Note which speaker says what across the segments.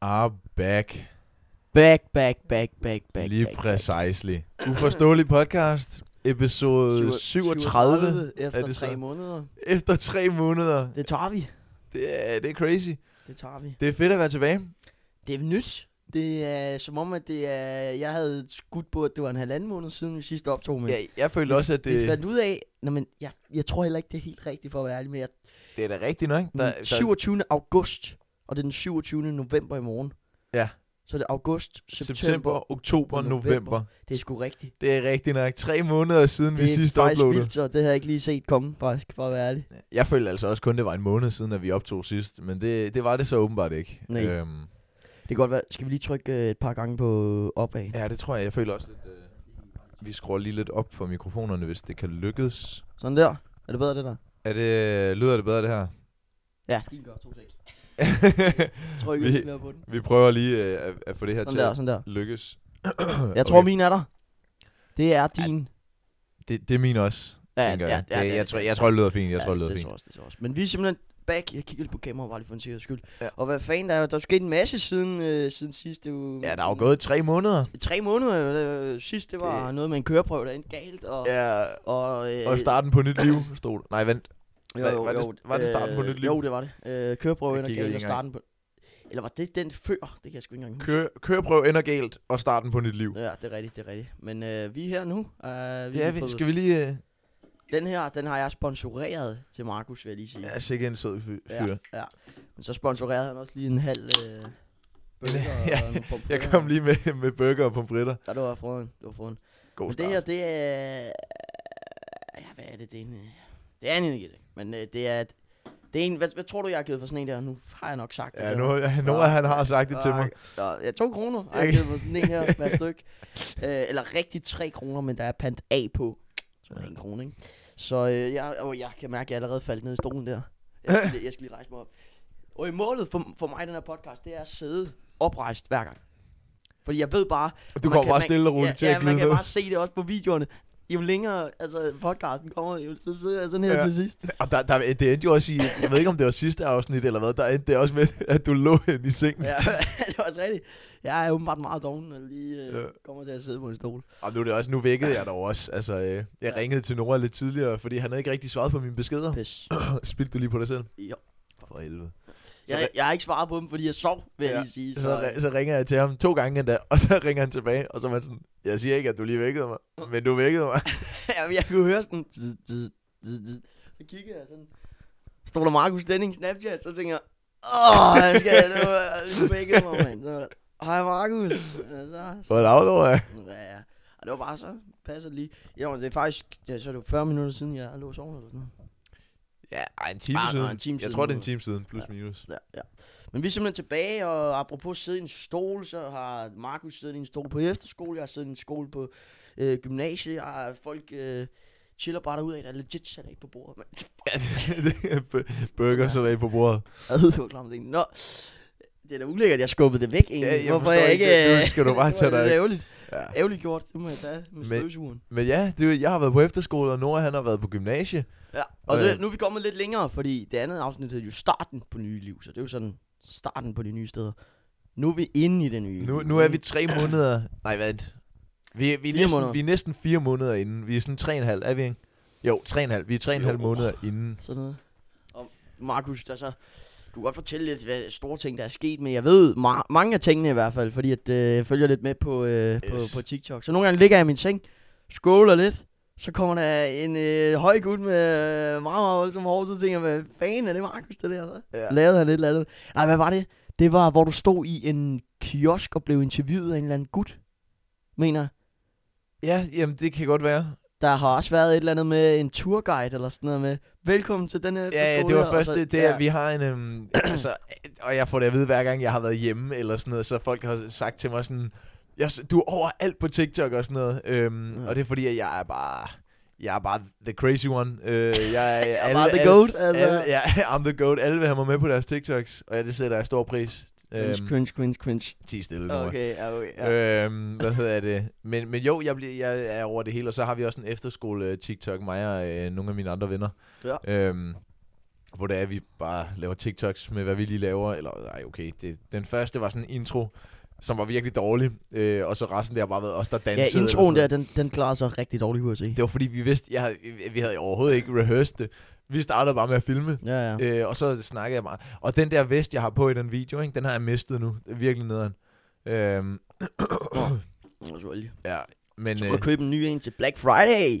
Speaker 1: are back.
Speaker 2: Back, back, back, back, back.
Speaker 1: Lige
Speaker 2: back, back.
Speaker 1: precisely. Uforståelig podcast, episode 37,
Speaker 2: efter
Speaker 1: er det
Speaker 2: tre
Speaker 1: så?
Speaker 2: måneder.
Speaker 1: efter tre måneder.
Speaker 2: Det tager vi.
Speaker 1: Det er, det er crazy.
Speaker 2: Det tager vi.
Speaker 1: Det er fedt at være tilbage.
Speaker 2: Det er nyt. Det er som om, at det er, jeg havde skudt på, at det var en halvanden måned siden, vi sidst optog. Men
Speaker 1: Ja, jeg føler også, at
Speaker 2: det... vi
Speaker 1: det,
Speaker 2: fandt ud af, Nå, men jeg, jeg tror heller ikke, det er helt rigtigt for at være ærlig, men jeg,
Speaker 1: det er da rigtigt nok. Der,
Speaker 2: der,
Speaker 1: der,
Speaker 2: 27. august, og det er den 27. november i morgen.
Speaker 1: Ja.
Speaker 2: Så er det august, september.
Speaker 1: september, oktober,
Speaker 2: og
Speaker 1: november.
Speaker 2: november. Det er sgu rigtigt.
Speaker 1: Det er rigtigt nok. Tre måneder siden, vi
Speaker 2: det
Speaker 1: sidst
Speaker 2: er faktisk
Speaker 1: uploadede.
Speaker 2: vildt, så det havde jeg ikke lige set komme, faktisk, for at være ærlig.
Speaker 1: Jeg følte altså også kun, det var en måned siden, at vi optog sidst. Men det, det var det så åbenbart ikke.
Speaker 2: Nej.
Speaker 1: Øhm,
Speaker 2: Det kan godt være. Skal vi lige trykke øh, et par gange på opad?
Speaker 1: ja, det tror jeg. Jeg føler også lidt... Øh, vi skruer lige lidt op for mikrofonerne, hvis det kan lykkes.
Speaker 2: Sådan der. Er det bedre, det der?
Speaker 1: Er det, lyder det bedre, det her?
Speaker 2: Ja. Din gør, to sek. Tryk lidt
Speaker 1: vi,
Speaker 2: mere på den.
Speaker 1: vi prøver lige øh, at, at få det her
Speaker 2: Sådan
Speaker 1: til
Speaker 2: der,
Speaker 1: at
Speaker 2: sådan der.
Speaker 1: lykkes.
Speaker 2: Jeg tror, min er der. Det er din.
Speaker 1: Det, det er min også, ja, tænker ja, jeg. Ja,
Speaker 2: det
Speaker 1: ja,
Speaker 2: er
Speaker 1: jeg,
Speaker 2: det.
Speaker 1: tror, jeg tror, det lyder fint. Jeg
Speaker 2: ja,
Speaker 1: tror, det lyder
Speaker 2: det
Speaker 1: fint.
Speaker 2: tror jeg også, det tror jeg også. Men vi er simpelthen back. Jeg kigger lidt på kameraet bare lige for en sikkerheds skyld.
Speaker 1: Ja.
Speaker 2: Ja. Og hvad fanden, der er jo der er jo sket en masse siden, øh, siden sidst. Det er jo,
Speaker 1: Ja, der er jo gået tre måneder.
Speaker 2: Tre måneder øh, sidst, det var
Speaker 1: Det-
Speaker 2: det... noget med en køreprøve, der endte galt. Og,
Speaker 1: Ja,
Speaker 2: og, øh,
Speaker 1: og starten på nyt liv stod. Nej, vent. Var- var det- var det starten på
Speaker 2: øh,
Speaker 1: nyt liv?
Speaker 2: Jo, det var det. Øh, køreprøve
Speaker 1: Jeg
Speaker 2: ender
Speaker 1: kigger
Speaker 2: galt,
Speaker 1: lige
Speaker 2: og
Speaker 1: engang.
Speaker 2: starten på... Eller var det den før? Det kan jeg sgu ikke engang huske.
Speaker 1: Kør, køreprøve ender galt, og starten på nyt liv.
Speaker 2: Ja, det er rigtigt, det er rigtigt. Men øh, vi er her nu. Øh, vi
Speaker 1: Ja,
Speaker 2: har
Speaker 1: vi,
Speaker 2: fået-
Speaker 1: skal vi lige... Øh,
Speaker 2: Den her, den har jeg sponsoreret til Markus, vil jeg lige sige.
Speaker 1: ja, sikke en sød fy- fyr.
Speaker 2: ja, ja. Men så sponsorerede han også lige en halv øh, burger
Speaker 1: Ja,
Speaker 2: og nogle pommes
Speaker 1: Jeg
Speaker 2: frites.
Speaker 1: kom lige med, med burger og pomfritter.
Speaker 2: Ja, det var forhånd. Det var forhånd.
Speaker 1: God
Speaker 2: Men
Speaker 1: start.
Speaker 2: det her, det er... Ja, hvad er det? Det er en... øh, Det er en energi, men øh, det er... Det er en, hvad, hvad, tror du, jeg har givet for sådan en der? Nu har jeg nok sagt det.
Speaker 1: ja,
Speaker 2: til
Speaker 1: nu,
Speaker 2: dig.
Speaker 1: ja, nu er han har sagt det til mig.
Speaker 2: Nå, ja, to kroner har
Speaker 1: Jeg
Speaker 2: jeg
Speaker 1: kan-
Speaker 2: givet for sådan en her per styk. Øh, eller rigtig tre kroner, men der er pant A på. Så er en krone, ikke? Så øh, jeg, åh, jeg kan mærke, at jeg allerede faldt ned i stolen der. Jeg skal, lige- jeg skal lige rejse mig op. Og i målet for, for mig i den her podcast, det er at sidde oprejst hver gang. Fordi jeg ved bare...
Speaker 1: Du
Speaker 2: man
Speaker 1: kommer
Speaker 2: kan-
Speaker 1: bare
Speaker 2: man-
Speaker 1: stille og roligt
Speaker 2: ja,
Speaker 1: til
Speaker 2: ja,
Speaker 1: at glide
Speaker 2: man kan
Speaker 1: ned.
Speaker 2: bare se det også på videoerne. Jo længere altså, podcasten kommer, jo, så sidder jeg sådan her
Speaker 1: Ja.
Speaker 2: til sidst.
Speaker 1: Og der, der, det endte jo også i, jeg ved ikke om det var sidste afsnit eller hvad, der endte det også med, at du lå hen i sengen. Ja.
Speaker 2: Ja, det var også rigtigt. Jeg er åbenbart meget doven, og lige øh,
Speaker 1: Ja.
Speaker 2: kommer til at sidde på en stol.
Speaker 1: Og nu, er det også, nu vækkede jeg dig også. Altså, øh, jeg
Speaker 2: Ja.
Speaker 1: ringede til Nora lidt tidligere, fordi han havde ikke rigtig svaret på mine beskeder.
Speaker 2: Pis.
Speaker 1: Spildte du lige på dig selv?
Speaker 2: Jo.
Speaker 1: For helvede. Så
Speaker 2: Jeg, jeg har ikke svaret på dem, fordi jeg sov, vil jeg
Speaker 1: Ja,
Speaker 2: lige sige.
Speaker 1: Så, ri- så ringer jeg til ham to gange endda, og så ringer han tilbage, og så er man sådan, jeg siger ikke, at du lige vækkede mig, men du vækkede mig.
Speaker 2: Jamen, jeg kunne høre sådan... zzz, zzz, zzz, zzz. Så kiggede jeg sådan... Stod der Markus Denning Snapchat, så tænker jeg... Åh, jeg skal nu... Nu vækkede mig, mand. Så, Hej Markus. Ja, Så,
Speaker 1: Så er det afdover, ja.
Speaker 2: ja, ja. Og det var bare så passet lige. Jo, men det er faktisk... Ja, så er det jo 40 minutter siden, jeg lå og sov eller sådan noget.
Speaker 1: Ja, ej, en time
Speaker 2: Ah, nej,
Speaker 1: siden.
Speaker 2: en time
Speaker 1: jeg
Speaker 2: siden
Speaker 1: tror, det er en
Speaker 2: nu.
Speaker 1: time siden, plus minus.
Speaker 2: Ja, ja. Men vi er simpelthen tilbage, og apropos sidde i en stol, så har Markus siddet i en stol på efterskole, jeg har siddet i en skole på øh, gymnasiet, jeg har folk øh, chiller bare derudad, der er legit salat på bordet. Men,
Speaker 1: Ja, det er bu- burger, så på bordet.
Speaker 2: jeg havde jo klamt det. Nå, det er da ulækkert, jeg skubbede det væk egentlig.
Speaker 1: Ja, jeg
Speaker 2: Hvorfor
Speaker 1: forstår
Speaker 2: jeg
Speaker 1: ikke,
Speaker 2: ikke...
Speaker 1: det- det skal du bare tage dig
Speaker 2: Det
Speaker 1: af.
Speaker 2: er ærgerligt,
Speaker 1: Ja.
Speaker 2: ærgerligt gjort, det må jeg tage med
Speaker 1: Men-
Speaker 2: støvsugeren.
Speaker 1: Men ja, det, er jo- jeg har været på efterskole, og Nora han har været på gymnasie.
Speaker 2: Ja, og
Speaker 1: Øh.
Speaker 2: det, nu er vi kommet lidt længere, fordi det andet afsnit hedder jo starten på nye liv, så det er jo sådan starten på de nye steder. Nu er vi inde i det nye
Speaker 1: Nu,
Speaker 2: liv,
Speaker 1: nu er
Speaker 2: ikke?
Speaker 1: vi tre måneder. Nej, vent. Vi, vi, er
Speaker 2: Fire
Speaker 1: næsten,
Speaker 2: måneder.
Speaker 1: vi er næsten fire måneder inden. Vi er sådan tre og en halv, er vi ikke? Jo, tre og en halv. Vi er tre og en
Speaker 2: Jo.
Speaker 1: halv måneder inden.
Speaker 2: sådan noget. Og Markus, der så, du kan godt fortælle lidt, hvad store ting, der er sket, men jeg ved ma- mange af tingene i hvert fald, fordi at, øh, jeg følger lidt med på, øh, på,
Speaker 1: Yes.
Speaker 2: på TikTok. Så nogle gange ligger jeg i min seng, skåler lidt, så kommer der en øh, høj gut med øh, meget, meget voldsom hår, så tænker jeg, hvad fanden er det Markus, det der så?
Speaker 1: Ja.
Speaker 2: Ja. Lavede han et eller andet. Nej, hvad var det? Det var, hvor du stod i en kiosk og blev interviewet af en eller anden gut, mener jeg.
Speaker 1: Ja, jamen det kan godt være.
Speaker 2: Der har også været et eller andet med en turguide eller sådan noget med, velkommen til den her
Speaker 1: Ja, ja,
Speaker 2: efterskole
Speaker 1: det var
Speaker 2: her," og
Speaker 1: først
Speaker 2: så-
Speaker 1: det, det at vi har en... Øhm, altså, og jeg får det at vide, hver gang jeg har været hjemme eller sådan noget, så folk har sagt til mig sådan... Jeg, s- du er overalt på TikTok og sådan noget. Øhm,
Speaker 2: Ja.
Speaker 1: Og det er fordi, at jeg er bare... Jeg er bare the crazy one. Øh, jeg er,
Speaker 2: Jeg er bare the goat, altså.
Speaker 1: Alle, ja, I'm the goat. Alle vil have mig med på deres TikToks, og ja, det sætter jeg stor pris.
Speaker 2: Cringe, cringe, cringe, cringe.
Speaker 1: 10 stille nu. Okay.
Speaker 2: Okay, ja, okay. Ja.
Speaker 1: Ja. Øhm, hvad hedder det? Men, men jo, jeg, bliver, jeg er over det hele, og så har vi også en efterskole øh, TikTok, mig og øh, nogle af mine andre venner.
Speaker 2: Ja.
Speaker 1: Øhm, hvor det er, at vi bare laver TikToks med, hvad vi lige laver. Eller, nej, okay. Det, den første var sådan en intro, som var virkelig dårlig. Øh, og så resten der har bare været os, der dansede.
Speaker 2: Ja,
Speaker 1: eller sådan
Speaker 2: introen der,
Speaker 1: noget.
Speaker 2: den, den klarer sig rigtig dårligt, kunne jeg sige.
Speaker 1: Det var fordi, vi vidste, jeg havde, vi havde overhovedet ikke rehearsed det. Vi startede bare med at filme.
Speaker 2: Ja, ja.
Speaker 1: Øh, og så snakkede jeg meget. Og den der vest, jeg har på i den video, ikke, den har jeg mistet nu. Det er virkelig nederen. Øhm,
Speaker 2: Øh, så lige.
Speaker 1: ja, men...
Speaker 2: Så må
Speaker 1: Øh,
Speaker 2: du købe en ny en til Black Friday.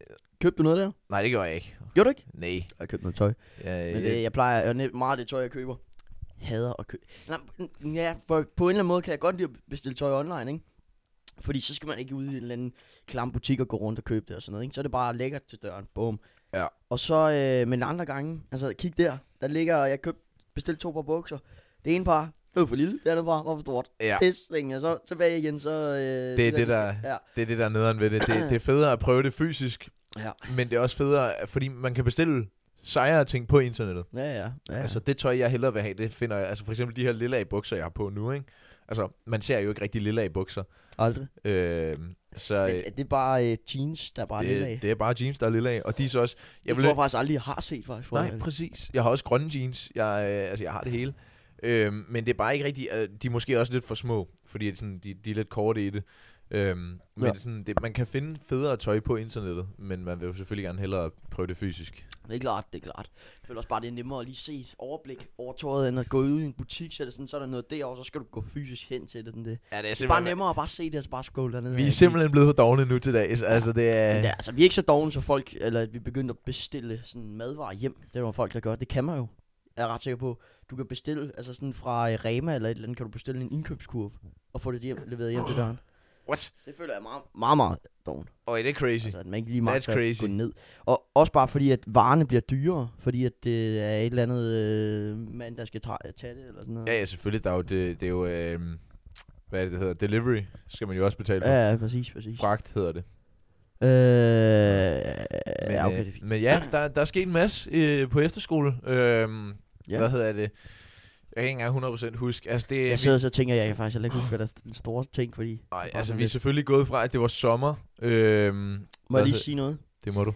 Speaker 2: Øh, Købte du noget der?
Speaker 1: nej, det gjorde jeg ikke.
Speaker 2: Gjorde du ikke?
Speaker 1: Nej. øh,
Speaker 2: Jeg købte noget tøj.
Speaker 1: Jeg,
Speaker 2: Men det, jeg plejer, jeg net- meget af det tøj, jeg køber, hader at købe. Nej, n- ja, for på en eller anden måde kan jeg godt lide at bestille tøj online, ikke? Fordi så skal man ikke ud i en eller anden klam butik og gå rundt og købe det og sådan noget, ikke? Så er det bare lækkert til døren, bum.
Speaker 1: Ja.
Speaker 2: Og så, øh, men andre gange, altså kig der, der ligger, jeg købte, bestilte to par bukser. Det ene par, det var for lille, det andet par var for stort.
Speaker 1: ja,
Speaker 2: Pissing, og så tilbage igen, så... Øh,
Speaker 1: det er det, der,
Speaker 2: Ja.
Speaker 1: det er det, der er nederen ved det. det. Det er federe at prøve det fysisk,
Speaker 2: Ja.
Speaker 1: men det er også federe, fordi man kan bestille sejere ting på internettet.
Speaker 2: Ja, ja, ja.
Speaker 1: Ja. Altså det tøj, jeg hellere vil have, det finder jeg... Altså for eksempel de her lilla i bukser, jeg har på nu, ikke? Altså, man ser jo ikke rigtig lilla i bukser.
Speaker 2: aldrig.
Speaker 1: Øh, så
Speaker 2: Men, er det er bare øh, jeans, der er bare lidt af.
Speaker 1: det, det, er bare jeans, der er lilla af. Og de er så også...
Speaker 2: Jeg, jeg tror faktisk aldrig, jeg har set faktisk. for at være
Speaker 1: Nej,
Speaker 2: ærlig.
Speaker 1: præcis. Jeg har også grønne jeans. Jeg, øh, altså, jeg har det hele. Øhm, men det er bare ikke rigtigt... Øh, de er måske også lidt for små, fordi det er sådan, de, de er lidt korte i det. Øhm, men
Speaker 2: Ja.
Speaker 1: det er sådan, det, man kan finde federe tøj på internettet, men man vil jo selvfølgelig gerne hellere prøve det fysisk.
Speaker 2: Det er klart, det er klart. Jeg føler også bare, det er nemmere at lige se et overblik over tøjet, end at gå ud i en butik, så er det sådan, så er der noget derovre, så skal du gå fysisk hen til det. Sådan det.
Speaker 1: Ja,
Speaker 2: det er bare nemmere at bare se det, og så bare scrolle dernede.
Speaker 1: Vi
Speaker 2: af.
Speaker 1: er simpelthen blevet for dogne nu til dags. Altså, det er...
Speaker 2: Men det er- altså, vi er ikke så dogne, så folk, eller at vi begyndte at bestille sådan madvarer hjem. Det er jo folk, der gør. Det kan man jo. Jeg er ret sikker på. Du kan bestille, altså sådan fra øh, Rema eller et eller andet, kan du bestille en indkøbskurv og få det hjem, leveret hjem til døren.
Speaker 1: What?
Speaker 2: Det føler jeg meget, meget, meget dogne.
Speaker 1: Øj, det er crazy.
Speaker 2: Altså, at man ikke lige
Speaker 1: That's
Speaker 2: magter at
Speaker 1: crazy.
Speaker 2: gå ned. Og også bare fordi, at varerne bliver dyrere, fordi at det er et eller andet øh, mand, der skal tage, tage det, eller sådan noget.
Speaker 1: Ja, ja, selvfølgelig. Der er jo det, det er jo... Øhm, hvad er det, det hedder? Delivery skal man jo også betale for.
Speaker 2: ja, ja præcis, præcis.
Speaker 1: Fragt hedder det.
Speaker 2: Øh,
Speaker 1: Men,
Speaker 2: ja, okay, det er
Speaker 1: øh,
Speaker 2: fint.
Speaker 1: men ja, der, der er sket en masse øh, på efterskole. Øhm,
Speaker 2: Ja.
Speaker 1: ja. Hvad hedder det? Jeg kan ikke engang 100% huske. Altså, det,
Speaker 2: Jeg
Speaker 1: vi,
Speaker 2: sidder og så tænker, jeg, jeg kan faktisk heller ikke huske, hvad der er den store ting, fordi...
Speaker 1: nej,
Speaker 2: bare
Speaker 1: altså,
Speaker 2: sådan
Speaker 1: vi er
Speaker 2: lidt.
Speaker 1: selvfølgelig gået fra, at det var sommer. Øhm,
Speaker 2: Må jeg
Speaker 1: hvad
Speaker 2: lige
Speaker 1: hed-
Speaker 2: sige noget?
Speaker 1: Det må du.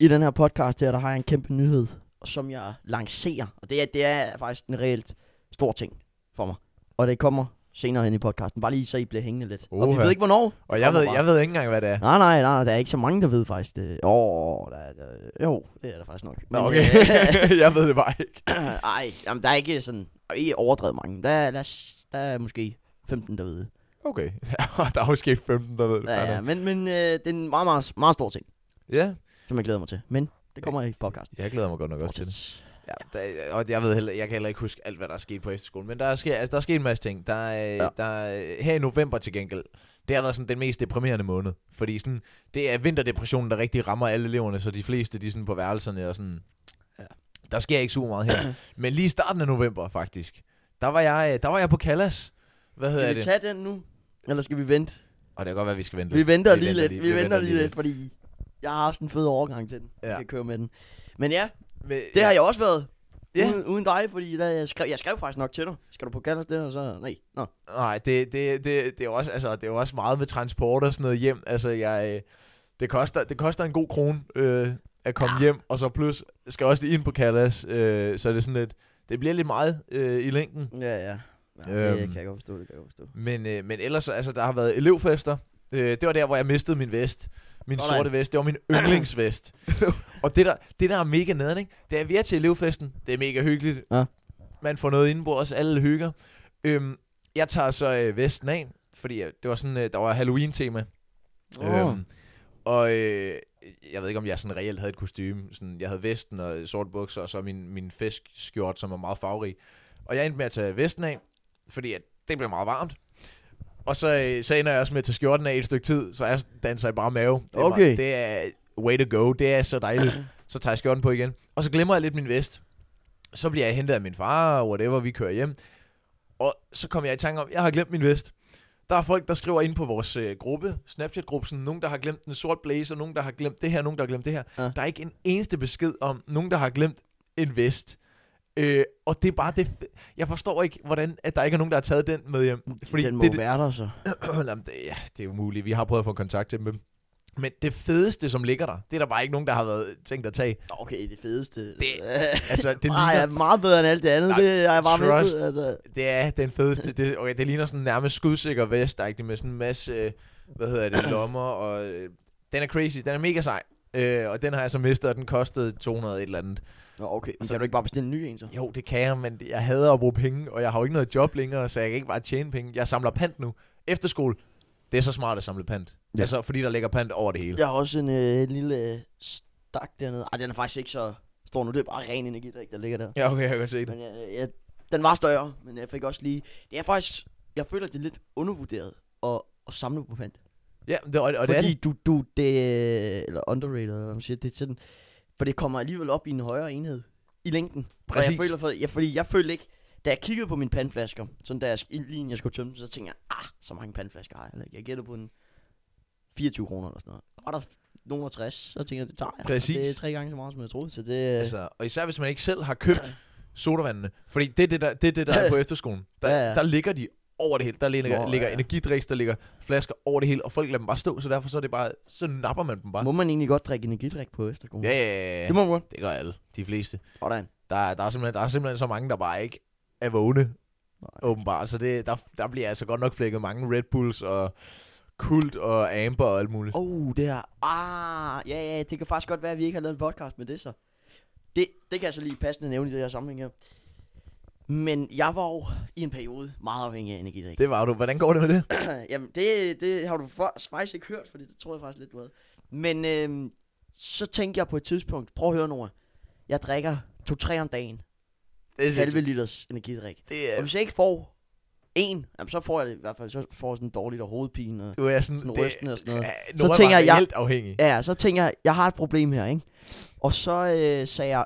Speaker 2: I den her podcast her, der har jeg en kæmpe nyhed, som jeg lancerer. Og det er, det er faktisk en reelt stor ting for mig. Og det kommer senere hen i podcasten. Bare lige så I bliver hængende lidt. Og vi
Speaker 1: Oha.
Speaker 2: ved ikke, hvornår.
Speaker 1: Og jeg ved,
Speaker 2: bare.
Speaker 1: jeg ved ikke engang, hvad det er.
Speaker 2: Nej, nej, nej, der er ikke så mange, der ved faktisk det. Åh, oh, der, er- der, jo, det er der faktisk nok.
Speaker 1: Nå,
Speaker 2: Men,
Speaker 1: okay. jeg ved det bare ikke.
Speaker 2: øh, ej, jamen, der er ikke sådan, ikke overdrevet mange. Der, er- lad os, der er måske 15, der ved det.
Speaker 1: Okay. der er måske 15, der ved det.
Speaker 2: Ja, ja,
Speaker 1: Ja,
Speaker 2: men, men øh, det er en meget, meget, meget stor ting,
Speaker 1: ja.
Speaker 2: som jeg glæder mig til. Men det kommer i podcasten.
Speaker 1: Jeg glæder mig godt nok også til det.
Speaker 2: Fortsæt.
Speaker 1: Ja, der, og jeg ved heller, jeg kan heller ikke huske alt, hvad der er sket på efterskolen, men der er sket, altså, der er sket en masse ting. Der,
Speaker 2: Ja.
Speaker 1: ja. der, er- her i november til gengæld, det har været sådan den mest deprimerende måned, fordi sådan, det er vinterdepressionen, der rigtig rammer alle eleverne, så de fleste de er sådan på værelserne og sådan.
Speaker 2: Ja.
Speaker 1: Ja. Der sker ikke super meget her. men lige i starten af november faktisk, der var jeg, der var jeg på Kallas. Hvad hedder
Speaker 2: Skal vi
Speaker 1: det?
Speaker 2: tage den nu? Eller skal vi vente?
Speaker 1: Og det kan godt være, vi skal vente
Speaker 2: Vi venter lige lidt. Vi venter lige lidt, fordi jeg har også en fed overgang til den.
Speaker 1: Ja.
Speaker 2: Jeg kan køre med den. Men ja,
Speaker 1: Men,
Speaker 2: det har jeg også været.
Speaker 1: Ja.
Speaker 2: Uden, uden dig, fordi der, jeg, skrev, jeg skrev faktisk nok til dig. Skal du på Gallas der? Og så, nej. Nå.
Speaker 1: Nej, det, det, det, det, er jo også, altså, det er jo også meget med transport og sådan noget hjem. Altså, jeg, øh, det, koster, det koster en god krone øh, at komme ja. hjem, og så plus skal jeg også lige ind på Kallas. Øh, så er det er sådan lidt, det bliver lidt meget øh, i længden.
Speaker 2: Ja, ja. ja det
Speaker 1: Øhm.
Speaker 2: kan jeg godt forstå, det kan jeg godt forstå.
Speaker 1: Men, øh, men ellers, så- altså, der har været elevfester. Øh, det var der, hvor jeg mistede min vest. Min
Speaker 2: Sådan.
Speaker 1: sorte vest. Det var min yndlingsvest. og det der, det der er mega nederen, ikke? Det er, at vi er til elevfesten. Det er mega hyggeligt.
Speaker 2: Ja.
Speaker 1: Man får noget indenbords. Alle hygger. Øhm, jeg tager så øh, vesten af, fordi øh, det var sådan, øh, der var Halloween-tema.
Speaker 2: Åh.
Speaker 1: Øhm, og øh, jeg ved ikke, om jeg sådan reelt havde et kostume. Sådan, jeg havde vesten og sorte bukser, og så min, min fiskskjort, som er meget farverig. Og jeg endte med at tage vesten af, fordi at det blev meget varmt. Og så, øh, så ender jeg også med at tage skjorten af et stykke tid, så jeg danser i bare mave. Det er Bare,
Speaker 2: Okay.
Speaker 1: det er way to go, det er så dejligt. Så tager jeg skjorten på igen. Og så glemmer jeg lidt min vest. Så bliver jeg hentet af min far, og whatever, vi kører hjem. Og så kom jeg i tanke om, jeg har glemt min vest. Der er folk, der skriver ind på vores øh, gruppe, Snapchat-gruppe, sådan, nogen, der har glemt en sort blazer, nogen, der har glemt det her, nogen, der har glemt det her.
Speaker 2: Ja.
Speaker 1: Ja. Der er ikke en eneste besked om nogen, der har glemt en vest. Øh, og det er bare det... fe- Jeg forstår ikke, hvordan at der ikke er nogen, der har taget den med hjem.
Speaker 2: Fordi Mm, den må
Speaker 1: det,
Speaker 2: det, være der så.
Speaker 1: Jamen, det, ja, det er umuligt. Vi har prøvet at få kontakt til dem. Men det fedeste, som ligger der, det er der bare ikke nogen, der har været tænkt at tage.
Speaker 2: Nå, Okay, det fedeste.
Speaker 1: Det-
Speaker 2: Øh,
Speaker 1: Altså, det
Speaker 2: Ej, jeg
Speaker 1: ligner,
Speaker 2: er meget bedre end alt det andet.
Speaker 1: Nej,
Speaker 2: Det er jeg bare
Speaker 1: trust.
Speaker 2: mistet. Altså.
Speaker 1: det er den fedeste. Det, okay, det ligner sådan nærmest skudsikker vest, agtig med sådan en masse, øh, hvad hedder det, lommer. Og, øh, den er crazy, den er mega sej. Øh, og den har jeg så mistet, og den kostede 200 et eller andet.
Speaker 2: Nå, okay. Men
Speaker 1: så-
Speaker 2: kan du ikke bare bestille en ny en, så?
Speaker 1: Jo, det kan jeg, men jeg hader at bruge penge, og jeg har jo ikke noget job længere, så jeg kan ikke bare tjene penge. Jeg samler pant nu. Efterskole, det er så smart at samle pant.
Speaker 2: Ja.
Speaker 1: Ja. Altså, fordi der ligger pant over det hele.
Speaker 2: Jeg har også en øh, lille øh, stak dernede. Ej, den er faktisk ikke så stor nu. Det er bare ren energidrik, der ligger der.
Speaker 1: Ja, okay, jeg kan godt se det.
Speaker 2: Men jeg, jeg, den var større, men jeg fik også lige... Det er faktisk... Jeg føler, det er lidt undervurderet at, at samle på pant.
Speaker 1: Ja, det, og, og det er
Speaker 2: fordi
Speaker 1: det.
Speaker 2: du, du, det... Eller underrated, eller hvad man siger. Det er sådan... For det kommer alligevel op i en højere enhed. I længden. Og
Speaker 1: Præcis.
Speaker 2: jeg føler, for, jeg, fordi jeg følte ikke... Da jeg kiggede på mine pandflasker, sådan da jeg, sk- lige inden jeg skulle tømme dem, så tænkte jeg, ah, så mange pandflasker har jeg heller ikke. Jeg gætter på en 24 kroner eller sådan noget. Og var der nogen af 60, så tænkte jeg, det tager jeg. Og
Speaker 1: Præcis.
Speaker 2: Det er tre gange så meget, som jeg troede, så det...
Speaker 1: Altså, og især hvis man ikke selv har købt sodavandene. Fordi det er det, der, det, er det, der er på efterskolen. Der,
Speaker 2: Ja, ja.
Speaker 1: der ligger de over det hele. Der ligger,
Speaker 2: Nå,
Speaker 1: ligger
Speaker 2: ja.
Speaker 1: energidriks, der ligger flasker over det hele, og folk lader dem bare stå, så derfor så er det bare, så napper man dem bare.
Speaker 2: Må man egentlig godt drikke energidrik på efterskolen?
Speaker 1: Ja, ja, ja,
Speaker 2: Det
Speaker 1: ja.
Speaker 2: må man godt.
Speaker 1: Det gør alle, de fleste.
Speaker 2: Sådan.
Speaker 1: Der, er- der, er simpelthen, der er simpelthen så mange, der bare ikke er vågne,
Speaker 2: Nej.
Speaker 1: åbenbart. Så det, der, der bliver altså godt nok flækket mange Red Bulls og Kult og Amber og alt muligt.
Speaker 2: Oh, det her. Ah, ja, ja, det kan faktisk godt være, at vi ikke har lavet en podcast med det så. Det, det kan jeg så lige passende nævne i det her sammenhæng her. Men jeg var jo i en periode meget afhængig af energidrik. Det.
Speaker 1: Det var du. Hvordan går det med det?
Speaker 2: Jamen, det, det har du for, faktisk ikke hørt, for det tror jeg faktisk lidt, du havde. Men øhm, så tænkte jeg på et tidspunkt, prøv at høre, Nora. Jeg drikker 2-3 om dagen.
Speaker 1: Det er
Speaker 2: Halve
Speaker 1: sindssygt.
Speaker 2: liters energidrik.
Speaker 1: Det
Speaker 2: Og
Speaker 1: er,
Speaker 2: hvis jeg ikke får en, jamen, så får jeg det i hvert fald. Så får jeg sådan dårligt og hovedpine. Og,
Speaker 1: du er sådan,
Speaker 2: sådan
Speaker 1: det,
Speaker 2: rystende og sådan noget.
Speaker 1: Ja,
Speaker 2: Så
Speaker 1: Nora
Speaker 2: tænker
Speaker 1: var
Speaker 2: jeg-
Speaker 1: reelt afhængig.
Speaker 2: Ja, ja, så tænker jeg, jeg har et problem her, ikke? Og så øh, sagde jeg,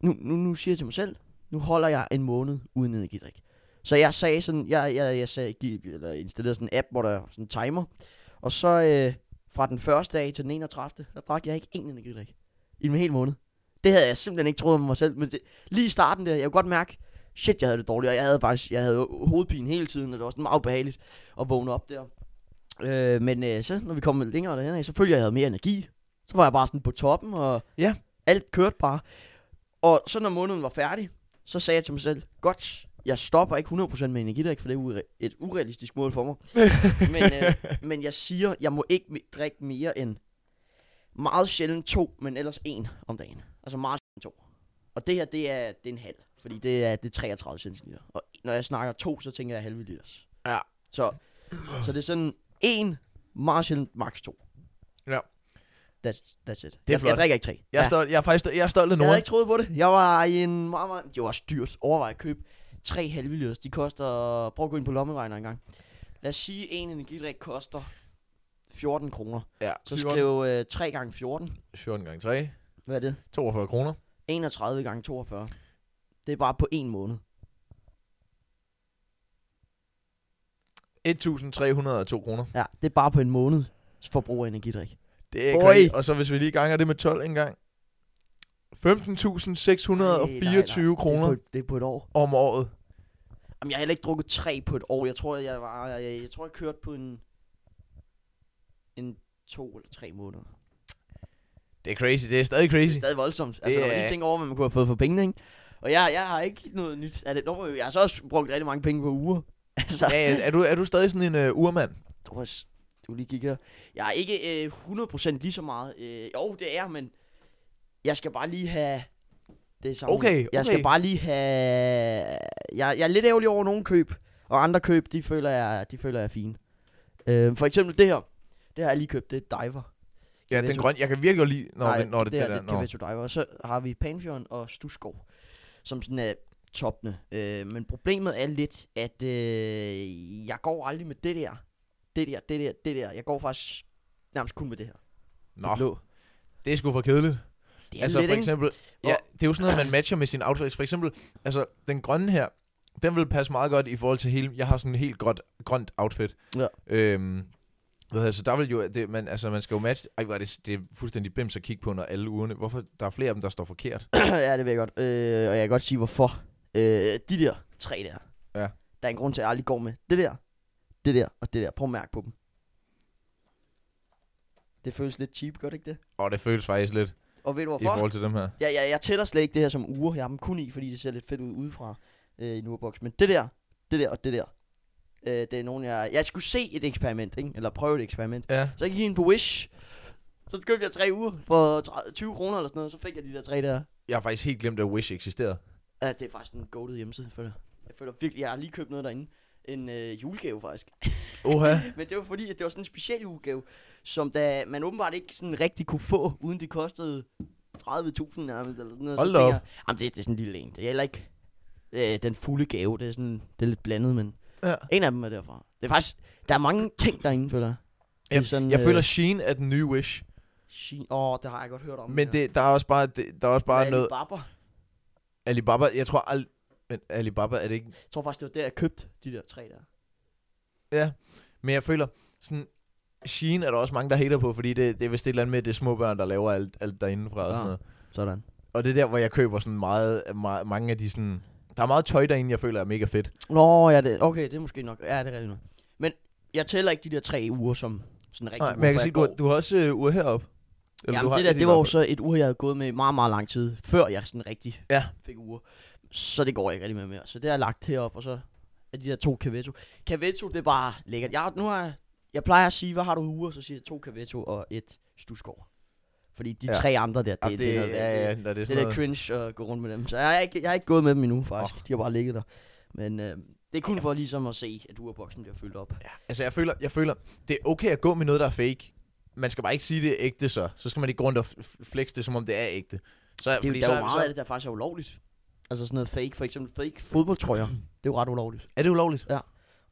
Speaker 2: nu, nu, nu siger jeg til mig selv, nu holder jeg en måned uden energidrik. Så jeg sagde sådan, jeg, jeg, jeg sagde, gi- eller installerede sådan en app, hvor der er sådan en timer. Og så øh, fra den første dag til den 31. der drak jeg ikke én energidrik. I en hel måned. Det havde jeg simpelthen ikke troet om mig selv. Men det, lige i starten der, jeg kunne godt mærke, shit, jeg havde det dårligt. Og jeg havde faktisk, jeg havde hovedpine hele tiden, og det var sådan meget ubehageligt at vågne op der. Øh, men øh, så, når vi kom lidt længere derhen, så følte jeg, jeg havde mere energi. Så var jeg bare sådan på toppen, og
Speaker 1: Ja.
Speaker 2: alt kørte bare. Og så når måneden var færdig, så sagde jeg til mig selv, godt, jeg stopper ikke 100% med energidrik, for det er ure- et urealistisk mål for mig. men, øh, men jeg siger, jeg må ikke me- drikke mere end meget sjældent to, men ellers en om dagen. Altså meget sjældent to. Og det her, det er, det er en halv, fordi det er, det er 33 centiliter. Og når jeg snakker to, så tænker jeg halve liters.
Speaker 1: Ja.
Speaker 2: Så, så det er sådan en, meget sjældent max to.
Speaker 1: Ja.
Speaker 2: That's, that's it.
Speaker 1: Det er
Speaker 2: jeg, jeg
Speaker 1: flot.
Speaker 2: drikker ikke tre.
Speaker 1: Jeg er, stolt, jeg er faktisk jeg er stolt af
Speaker 2: Jeg havde
Speaker 1: Nora.
Speaker 2: ikke troet på det. Jeg var i en meget, meget... Det var også dyrt. Overvej at købe tre halve liters. De koster... Prøv at gå ind på lommeregner en gang. Lad os sige, en energidrik koster 14 kroner.
Speaker 1: Ja,
Speaker 2: Så skriv øh, 3 gange 14.
Speaker 1: 14 gange 3,
Speaker 2: Hvad er det?
Speaker 1: 42 kroner.
Speaker 2: 31 gange 42. Det er bare på en måned.
Speaker 1: 1302 kroner.
Speaker 2: Ja, det er bare på en måned forbrug af energidrik.
Speaker 1: Det er
Speaker 2: Oi.
Speaker 1: great. Og så hvis vi lige ganger det med 12 en gang. 15.624
Speaker 2: Det er
Speaker 1: kroner
Speaker 2: på, et- det er på et år.
Speaker 1: om året.
Speaker 2: Jamen, jeg har heller ikke drukket tre på et år. Jeg tror, jeg var... Jeg, jeg, jeg tror, jeg kørte på en... En to eller tre måneder.
Speaker 1: Det er crazy. Det er stadig crazy.
Speaker 2: stadig voldsomt. Altså,
Speaker 1: Det
Speaker 2: når man
Speaker 1: er-
Speaker 2: lige tænker over, hvad man kunne have fået for pengene, ikke? Og jeg, jeg har ikke noget nyt. Er det, Nå, jeg har så også brugt rigtig mange penge på uger. Altså,
Speaker 1: Ja, ja, er, du, er du stadig sådan en uh, urmand?
Speaker 2: du, har, s- du lige kigger. Jeg er ikke øh, 100% lige så meget. Øh, jo, det er, men jeg skal bare lige have... Det er samme.
Speaker 1: Okay,
Speaker 2: Jeg skal
Speaker 1: okay.
Speaker 2: bare lige have... Jeg, jeg er lidt ærgerlig over nogle køb, og andre køb, de føler jeg, de føler jeg er fine. Øh, for eksempel det her. Det har jeg lige købt, det er Diver.
Speaker 1: Ja, den
Speaker 2: Kaveto.
Speaker 1: grønne. Jeg kan virkelig godt lide, når,
Speaker 2: Nej,
Speaker 1: det, når det, det,
Speaker 2: er
Speaker 1: det der.
Speaker 2: det
Speaker 1: når.
Speaker 2: Kavetto Diver. Og så har vi Panfjorden og Stusgård, som sådan er toppene. Øh, men problemet er lidt, at øh, jeg går aldrig med det der. Det der, det der, det der. Jeg går faktisk nærmest kun med det her.
Speaker 1: Nå,
Speaker 2: Det blå.
Speaker 1: det er sgu for kedeligt.
Speaker 2: Det er
Speaker 1: Altså
Speaker 2: lidt,
Speaker 1: for
Speaker 2: ikke?
Speaker 1: eksempel, ja, det er jo sådan noget, man matcher med sin outfits. For eksempel, altså den grønne her, den vil passe meget godt i forhold til hele, jeg har sådan en helt grønt, grønt outfit.
Speaker 2: Ja.
Speaker 1: Øhm, hvad hedder, det, så der vil jo, det, man, altså man skal jo matche, ej, hvor er det, det er fuldstændig bims at kigge på under alle ugerne. Hvorfor, der er flere af dem, der står forkert.
Speaker 2: ja, det vil jeg godt. Øh, og jeg kan godt sige, hvorfor. Øh, de der tre der.
Speaker 1: Ja.
Speaker 2: Der er en grund til, at jeg aldrig går med det der, det der og det der. Prøv at mærke på dem. Det føles lidt cheap, gør det ikke det?
Speaker 1: Og det føles faktisk lidt
Speaker 2: Og ved du
Speaker 1: i
Speaker 2: hvorfor?
Speaker 1: forhold til dem her.
Speaker 2: Ja, ja, jeg tæller slet ikke det her som uger. Jeg har dem kun i, fordi det ser lidt fedt ud udefra øh, i en ureboks. Men det der, det der og det der, øh, det er nogen, jeg... Jeg skulle se et eksperiment, ikke? Eller prøve et eksperiment.
Speaker 1: Ja.
Speaker 2: Så jeg gik ind på Wish. Så købte jeg tre uger for 30 20 kroner eller sådan noget. Så fik jeg de der tre der.
Speaker 1: Jeg har faktisk helt glemt, at Wish eksisterede.
Speaker 2: Ja, det er faktisk en goated hjemmeside, jeg føler. Jeg føler virkelig, jeg har lige købt noget derinde. En øh, julegave faktisk.
Speaker 1: Oha.
Speaker 2: Men det var fordi, at det var sådan en speciel udgave, som da man åbenbart ikke sådan rigtig kunne få, uden det kostede 30.000 nærmest, eller sådan noget.
Speaker 1: Hold
Speaker 2: så
Speaker 1: da op.
Speaker 2: tænker jeg, jamen det, det er sådan en lille en. Det er heller ikke øh, den fulde gave. Det er, sådan, det er lidt blandet, men
Speaker 1: Ja.
Speaker 2: en af dem er derfra. Det er faktisk, der er mange ting derinde, føler jeg. Det er
Speaker 1: Jeg,
Speaker 2: sådan,
Speaker 1: jeg
Speaker 2: øh,
Speaker 1: føler, Sheen er den nye Wish.
Speaker 2: Shein- Åh, oh, det har jeg godt hørt om.
Speaker 1: Men det, der er også bare, det, der er også bare noget...
Speaker 2: Alibaba.
Speaker 1: Alibaba, jeg tror al... Men Alibaba er det ikke...
Speaker 2: Jeg tror faktisk, det var der, jeg købte de der tre der.
Speaker 1: Ja. Men jeg føler, sådan... Sheen er der også mange, der hater på, fordi det, det er vist et eller andet med, at det er små børn, der laver alt, alt derindefra og
Speaker 2: Ah.
Speaker 1: sådan noget.
Speaker 2: Sådan.
Speaker 1: Og det er der, hvor jeg køber sådan meget, meget mange af de sådan... Der er meget tøj derinde, jeg føler er mega fedt.
Speaker 2: Nå, ja, det, okay, det er måske nok. Ja, det er rigtigt nok. Men jeg tæller ikke de der tre uger som sådan rigtig
Speaker 1: Nej, Ah, men jeg kan sige, du, har- du har også øh, ur heroppe. Eller
Speaker 2: Jamen
Speaker 1: du har
Speaker 2: det der,
Speaker 1: et i
Speaker 2: det var jo
Speaker 1: hvert fald.
Speaker 2: så et ur, jeg havde gået med i meget, meget lang tid, før jeg sådan rigtig
Speaker 1: Ja.
Speaker 2: fik ure. Så det går jeg ikke rigtig med mere. Så det har jeg lagt herop, og så er de der to Cavetto. Cavetto, det er bare lækkert. Jeg, nu har jeg, jeg plejer at sige, hvad har du uger? Så siger jeg to Cavetto og et Stusgård. Fordi de
Speaker 1: Ja.
Speaker 2: ja. tre andre der, det,
Speaker 1: Ja,
Speaker 2: det, det, er noget,
Speaker 1: ja,
Speaker 2: værd.
Speaker 1: ja,
Speaker 2: det,
Speaker 1: når det er
Speaker 2: det
Speaker 1: sådan
Speaker 2: er
Speaker 1: noget.
Speaker 2: lidt cringe at gå rundt med dem. Så jeg har ikke, jeg har ikke gået med dem endnu, faktisk. Oh. De har bare ligget der. Men øh, det er kun for ligesom at se, at urboksen bliver fyldt op.
Speaker 1: Altså, jeg føler, jeg føler, det er okay at gå med noget, der er fake. Man skal bare ikke sige, det er ægte så. Så skal man ikke gå rundt og f- f- flexe det, som om det er ægte. Så,
Speaker 2: Det er jo,
Speaker 1: fordi
Speaker 2: der
Speaker 1: så,
Speaker 2: er jo meget af
Speaker 1: så,
Speaker 2: det, der faktisk er ulovligt. Altså sådan noget fake, for eksempel fake fodboldtrøjer. Det er jo ret ulovligt.
Speaker 1: Er det ulovligt?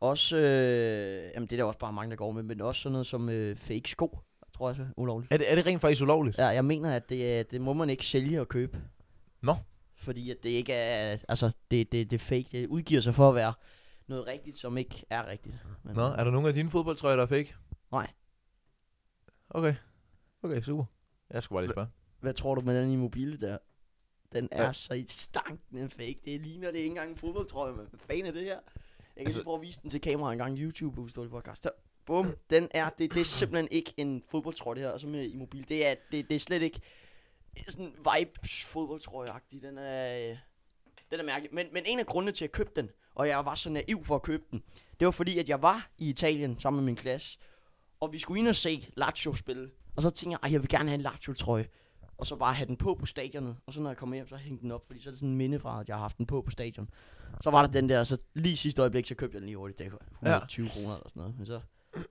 Speaker 2: Også, øh, jamen det er der også bare mange, der går med, men også sådan noget som øh, fake sko, tror jeg også er ulovligt.
Speaker 1: Er det, er det rent faktisk ulovligt?
Speaker 2: Ja, jeg mener, at det, er- det må man ikke sælge og købe.
Speaker 1: Nå.
Speaker 2: Fordi at det ikke er, altså det, det, det er fake, det udgiver sig for at være noget rigtigt, som ikke er rigtigt. Men, øh,
Speaker 1: Nå, er der nogen af dine fodboldtrøjer, der er fake?
Speaker 2: Nej.
Speaker 1: Okay. Okay, super. Jeg skulle bare lige spørge.
Speaker 2: Hvad tror du med den i mobile der? Den er
Speaker 1: Ja.
Speaker 2: så i stanken en fake. Det ligner det ikke engang en fodboldtrøje, men hvad fanden er det her? Jeg kan
Speaker 1: Altså-
Speaker 2: altså, prøve at vise den til kameraet en gang i YouTube, hvis du vil podcast. Der. Bum, den er, det, det er simpelthen ikke en fodboldtrøje, det her, og så med i mobil. Det er, det, det er slet ikke sådan vibes fodboldtrøje -agtig. Den er, øh, den er mærkelig. Men, men en af grundene til at købe den, og jeg var så naiv for at købe den, det var fordi, at jeg var i Italien sammen med min klasse, og vi skulle ind og se Lazio spille. Og så tænkte jeg, at jeg vil gerne have en Lazio-trøje. Og så bare have den på på stadionet. Og så når jeg kom hjem, så hængte den op, fordi så er det sådan en minde fra, at jeg har haft den på på stadion. Så var der den der, og så lige sidste øjeblik, så købte jeg den lige hurtigt. Det var 120 ja. kroner eller sådan noget. Men så,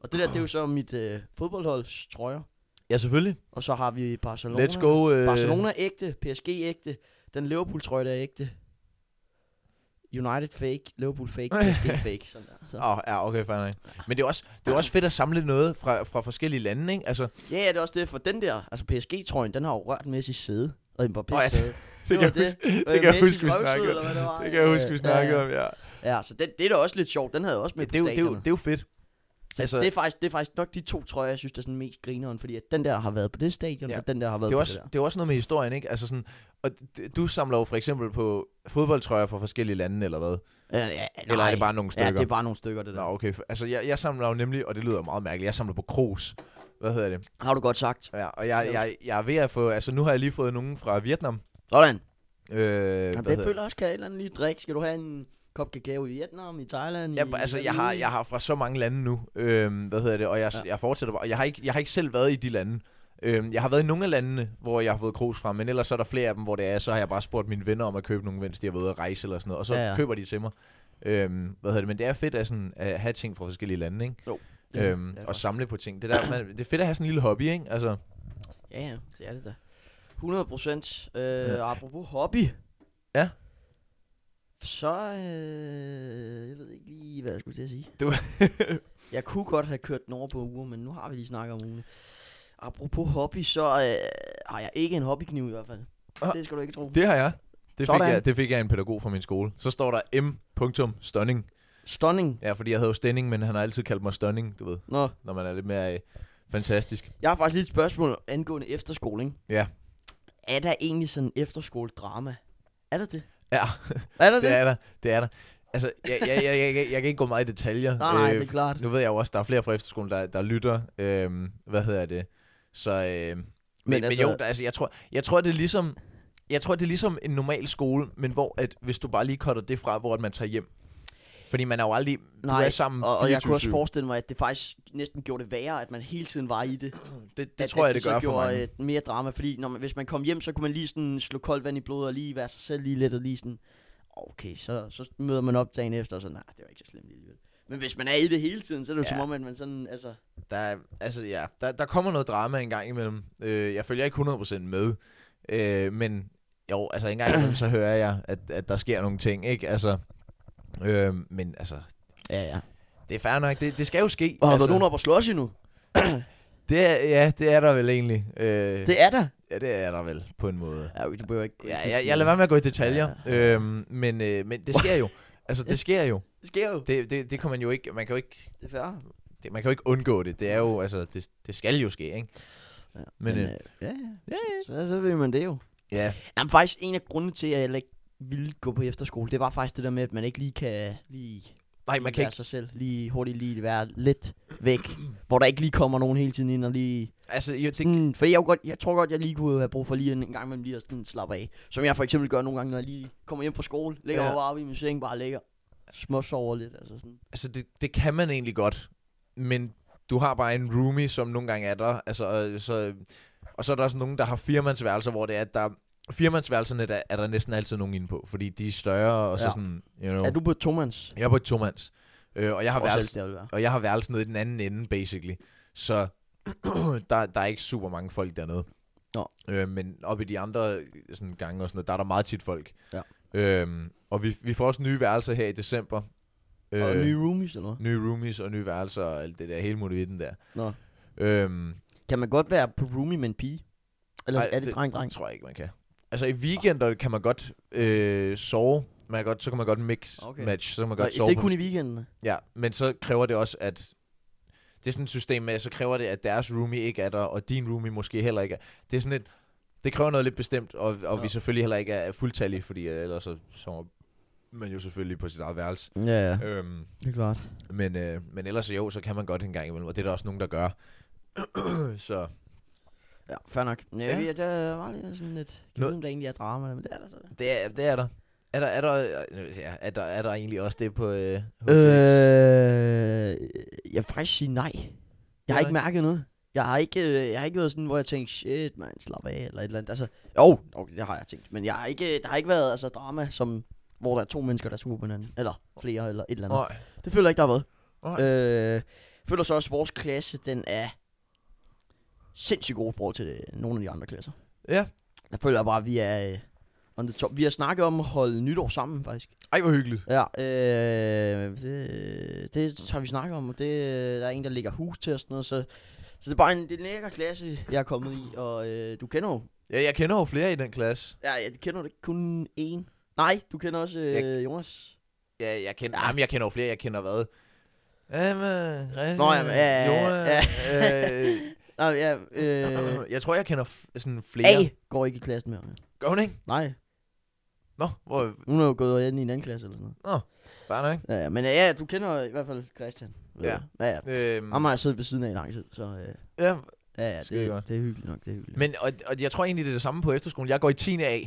Speaker 2: og det der, det er jo så mit øh, fodboldholds trøjer.
Speaker 1: Ja, selvfølgelig.
Speaker 2: Og så har vi Barcelona.
Speaker 1: Let's go. Øh,
Speaker 2: Barcelona er ægte, PSG er ægte, den Liverpool trøje der er ægte. United fake, Liverpool fake, PSG fake. Sådan der. Så.
Speaker 1: Åh, oh, ja, okay, fair nok. Men det er, også, det er også fedt at samle noget fra, fra forskellige lande, ikke? Altså,
Speaker 2: Ja, ja, det er også det, for den der, altså PSG-trøjen, den har jo rørt Messi sæde. Og Mbappé
Speaker 1: Nå ja,
Speaker 2: oh, sæde.
Speaker 1: det,
Speaker 2: var
Speaker 1: kan jeg huske, det
Speaker 2: Øh,
Speaker 1: kan jeg
Speaker 2: Messis
Speaker 1: huske, vi
Speaker 2: røvsud,
Speaker 1: snakkede
Speaker 2: eller hvad det var.
Speaker 1: Det kan jeg huske, vi
Speaker 2: Øh,
Speaker 1: snakkede
Speaker 2: ja,
Speaker 1: om, ja.
Speaker 2: ja. Ja, så den, det er da også lidt sjovt. Den havde jeg også med
Speaker 1: Det er, jo, det, er jo, det er jo fedt. altså-
Speaker 2: altså, det, er faktisk, det er faktisk nok de to trøjer, jeg synes, der er sådan mest grineren, fordi at den der har været på det stadion,
Speaker 1: Ja.
Speaker 2: ja. og den der har været
Speaker 1: Det er,
Speaker 2: på
Speaker 1: også,
Speaker 2: det der.
Speaker 1: det er jo også noget med historien, ikke? Altså sådan, og d- du samler jo for eksempel på fodboldtrøjer fra forskellige lande, eller hvad?
Speaker 2: Ja, ja,
Speaker 1: Eller er
Speaker 2: nej.
Speaker 1: det bare nogle
Speaker 2: Ja,
Speaker 1: stykker?
Speaker 2: det er bare nogle stykker, det der.
Speaker 1: Nå, okay. F- Altså, jeg, jeg samler jo nemlig, og det lyder meget mærkeligt, jeg samler på kros. Hvad hedder det?
Speaker 2: Har du godt sagt.
Speaker 1: Ja, og jeg, jeg, jeg er ved at få, altså nu har jeg lige fået nogen fra Vietnam.
Speaker 2: Sådan.
Speaker 1: Øh, Jamen,
Speaker 2: Jamen, det føler jeg også, kan jeg et eller andet lige drikke. Skal du have en kop kakao i Vietnam, i Thailand?
Speaker 1: Ja,
Speaker 2: i,
Speaker 1: altså, jeg har, jeg har fra så mange lande nu, øhm, hvad hedder det, og jeg, ja.
Speaker 2: Ja.
Speaker 1: jeg fortsætter bare. Jeg har, ikke, jeg har ikke selv været i de lande. Øhm, jeg har været i nogle af landene, hvor jeg har fået krus fra, men ellers så er der flere af dem, hvor det er, så har jeg bare spurgt mine venner om at købe nogle, mens de har været ude at rejse eller sådan noget, og så ja,
Speaker 2: Ja,
Speaker 1: ja.
Speaker 2: ja.
Speaker 1: køber de til mig. Øhm, hvad hedder det, men det er fedt at, sådan, at have ting fra forskellige lande, ikke?
Speaker 2: Ja,
Speaker 1: øhm,
Speaker 2: det er det
Speaker 1: og
Speaker 2: faktisk.
Speaker 1: samle på ting. Det, der, man, det er fedt at have sådan en lille hobby, ikke? Altså,
Speaker 2: Ja, ja, det er det da. 100 procent. Øh,
Speaker 1: Ja.
Speaker 2: ja. Apropos hobby.
Speaker 1: Ja.
Speaker 2: Så, øh, jeg ved ikke lige, hvad jeg skulle til at sige.
Speaker 1: Du-
Speaker 2: jeg kunne godt have kørt den over på uger, men nu har vi lige snakket om ugen. Apropos hobby, så øh, har jeg ikke en hobbykniv i hvert fald.
Speaker 1: Ah.
Speaker 2: Det skal du ikke tro.
Speaker 1: det har jeg. Det fik,
Speaker 2: Sådan.
Speaker 1: jeg, det fik jeg af en pædagog fra min skole. Så står der M. punktum Stunning.
Speaker 2: Stunning.
Speaker 1: Ja, fordi jeg hedder jo Stenning, men han har altid kaldt mig Stunning, du ved,
Speaker 2: Nå,
Speaker 1: når man er lidt mere øh, fantastisk.
Speaker 2: jeg har faktisk lige et spørgsmål angående efterskole, ikke?
Speaker 1: Ja.
Speaker 2: Er der egentlig sådan en efterskoledrama? Er der det?
Speaker 1: Ja.
Speaker 2: Er der det?
Speaker 1: det er der, det er der. Altså, jeg, jeg, jeg, jeg, jeg, jeg kan ikke gå meget i detaljer. Øh,
Speaker 2: Nej, nej, det er klart.
Speaker 1: Nu ved jeg jo også, der er flere fra efterskolen, der, der lytter, øhm, hvad hedder det, Så, øh, men, men, altså, men jo, der, altså, jeg tror, jeg tror, det er ligesom... Jeg tror, det er ligesom en normal skole, men hvor, at hvis du bare lige cutter det fra, hvor at man tager hjem. Fordi man er jo aldrig... du er sammen
Speaker 2: og, og jeg kunne også
Speaker 1: 24/7.
Speaker 2: forestille mig, at det faktisk næsten gjorde det værre, at man hele tiden var i det.
Speaker 1: Det, det
Speaker 2: at,
Speaker 1: tror
Speaker 2: at
Speaker 1: jeg, det
Speaker 2: så
Speaker 1: gør for
Speaker 2: gjorde,
Speaker 1: mange.
Speaker 2: øh, mere drama, fordi når man, hvis man kom hjem, så kunne man lige sådan slå koldt vand i blodet og lige være sig selv lige lidt og lige sådan, okay, så, så møder man op dagen efter og så, nej, det var ikke så slemt alligevel. Men hvis man er i det hele tiden, så er det
Speaker 1: Ja.
Speaker 2: jo som om, at man sådan, altså,
Speaker 1: Der, er- altså, ja, der, der kommer noget drama en gang imellem. Øh, jeg følger ikke 100% med, øh, men jo, altså en gang imellem, så hører jeg, at, at der sker nogle ting, ikke? Altså, øh, men altså,
Speaker 2: ja, ja.
Speaker 1: det er fair nok. Det, det skal jo ske.
Speaker 2: Og har der
Speaker 1: altså,
Speaker 2: været nogen op og slås endnu?
Speaker 1: Det er, ja, det er der vel egentlig. Øh,
Speaker 2: Det er der.
Speaker 1: Ja, det er der vel, på en måde.
Speaker 2: Ja, okay, du behøver ikke.
Speaker 1: Ja, jeg, jeg lader være med at gå i detaljer,
Speaker 2: Ja.
Speaker 1: øh, men, øh, men det sker jo. Altså, det sker jo.
Speaker 2: Det sker jo. Det,
Speaker 1: Det, det, det kan man jo ikke, man kan jo ikke,
Speaker 2: det er fair.
Speaker 1: det, man kan jo ikke undgå det. Det er jo, altså, det, det skal jo ske, ikke?
Speaker 2: Ja,
Speaker 1: Men, øh,
Speaker 2: ja, ja. Så, så ved man det jo.
Speaker 1: ja,
Speaker 2: Jamen faktisk, en af grundene til, at jeg ikke ville gå på efterskole, det var faktisk det der med, at man ikke lige kan lige
Speaker 1: nej,
Speaker 2: lige
Speaker 1: man kan
Speaker 2: være
Speaker 1: ikke,
Speaker 2: sig selv. Lige hurtigt lige være lidt væk. hvor der ikke lige kommer nogen hele tiden ind og lige...
Speaker 1: altså, jo, det,
Speaker 2: Sådan, fordi jeg, jo godt, jeg tror godt, jeg lige kunne have brug for lige en, en gang imellem lige at sådan slappe af. Som jeg for eksempel gør nogle gange, når jeg lige kommer hjem fra skole. Ligger
Speaker 1: Ja.
Speaker 2: ja. bare oppe i min seng, bare ligger småsover lidt. Altså sådan.
Speaker 1: altså det, det kan man egentlig godt, men du har bare en roomie, som nogle gange er der, altså, og, så, og så er der også nogen, der har firmandsværelser, hvor det er, at der, firmandsværelserne, der er der næsten altid nogen inde på, fordi de er større, og så
Speaker 2: Ja.
Speaker 1: sådan, you know.
Speaker 2: Er du på Tomans?
Speaker 1: Jeg er på et tomands, øh, og jeg har værelse,
Speaker 2: det vil være.
Speaker 1: og jeg har værelsen nede i den anden ende, basically. Så der, der er ikke super mange folk dernede.
Speaker 2: Nå.
Speaker 1: Øh, men oppe i de andre øh, sådan, gange og sådan noget, der er der meget tit folk.
Speaker 2: Ja.
Speaker 1: Øhm, og vi, vi får også nye værelser her i december. Øh.
Speaker 2: Og nye roomies eller noget?
Speaker 1: nye roomies og nye værelser og alt det der, hele muligheden der.
Speaker 2: Nå.
Speaker 1: Øhm,
Speaker 2: Kan man godt være på roomie med en pige? Eller
Speaker 1: ej,
Speaker 2: er det dreng-dreng?
Speaker 1: Det tror jeg ikke, man kan. Altså i weekender kan man godt øh, sove, man kan godt, så kan man godt mix okay.
Speaker 2: Okay.
Speaker 1: match, så kan man
Speaker 2: Nå,
Speaker 1: godt sove
Speaker 2: det er
Speaker 1: på
Speaker 2: kun i weekenden.
Speaker 1: Ja, men så kræver det også, at... Det er sådan et system med, at så kræver det, at deres roomie ikke er der, og din roomie måske heller ikke er. Det er sådan et... Det kræver noget lidt bestemt, og, og ja.
Speaker 2: Ja.
Speaker 1: vi selvfølgelig heller ikke er fuldtallige, fordi øh, ellers så sover man jo selvfølgelig på sit eget værelse.
Speaker 2: Ja, ja.
Speaker 1: Ja. Øhm,
Speaker 2: Det er klart.
Speaker 1: men, øh, men ellers jo, så kan man godt en gang imellem, og det er der også nogen, der gør. så
Speaker 2: Ja, fair nok. Ja,
Speaker 1: Ja.
Speaker 2: ja. der var lige sådan lidt... Jeg
Speaker 1: Nå-
Speaker 2: ved, om der egentlig er drama, men det er der så.
Speaker 1: det er, det er der. Er der, er der, øh, ja, er der, er der egentlig også det på øh, HTX?
Speaker 2: Øh, jeg vil faktisk sige nej. Jeg har
Speaker 1: Heller
Speaker 2: ikke mærket noget. Jeg har ikke, øh, jeg har ikke været sådan, hvor jeg tænkte, shit, man, slap af, eller et eller andet. Altså, jo, okay, det har jeg tænkt. Men jeg har ikke, der har ikke været altså, drama, som, hvor der er to mennesker, der er sure på hinanden. Eller flere, eller et eller andet.
Speaker 1: Nej.
Speaker 2: Det føler jeg ikke, der har
Speaker 1: Nej.
Speaker 2: været. Øh, føler så også, at vores klasse, den er sindssygt god i forhold til øh, nogle af de andre klasser.
Speaker 1: Ja.
Speaker 2: Jeg føler bare, at vi er øh, on the top. Vi har snakket om at holde nytår sammen, faktisk.
Speaker 1: Ej, hvor hyggeligt.
Speaker 2: Ja, øh, det, det har vi snakket om, og det, øh, der er en, der ligger hus til og sådan noget, så, så det er bare en, det er en lækker klasse, jeg er kommet i, og øh, du kender jo,
Speaker 1: Ja, jeg kender jo flere i den klasse.
Speaker 2: ja, ja, du kender jo ikke kun én. Nej, du kender også
Speaker 1: Jeg-
Speaker 2: øh, Jonas.
Speaker 1: Ja, jeg kender, ja.
Speaker 2: Ja.
Speaker 1: Jamen, jeg kender jo flere, jeg kender hvad? Jamen, Rikke,
Speaker 2: Nå, jamen, ja, ja, ja,
Speaker 1: Jonas,
Speaker 2: Nå, ja, øh,
Speaker 1: øh, jeg tror, jeg kender f- sådan flere.
Speaker 2: A går ikke i klassen mere.
Speaker 1: Gør hun ikke?
Speaker 2: Nej,
Speaker 1: Nå, hvor
Speaker 2: hun er jo gået ind i en anden klasse eller sådan noget.
Speaker 1: bare ikke?
Speaker 2: Ja, ja, men ja, du kender i hvert fald Christian. ved
Speaker 1: Ja.
Speaker 2: jeg. Ja, ja.
Speaker 1: Øhm,
Speaker 2: Han har jeg siddet ved siden af i lang tid, så øh,
Speaker 1: ja,
Speaker 2: ja, ja,
Speaker 1: Skide
Speaker 2: det,
Speaker 1: godt.
Speaker 2: det er hyggeligt nok, det er hyggeligt.
Speaker 1: men og, og jeg tror egentlig, det er det samme på efterskolen. Jeg går i 10. A.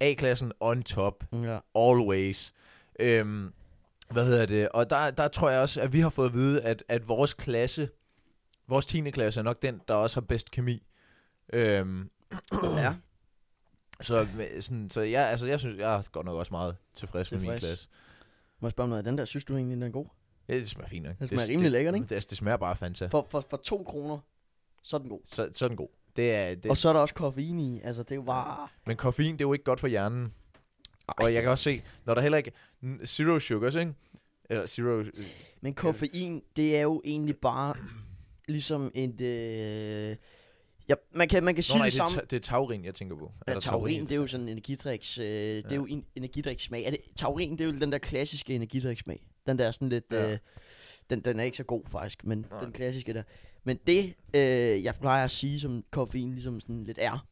Speaker 1: A-klassen on top,
Speaker 2: ja.
Speaker 1: always. Øhm, hvad hedder det? Og der, der tror jeg også, at vi har fået at vide, at, at vores klasse, vores 10. klasse er nok den, der også har bedst kemi. Øhm,
Speaker 2: ja.
Speaker 1: Så, med- sådan, så jeg, altså, jeg synes, jeg er godt nok også meget tilfreds, med min
Speaker 2: Tilfreds.
Speaker 1: klasse.
Speaker 2: Må jeg spørge om noget? Den der, synes du egentlig, den er god?
Speaker 1: Ja, det smager fint nok.
Speaker 2: Den smager rimelig lækkert, ikke?
Speaker 1: Det, altså, det smager bare Fanta.
Speaker 2: For, for, for to kroner, så er den god.
Speaker 1: Så, så er den god. Det er, det, Ah,
Speaker 2: Og så er der også koffein i. Altså, det er jo bare...
Speaker 1: men koffein, det er jo ikke godt for hjernen. Og jeg kan også se, når der heller ikke... n- Zero sugars, ikke? Eller zero... øh,
Speaker 2: Men koffein, det er jo egentlig bare ligesom et... Øh... Ja, man kan, man kan sige
Speaker 1: Nå, nej,
Speaker 2: det
Speaker 1: det, er
Speaker 2: samme.
Speaker 1: ta- det er taurin, jeg tænker på.
Speaker 2: Ja,
Speaker 1: der
Speaker 2: taurin, det er jo sådan en energidriks, øh, det er jo en energidrikssmag. Er det, taurin, det er jo den der klassiske energidrikssmag. Den der er sådan lidt,
Speaker 1: Ja.
Speaker 2: øh, den, den er ikke så god faktisk, men
Speaker 1: Nej.
Speaker 2: den klassiske der. Men det, øh, jeg plejer at sige, som koffein ligesom sådan lidt er,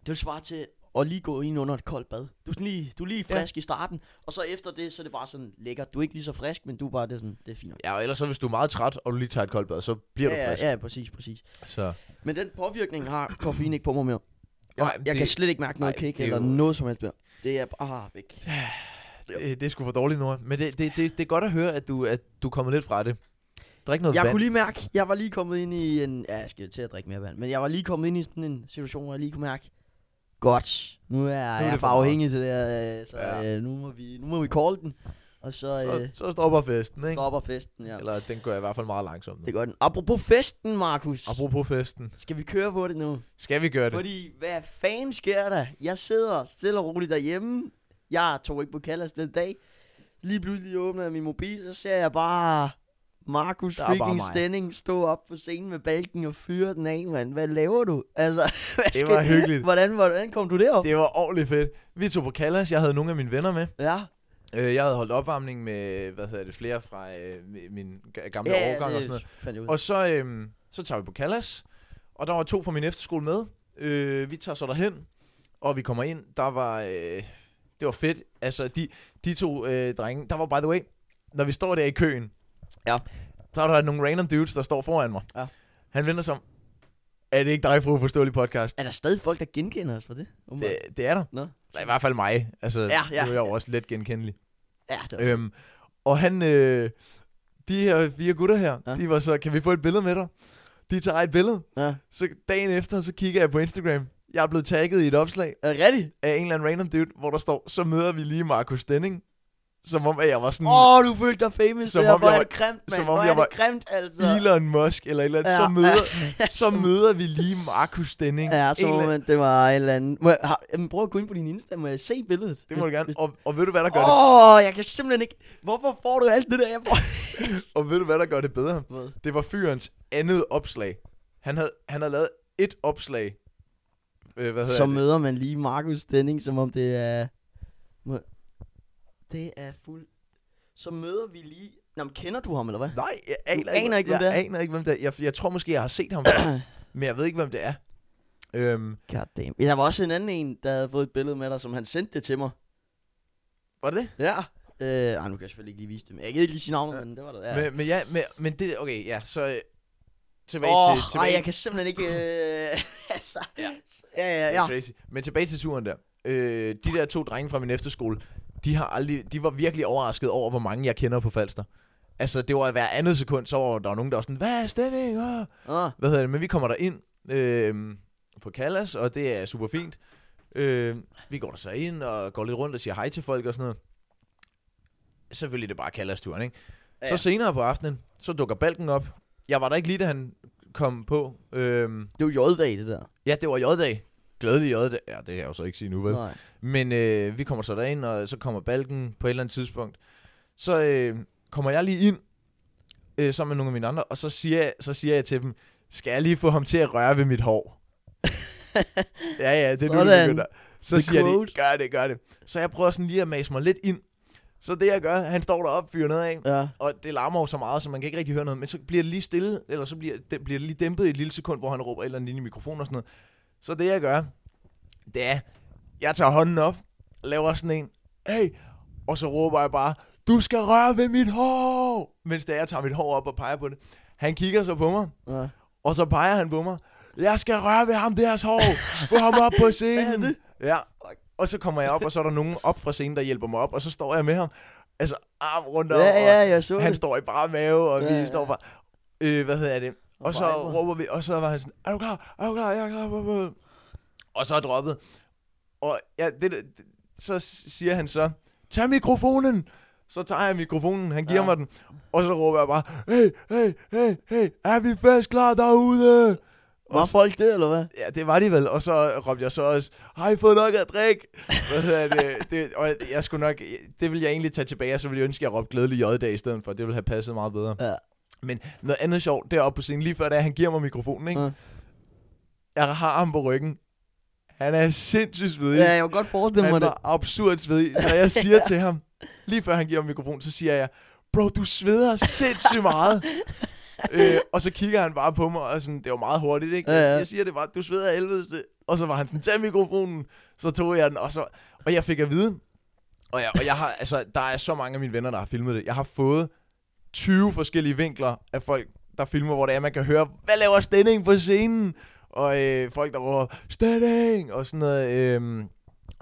Speaker 2: det vil svare til og lige gå ind under et koldt bad. Du er, sådan lige, du er lige frisk ja. i starten, og så efter det, så er det bare sådan lækkert. Du er ikke lige så frisk, men du er bare det er sådan, det er fint. nok.
Speaker 1: Ja, og ellers så hvis du er meget træt, og du lige tager et koldt bad, så bliver du
Speaker 2: Ja,
Speaker 1: frisk.
Speaker 2: ja, ja, præcis, præcis.
Speaker 1: Så.
Speaker 2: Men den påvirkning har koffein ikke på mig mere. Jeg,
Speaker 1: Nej,
Speaker 2: Nej, jeg
Speaker 1: det-
Speaker 2: kan slet ikke mærke noget
Speaker 1: Nej,
Speaker 2: kick
Speaker 1: det er
Speaker 2: eller
Speaker 1: jo-
Speaker 2: noget som helst mere. Det er bare ah, væk.
Speaker 1: øh, Det, det er sgu for dårligt, Nora. Men det, det, det, det er godt at høre, at du, at du er kommet lidt fra det. Drik noget
Speaker 2: Jeg
Speaker 1: vand.
Speaker 2: kunne lige mærke, jeg var lige kommet ind i en... Ja, jeg skal til at drikke mere vand. Men jeg var lige kommet ind i sådan en situation, hvor jeg lige kunne mærke... Godt, nu er jeg,
Speaker 1: det
Speaker 2: jeg
Speaker 1: for
Speaker 2: for
Speaker 1: meget."
Speaker 2: afhængig til det her, øh, så
Speaker 1: Ja.
Speaker 2: ja. øh, nu, må vi, nu må vi call den. Og så, øh,
Speaker 1: så, så stopper festen, ikke?
Speaker 2: stopper festen, ja.
Speaker 1: Eller den går i hvert fald meget langsomt.
Speaker 2: Det gør den. Apropos festen, Markus.
Speaker 1: Apropos festen.
Speaker 2: Skal vi køre på det nu?
Speaker 1: Skal vi gøre det?
Speaker 2: Fordi, hvad fanden sker der? Jeg sidder stille og roligt derhjemme. Jeg tog ikke på kaldas den dag. Lige pludselig åbner jeg min mobil, så ser jeg bare Markus
Speaker 1: Der er bare
Speaker 2: freaking
Speaker 1: mig.
Speaker 2: Stenning stå op på scenen med balken og fyre den af, mand. Hvad laver du? Altså, hvad
Speaker 1: Det var hyggeligt.
Speaker 2: Hvordan, hvordan kom du derop? Det...
Speaker 1: Det var ordentligt fedt. Vi tog på Callas. Jeg havde nogle af mine venner med.
Speaker 2: Ja,
Speaker 1: Øh, Jeg havde holdt opvarmning med, hvad hedder det, flere fra øh, mi- min ga- gamle
Speaker 2: ja
Speaker 1: årgang og sådan noget.
Speaker 2: fandt jeg ud. af.
Speaker 1: Og så, øh, så tager vi på Callas. Og der var to fra min efterskole med. Øh, vi tager så derhen, og vi kommer ind. Der var, øh, det var fedt. Altså, de, de to øh, drenge, der var by the way, når vi står der i køen,
Speaker 2: Ja.
Speaker 1: så er der nogle random dudes, der står foran mig.
Speaker 2: Ja.
Speaker 1: Han vender sig om, er det ikke dig fra Uforståelig Podcast?
Speaker 2: Er der stadig folk, der genkender os for det? åbenbart?
Speaker 1: Det, det er der.
Speaker 2: Nå.
Speaker 1: Eller i hvert fald mig. Altså, ja,
Speaker 2: Ja,
Speaker 1: ja,
Speaker 2: ja.
Speaker 1: nu er jeg jo også let genkendelig.
Speaker 2: Ja, det er også-
Speaker 1: Øhm, og han, øh, de her fire gutter her, ja.
Speaker 2: Ja.
Speaker 1: de var så, kan vi få et billede med dig? De tager et billede.
Speaker 2: ja.
Speaker 1: Så dagen efter, så kigger jeg på Instagram. Jeg er blevet tagget i et opslag
Speaker 2: Er det rigtigt?
Speaker 1: af en eller anden random dude, hvor der står, så møder vi lige Markus Stenning. Som om, at jeg var sådan
Speaker 2: Åh, oh, du følte dig famous
Speaker 1: Mm. Som
Speaker 2: som der.
Speaker 1: om
Speaker 2: Hvor
Speaker 1: jeg
Speaker 2: er
Speaker 1: var-
Speaker 2: det grimt, mand.
Speaker 1: som om
Speaker 2: Hvor
Speaker 1: jeg
Speaker 2: er
Speaker 1: var
Speaker 2: det grimt, altså.
Speaker 1: Elon Musk, eller et eller andet. Ja.
Speaker 2: Ja.
Speaker 1: Så, møder, så
Speaker 2: Som-
Speaker 1: møder vi lige Markus Stenning.
Speaker 2: Ja, så
Speaker 1: En
Speaker 2: må
Speaker 1: eller-
Speaker 2: man, det var en eller anden... Må jeg, har, jamen, prøv at gå ind på din Insta, må jeg se billedet?
Speaker 1: Det må du gerne. Og, og ved du, hvad der gør det?
Speaker 2: Åh, oh, jeg kan simpelthen ikke... Hvorfor får du alt det der, jeg får?
Speaker 1: Og ved du, hvad der gør det bedre? Det var fyrens andet opslag. Han havde, han havde lavet et opslag. Øh, hvad hedder
Speaker 2: Så
Speaker 1: det?
Speaker 2: møder man lige Markus Stenning, som om det er... Må- Det er fuld... Så møder vi lige... Nå, men kender du ham, eller hvad?
Speaker 1: Nej, jeg
Speaker 2: Du aner ikke, hvem
Speaker 1: jeg
Speaker 2: det er?
Speaker 1: aner ikke, hvem det er. Jeg, jeg tror måske, jeg har set ham før, men jeg ved ikke, hvem det er. Øhm,
Speaker 2: God damn. Der var også en anden en, der havde fået et billede med dig, som han sendte det til mig.
Speaker 1: var det det?
Speaker 2: Ja. Øh, ej, nu kan jeg selvfølgelig ikke lige vise det, men jeg kan ikke lige sige navnet, men det var det. Ja.
Speaker 1: Ja. Men, men, ja, men, men det, okay, ja, så øh, tilbage
Speaker 2: Åh,
Speaker 1: til...
Speaker 2: ej,
Speaker 1: Tilbage,
Speaker 2: jeg kan simpelthen ikke... Øh, altså,
Speaker 1: Ja.
Speaker 2: ja. ja, ja,
Speaker 1: det er
Speaker 2: ja.
Speaker 1: Crazy. Men tilbage til turen der. Øh, de der to drenge fra min efterskole, de, har aldrig, de var virkelig overrasket over, hvor mange jeg kender på Falster. Altså, det var hver andet sekund, så var der nogen, der var sådan, hvad er stemning? Åh.
Speaker 2: Ah,
Speaker 1: Hvad hedder det? Men vi kommer der ind øh, på Callas, og det er super fint. Øh, vi går der så ind og går lidt rundt og siger hej til folk og sådan noget. Selvfølgelig er det bare Callas turen, ikke? Ja.
Speaker 2: Ja,
Speaker 1: Så
Speaker 2: ja.
Speaker 1: senere på aftenen, så dukker Balken op. Jeg var der ikke lige, da han kom på. Øh,
Speaker 2: det er jo J-dag, det der.
Speaker 1: ja, det var J-dag. Glædelig J-dag. Ja, det kan jeg jo så ikke sige nu, vel?
Speaker 2: Nej.
Speaker 1: Men øh, vi kommer så derind, og så kommer Balken på et eller andet tidspunkt. Så øh, kommer jeg lige ind øh, sammen med nogle af mine andre, og så siger, jeg, så siger jeg til dem, skal jeg lige få ham til at røre ved mit hår? ja, ja, det er nu, det
Speaker 2: Sådan.
Speaker 1: begynder. Så
Speaker 2: The
Speaker 1: siger
Speaker 2: quote.
Speaker 1: de, gør det, gør det. Så jeg prøver sådan lige at mase mig lidt ind. Så det jeg gør, han står deroppe, fyrer noget af,
Speaker 2: Ja.
Speaker 1: og det larmer jo så meget, så man kan ikke rigtig høre noget, men så bliver det lige stille, eller så bliver det, bliver det lige dæmpet i et lille sekund, hvor han råber et eller andet ind i mikrofonen og sådan noget. Så det jeg gør, det er, jeg tager hånden op, laver sådan en, hey, og så råber jeg bare, du skal røre ved mit hår, mens det er, jeg tager mit hår op og peger på det. Han kigger så på mig,
Speaker 2: ja.
Speaker 1: og så peger han på mig, jeg skal røre ved ham deres hår, få ham op på
Speaker 2: Sagde han
Speaker 1: scenen.
Speaker 2: det?
Speaker 1: Ja, og så kommer jeg op, og så er der nogen op fra scenen, der hjælper mig op, og så står jeg med ham, altså arm rundt om,
Speaker 2: ja,
Speaker 1: og-
Speaker 2: ja, jeg så
Speaker 1: han
Speaker 2: det.
Speaker 1: står i bare mave, og ja, vi
Speaker 2: Ja, ja.
Speaker 1: står bare... Øh, hvad hedder det? Og,
Speaker 2: Og
Speaker 1: så
Speaker 2: viber.
Speaker 1: råber vi, og så var han sådan, er du klar? Er du klar? Jeg er klar. Buh, buh. Og så er droppet. Og ja, det, det, så siger han så, tag mikrofonen! Så tager jeg mikrofonen, han giver ja. mig
Speaker 2: Ja.
Speaker 1: den, og så råber jeg bare, hey, hey, hey, hey, er vi først klar derude?
Speaker 2: Var folk det, eller hvad?
Speaker 1: Ja, det var de vel. Og så råbte jeg så også, har I fået nok at drikke? Hvad hedder det? det og jeg skulle nok, det ville jeg egentlig tage tilbage, og så ville jeg ønske, at jeg råbte glædelig J-dag i stedet for. Det ville have passet meget bedre.
Speaker 2: Ja.
Speaker 1: Men noget andet sjovt deroppe på scenen, lige før det er, han giver mig mikrofonen, ikke?
Speaker 2: Ja.
Speaker 1: Jeg har ham på ryggen. Han er sindssygt svedig.
Speaker 2: Ja, jeg kunne godt forestille mig
Speaker 1: han
Speaker 2: det.
Speaker 1: var absurd svedig. Så jeg siger til ham, lige før han giver mig mikrofonen, så siger jeg, bro, du sveder sindssygt meget. øh, og så kigger han bare på mig, og sådan, det var meget hurtigt, ikke?
Speaker 2: Ja, ja.
Speaker 1: Jeg siger det bare, du sveder af helvede til. og så var han sådan, tag mikrofonen, så tog jeg den, og, så, og jeg fik at vide, og jeg, og jeg har, altså, der er så mange af mine venner, der har filmet det. Jeg har fået 20 forskellige vinkler af folk, der filmer, hvor det er, man kan høre, hvad laver Stenning på scenen? Og øh, folk, der råber, Stenning! Og sådan noget, øh,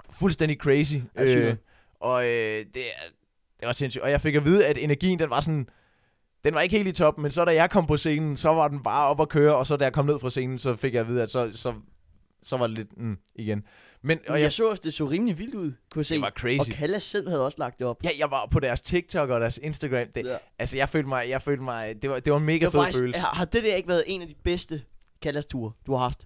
Speaker 1: fuldstændig crazy.
Speaker 2: Ja, sygt.
Speaker 1: Øh, og øh, det, er- det var sindssygt. Og jeg fik at vide, at energien, den var sådan, den var ikke helt i toppen, men så da jeg kom på scenen, så var den bare op at køre, og så da jeg kom ned fra scenen, så fik jeg at vide, at så, så, så var det lidt mm, igen. Men, og
Speaker 2: Og
Speaker 1: jeg,
Speaker 2: jeg så også, det så rimelig vildt ud, kunne jeg se.
Speaker 1: det var crazy.
Speaker 2: og Kallas selv havde også lagt det op.
Speaker 1: Ja, jeg var på deres TikTok og deres Instagram. Det,
Speaker 2: Ja.
Speaker 1: Altså, jeg følte mig, jeg følte mig, det var, det var en
Speaker 2: Det
Speaker 1: mega
Speaker 2: var
Speaker 1: fed
Speaker 2: faktisk,
Speaker 1: følelse.
Speaker 2: har, har det der ikke været en af de bedste Kallas ture, du har haft?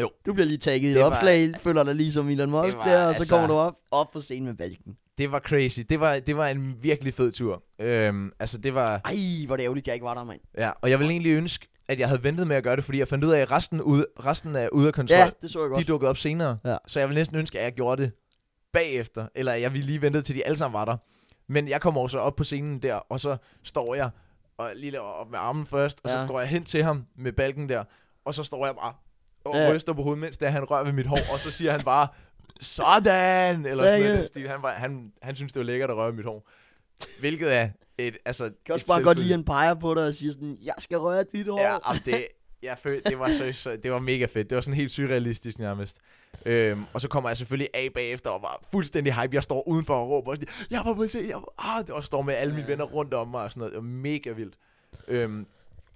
Speaker 1: Jo.
Speaker 2: Du bliver lige tagget i
Speaker 1: Det
Speaker 2: et
Speaker 1: var-
Speaker 2: opslag, føler dig lige som Elon Musk
Speaker 1: var,
Speaker 2: der, og så
Speaker 1: altså-
Speaker 2: kommer du op, op på scenen med valken.
Speaker 1: Det var crazy. Det var, det var en virkelig fed tur. Øhm, altså, det var,
Speaker 2: Ej, hvor er det ærgerligt, jeg ikke var der, mand.
Speaker 1: ja. Og jeg ville egentlig ønske, at jeg havde ventet med at gøre det, fordi jeg fandt ud af, at resten, ud, resten af ude af kontrol,
Speaker 2: Ja, det så jeg
Speaker 1: de
Speaker 2: godt.
Speaker 1: dukkede op senere.
Speaker 2: Ja.
Speaker 1: Så jeg ville næsten ønske, at jeg gjorde det bagefter, eller at jeg ville lige vente til de alle sammen var der. Men jeg kommer også op på scenen der, og så står jeg og lige laver op med armen først, og ja.
Speaker 2: Ja.
Speaker 1: så går jeg hen til ham med balken der, og så står jeg bare og
Speaker 2: Ja.
Speaker 1: ja. ryster på hovedet, mens der han rører ved mit hår, og så siger han bare, sådan, eller sådan noget i den stil. Han, var, han, han synes, det var lækkert at røre ved mit hår. Hvilket er et, altså...
Speaker 2: Jeg kan også
Speaker 1: et
Speaker 2: bare godt
Speaker 1: selvfølge-
Speaker 2: lide, at han peger på dig og siger sådan, jeg skal røre dit hår.
Speaker 1: Ja, jamen, det, jeg følte, det var, så, så, det var mega fedt. Det var sådan helt surrealistisk nærmest. Øhm, og så kommer jeg selvfølgelig af bagefter og var fuldstændig hype. Jeg står udenfor og råber, sådan, jeg var på se, jeg var, ah, og står med alle mine
Speaker 2: Ja.
Speaker 1: venner rundt om mig og sådan noget. Det var mega vildt. Øhm,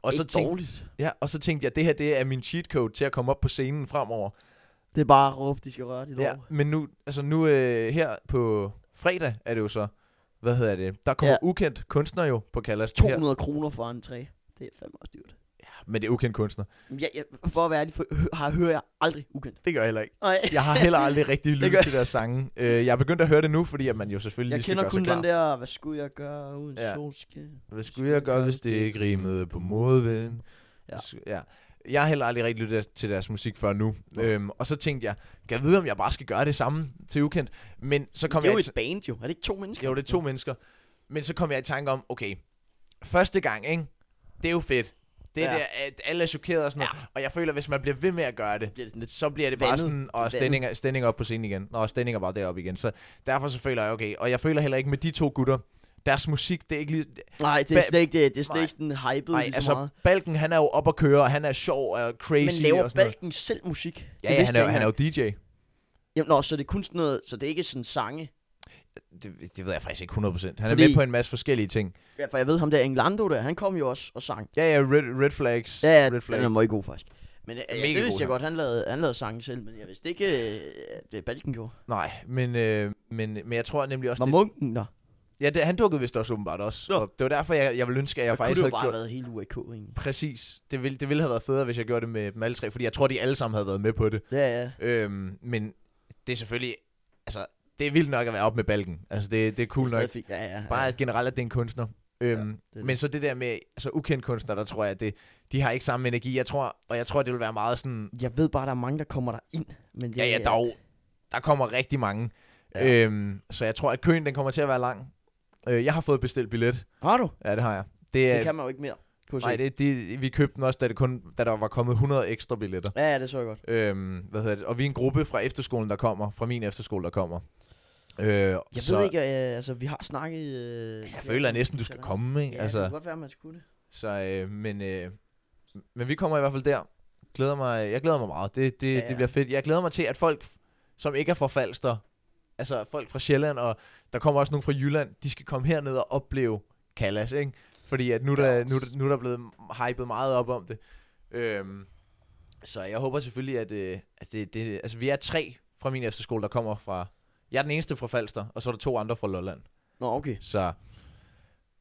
Speaker 1: og, så
Speaker 2: Ikke
Speaker 1: tænkte,
Speaker 2: dårligt.
Speaker 1: ja, og så tænkte jeg, det her det er min cheat code til at komme op på scenen fremover.
Speaker 2: Det er bare at råbe, de skal røre dit
Speaker 1: Ja,
Speaker 2: hår.
Speaker 1: men nu, altså nu øh, her på fredag er det jo så, hvad hedder det, der kommer
Speaker 2: Ja.
Speaker 1: ja. ukendt kunstner jo på Kallas. her.
Speaker 2: 200 kroner for en træ. Det er fandme også dyrt.
Speaker 1: Men det er ukendt kunstner.
Speaker 2: Men Jeg, jeg, for at være ærlig, for, hø- har, hører jeg aldrig ukendt.
Speaker 1: Det gør jeg heller ikke.
Speaker 2: Nej.
Speaker 1: Jeg har heller aldrig rigtig
Speaker 2: gør-
Speaker 1: lyttet til deres sange. Øh, jeg er begyndt at høre det nu, fordi at man jo selvfølgelig
Speaker 2: Jeg
Speaker 1: lige skal
Speaker 2: kender
Speaker 1: gøre sig
Speaker 2: kun
Speaker 1: klar.
Speaker 2: den der, hvad skulle jeg gøre uden ja.
Speaker 1: Ja.
Speaker 2: solskin?
Speaker 1: Hvad skulle jeg gøre, hvis det ikke rimede på modvind?
Speaker 2: Ja.
Speaker 1: Ja. ja. Jeg har heller aldrig rigtig lyttet til deres musik før nu. Øhm, og så tænkte jeg, kan jeg vide, om jeg bare skal gøre det samme til ukendt? Men så kom
Speaker 2: det er
Speaker 1: jeg
Speaker 2: jo
Speaker 1: i
Speaker 2: et band jo. Er det ikke to mennesker?
Speaker 1: Jo, det er to mennesker. Men så kom jeg i tanke om, okay, første gang, ikke? Det er jo fedt. Det er
Speaker 2: Ja.
Speaker 1: ja. der, at alle er chokeret og sådan noget. Ja. Og jeg føler, at hvis man bliver ved med at gøre det,
Speaker 2: Bliver det sådan lidt
Speaker 1: så bliver det
Speaker 2: Vandet.
Speaker 1: bare sådan, og
Speaker 2: Vandet.
Speaker 1: Stenning, Stenning op på scenen igen. Nå, Stenning er bare deroppe igen. Så derfor så føler jeg, okay. Og jeg føler heller ikke med de to gutter, deres musik, det er ikke lige...
Speaker 2: Nej, det er
Speaker 1: Ba-
Speaker 2: slet ikke, det, det er slet
Speaker 1: Nej.
Speaker 2: ikke sådan hypet
Speaker 1: Nej,
Speaker 2: lige så
Speaker 1: altså,
Speaker 2: meget.
Speaker 1: Balken, han er jo op at køre, og han er sjov og crazy
Speaker 2: Men laver
Speaker 1: og sådan noget.
Speaker 2: Balken selv musik? Det
Speaker 1: Ja, ja,
Speaker 2: vidste
Speaker 1: han er, jo-
Speaker 2: jeg
Speaker 1: han er
Speaker 2: ikke
Speaker 1: jo DJ.
Speaker 2: engang. Jamen, nå, så det er kun sådan noget, så det er ikke sådan sange.
Speaker 1: Det, det ved jeg faktisk ikke 100%. Han er
Speaker 2: Fordi-
Speaker 1: med på en masse forskellige ting.
Speaker 2: Ja, for jeg ved ham der, Englando der, han kom jo også og sang.
Speaker 1: Ja, ja, Red, red Flags.
Speaker 2: Ja, ja,
Speaker 1: red
Speaker 2: den er meget god faktisk. Men øh,
Speaker 1: Mega
Speaker 2: ja, det
Speaker 1: god,
Speaker 2: vidste jeg
Speaker 1: han.
Speaker 2: godt, han lavede, han lavede sangen selv, men jeg vidste ikke, øh, at det Balken gjorde.
Speaker 1: Nej, men, øh, men, men jeg tror nemlig også...
Speaker 2: Var
Speaker 1: Altså, Det,
Speaker 2: munken der?
Speaker 1: ja, det, han dukkede vist også åbenbart også.
Speaker 2: Nå.
Speaker 1: Og det var derfor, jeg, jeg ville ønske, at jeg
Speaker 2: Jeg kunne
Speaker 1: faktisk
Speaker 2: det jo
Speaker 1: havde
Speaker 2: bare
Speaker 1: gjort...
Speaker 2: have været helt UAK egentlig.
Speaker 1: Præcis. Det ville, det ville have været federe, hvis jeg gjorde det med dem alle tre, fordi jeg tror, de alle sammen havde været med på det.
Speaker 2: Ja, ja.
Speaker 1: Øhm, men det er selvfølgelig... Altså, det er vildt nok at være op med balken. Altså, det, det er cool
Speaker 2: Det er
Speaker 1: nok.
Speaker 2: stadig fint. Ja, ja, ja.
Speaker 1: Bare at generelt, at det er en kunstner. Øhm,
Speaker 2: det er
Speaker 1: men så det der med altså, ukendt kunstner, der tror jeg, at det, de har ikke samme energi. Jeg tror, og jeg tror, det vil være meget sådan...
Speaker 2: Jeg ved bare, der er mange, der kommer der ind. Men
Speaker 1: Ja, ja, der, er jo, der kommer rigtig mange.
Speaker 2: Ja.
Speaker 1: Ja. Øhm, så jeg tror, at køen den kommer til at være lang. Øh, jeg har fået bestilt billet.
Speaker 2: Har du?
Speaker 1: Ja, det har jeg. Det, er,
Speaker 2: Det kan man jo ikke mere. Kunne jeg
Speaker 1: nej,
Speaker 2: se.
Speaker 1: det, det, vi købte den også, da, det kun, da der var kommet 100 ekstra billetter.
Speaker 2: Ja, ja, det så jeg godt.
Speaker 1: Øhm, hvad hedder det? Og vi er en gruppe fra efterskolen, der kommer. Fra min efterskole, der kommer. Øh, jeg
Speaker 2: Jeg så... ved ikke, øh, altså vi har snakket... Øh,
Speaker 1: Jeg føler næsten, du skal komme, ikke?
Speaker 2: Ja, altså... det
Speaker 1: altså,
Speaker 2: kunne godt være, man skulle det.
Speaker 1: så, øh, men, øh, men vi kommer i hvert fald der. Glæder mig, jeg glæder mig meget. Det, det,
Speaker 2: Ja,
Speaker 1: ja,
Speaker 2: ja.
Speaker 1: det bliver fedt. Jeg glæder mig til, at folk, som ikke er fra Falster, altså folk fra Sjælland, og der kommer også nogen fra Jylland, de skal komme herned og opleve Kallas, ikke? Fordi at nu, er der, nu, er der- nu er der blevet hypet meget op om det. Øhm, så jeg håber selvfølgelig, at, øh, at det, det, altså vi er tre fra min efterskole, der kommer fra... Jeg er den eneste fra Falster, og så er der to andre fra Lolland.
Speaker 2: Nå, okay.
Speaker 1: Så...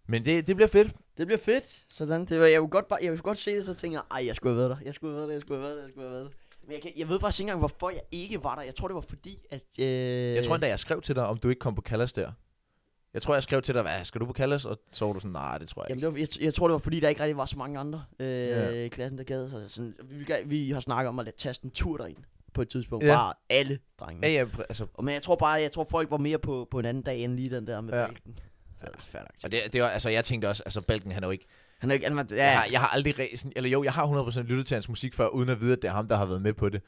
Speaker 1: Men det, det bliver fedt.
Speaker 2: Det bliver fedt. Sådan, det var, jeg kunne godt, bare, jeg kunne godt se det, så tænker jeg, ej, jeg skulle have været der. Jeg skulle have været der, jeg skulle have været der, jeg skulle have været der. Men jeg, kan, jeg ved faktisk ikke engang, hvorfor jeg ikke var der. Jeg tror, det var fordi, at... Øh,
Speaker 1: Jeg tror endda, jeg skrev til dig, om du ikke kom på Kallas der. Jeg tror, jeg skrev til dig, hvad, skal du på Kallas? Og så var du sådan, nej, det tror jeg ikke.
Speaker 2: Jamen, det var, jeg, jeg tror, det var fordi, der ikke rigtig var så mange andre øh,
Speaker 1: Ja.
Speaker 2: i klassen, der gad. Så sådan, vi, gad- vi har snakket om at lade- tage sådan en tur derind på et tidspunkt. Ja.
Speaker 1: Ja.
Speaker 2: Bare alle drengene.
Speaker 1: Ja, ja, pr- altså,
Speaker 2: Og men jeg tror bare, jeg tror folk var mere på, på en anden dag end lige den der med ja.
Speaker 1: Ja.
Speaker 2: balken. Så det er færdigt.
Speaker 1: og det, det var, altså, jeg tænkte også, altså, Balken, han er jo ikke...
Speaker 2: Han er ikke, han var, ja,
Speaker 1: Ja. Jeg, har, jeg har aldrig, re- sådan, eller jo, jeg har 100% lyttet til hans musik før, uden at vide, at det er ham, der har været med på det.